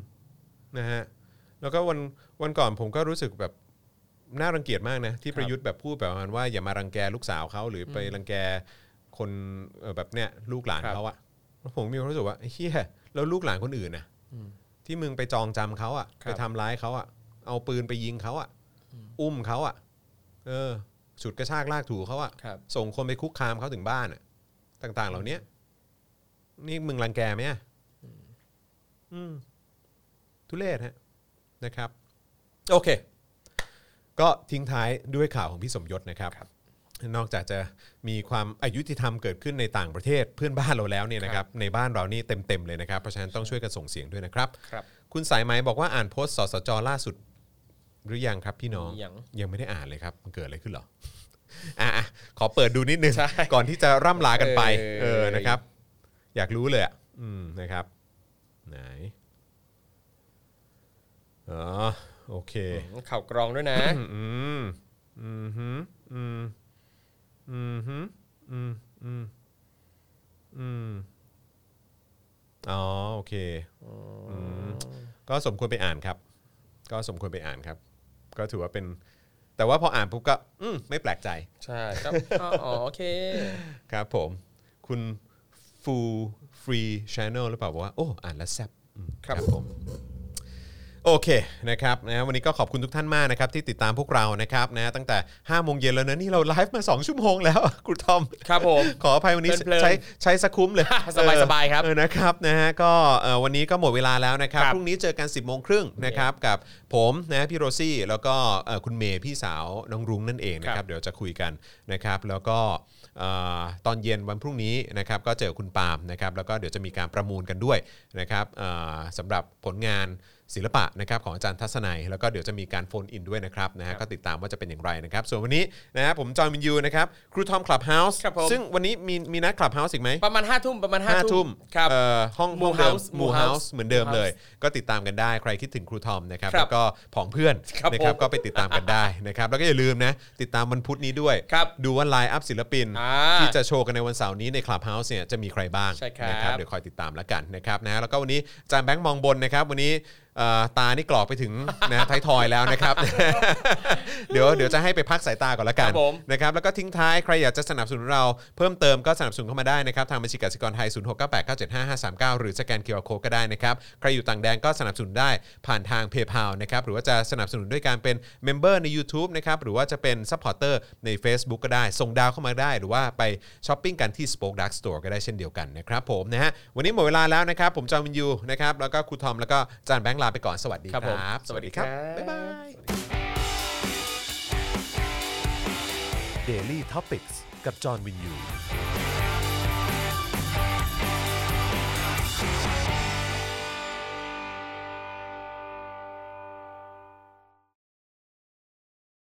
S2: นะฮะแล้วก็วันวันก่อนผมก็รู้สึกแบบน่ารังเกียจมากนะ ที่
S3: ครับ
S2: ประยุทธ์แบบพูดแบบประมาณว่าอย่ามารังแกลูกสาวเขาหรือไปรังแกคนเอ่อแบบเนี้ยลูกหลาน
S3: ครับ
S2: เขาอะแล้วผมมีความรู้สึกว่าไอ้เฮียแล้วลูกหลานคนอื่นนะที่มึงไปจองจำเขาอะ
S3: ครับ
S2: ไปทำร้ายเขาอะเอาปืนไปยิงเขาอะอุ้มเขาอะเออฉุดกระชากลากถูเขาอะ
S3: ครับ
S2: ส่งคนไปคุกคามเขาถึงบ้านอะต่าง ๆ เหล่านี้นี่มึงรังแกไหมอะอืม ทุเลศฮะนะครับ โอเค ก็ทิ้งท้ายด้วยข่าวของพี่สมยศนะครับ นอกจากจะมีความอายุติธรรมเกิดขึ้นในต่างประเทศเพื่อนบ้านเราแล้วเนี่ยนะครับ ในบ้านเรานี่เต็มๆเลยนะครับ เพราะฉะนั้นต้องช่วยกันส่งเสียงด้วยนะครับ
S3: ครับ
S2: คุณสายไหมบอกว่าอ่านโพสต์สสจล่าสุด หรือยังครับพี่น้อง
S3: ยัง
S2: ยังไม่ได้อ่านเลยครับ มันเกิดอะไรขึ้นเหรออ่ะอ่ะขอเปิดดูนิดนึง
S3: ใช่
S2: ก่อนที่จะร่ำลากันไป
S3: เอ
S2: เอ
S3: อ
S2: อนะครับ อยากรู้เลยอ่ะอืมนะครับ ไหนอ๋อโอเค
S3: ข่าวกรองด้วยนะ
S2: อืมอืมฮึอืมอืมฮึอืมอืมอืมอ๋อโอเคอืมก็สมควรไปอ่านครับ ก็สมควรไปอ่านครับ ก็ถือว่าเป็น แต่ว่าพออ่านปุ๊บก็ อืมไม่แปลกใจ
S3: ใช่ครับอ๋ออ๋อโอเค
S2: ครับผม คุณฟูฟรีชาน e l หรือเปล่าบอกว่า โอ้ อ่านแล้วแซ่บอืม
S3: ครับ
S2: โอเคนะครับนะวันนี้ก็ขอบคุณทุกท่านมากนะครับที่ติดตามพวกเรานะครับนะตั้งแต่5โมงเย็นแล้วนะนี่เราไลฟ์มา 2 ชั่วโมงแล้ว ครูทอม
S3: ครับผม
S2: ขออภัยวันนี้
S3: เพลินๆ
S2: ใช้ใช้สกคุ้มเลย
S3: สบายๆครับ
S2: เออนะครับนะฮะก็เอ่อวันนี้ก็หมดเวลาแล้วนะครับ
S3: ครับ
S2: พรุ่งนี้เจอกัน 10บโมงครึ่งนะครับกับผมนะพี่โรซี่แล้วก็เอ่อคุณเมย์พี่สาวน้องรุ้งนั่นเองนะค
S3: ครั
S2: รับบ เดี๋ยวจะคุยกันนะครับแล้วก็เอ่อตอนเย็นวันพรุ่งนี้นะครับก็เจอคุณปาล์มนะครับแล้วก็เดี๋ยวจะมีการประมูลกันด้วยนะครับเอ่อสำหรับผลงานศิลปะนะครับของอาจารย์ทัศนัย แล้วก็เดี๋ยวจะมีการโฟนอินด้วยนะครับนะ
S3: ครั
S2: ฮะ
S3: บ
S2: ก็ติดตามว่าจะเป็นอย่างไรนะครับส่วนวันนี้นะฮะผมจอห์นวินยูนะครับครูทอมคลับเฮาส์
S3: ครับผม
S2: ซึ่งวันนี้มีมีนัดคลับเฮาส์อีกไหม
S3: ประมาณห้าทุ่มประมาณห้า
S2: ห้าทุ่
S3: ทุ่
S2: ม
S3: มครับ
S2: เอ่อห้อง
S3: หมู่
S2: ห้องเดิม
S3: House
S2: ห
S3: หมู่
S2: มู่เฮา
S3: House
S2: ส์เหมือนเดิมเลย ก็ติดตามกันได้ใครคิดถึงครูทอมนะครับ
S3: ครับ
S2: แล้วก็ผองเพื่อน
S3: ครับ
S2: นะครับ
S3: ผม
S2: ก็ไปติดตามกันได้ นะครับแล้วก็อย่าลืมนะติดตามวันพุธนี้ด้วย
S3: ครับ
S2: ดูว่าไลน์อัพศิลปิน
S3: อ่า
S2: ที่จะโชว์กันในวันเสาร์นี้ในคลับเฮาส์เนี่ยจะมีใครบ้าง
S3: ใช่ครับ
S2: นะเดี๋ยวคอยติดตามแล้วกันนะครับนะแล้วก็วันนี้อาจานแบงค์มองบนนะครับวันนี้เอ่อตานี่กรอกไปถึง นะ ท้ายทอยแล้วนะครับ เดี๋ยวเดี๋ยวจะให้ไปพักสายตาก่อนละกัน
S3: ครับผม
S2: นะครับแล้วก็ทิ้งท้ายใครอยากจะสนับสนุนเราเพิ่มเติมก็สนับสนุนเข้ามาได้นะครับ ทางบัญชีกสิกรไทย 0698975539 หรือสแกน QR Code ก็ได้นะครับ ใครอยู่ต่างแดนก็สนับสนุนได้ผ่านทาง PayPal นะครับ หรือว่าจะสนับสนุนด้วยการเป็นเมมเบอร์ใน YouTube นะครับ หรือว่าจะเป็นซัพพอร์เตอร์ใน Facebook ก็ได้ ส่งดาวเข้ามาได้ หรือว่าไปช้อปปิ้งกันที่ Spoke Dark Store ก็ได้เช่นเดียวกันนะครับผมนะฮะวันนี้หมดเวลาแล้วนะครับผมจอห์นวินยูนะครับแล้วก็ครูทอมแล้วก็อาจานแบงค์ลาไปก่อนสวัสดี
S3: ค
S2: ครั
S3: รับบ ผม
S2: สวัสดีครับ
S3: สวัสดีครับ
S2: บ๊ายบาย
S1: Daily t o p i c กกับจอห์นวินยู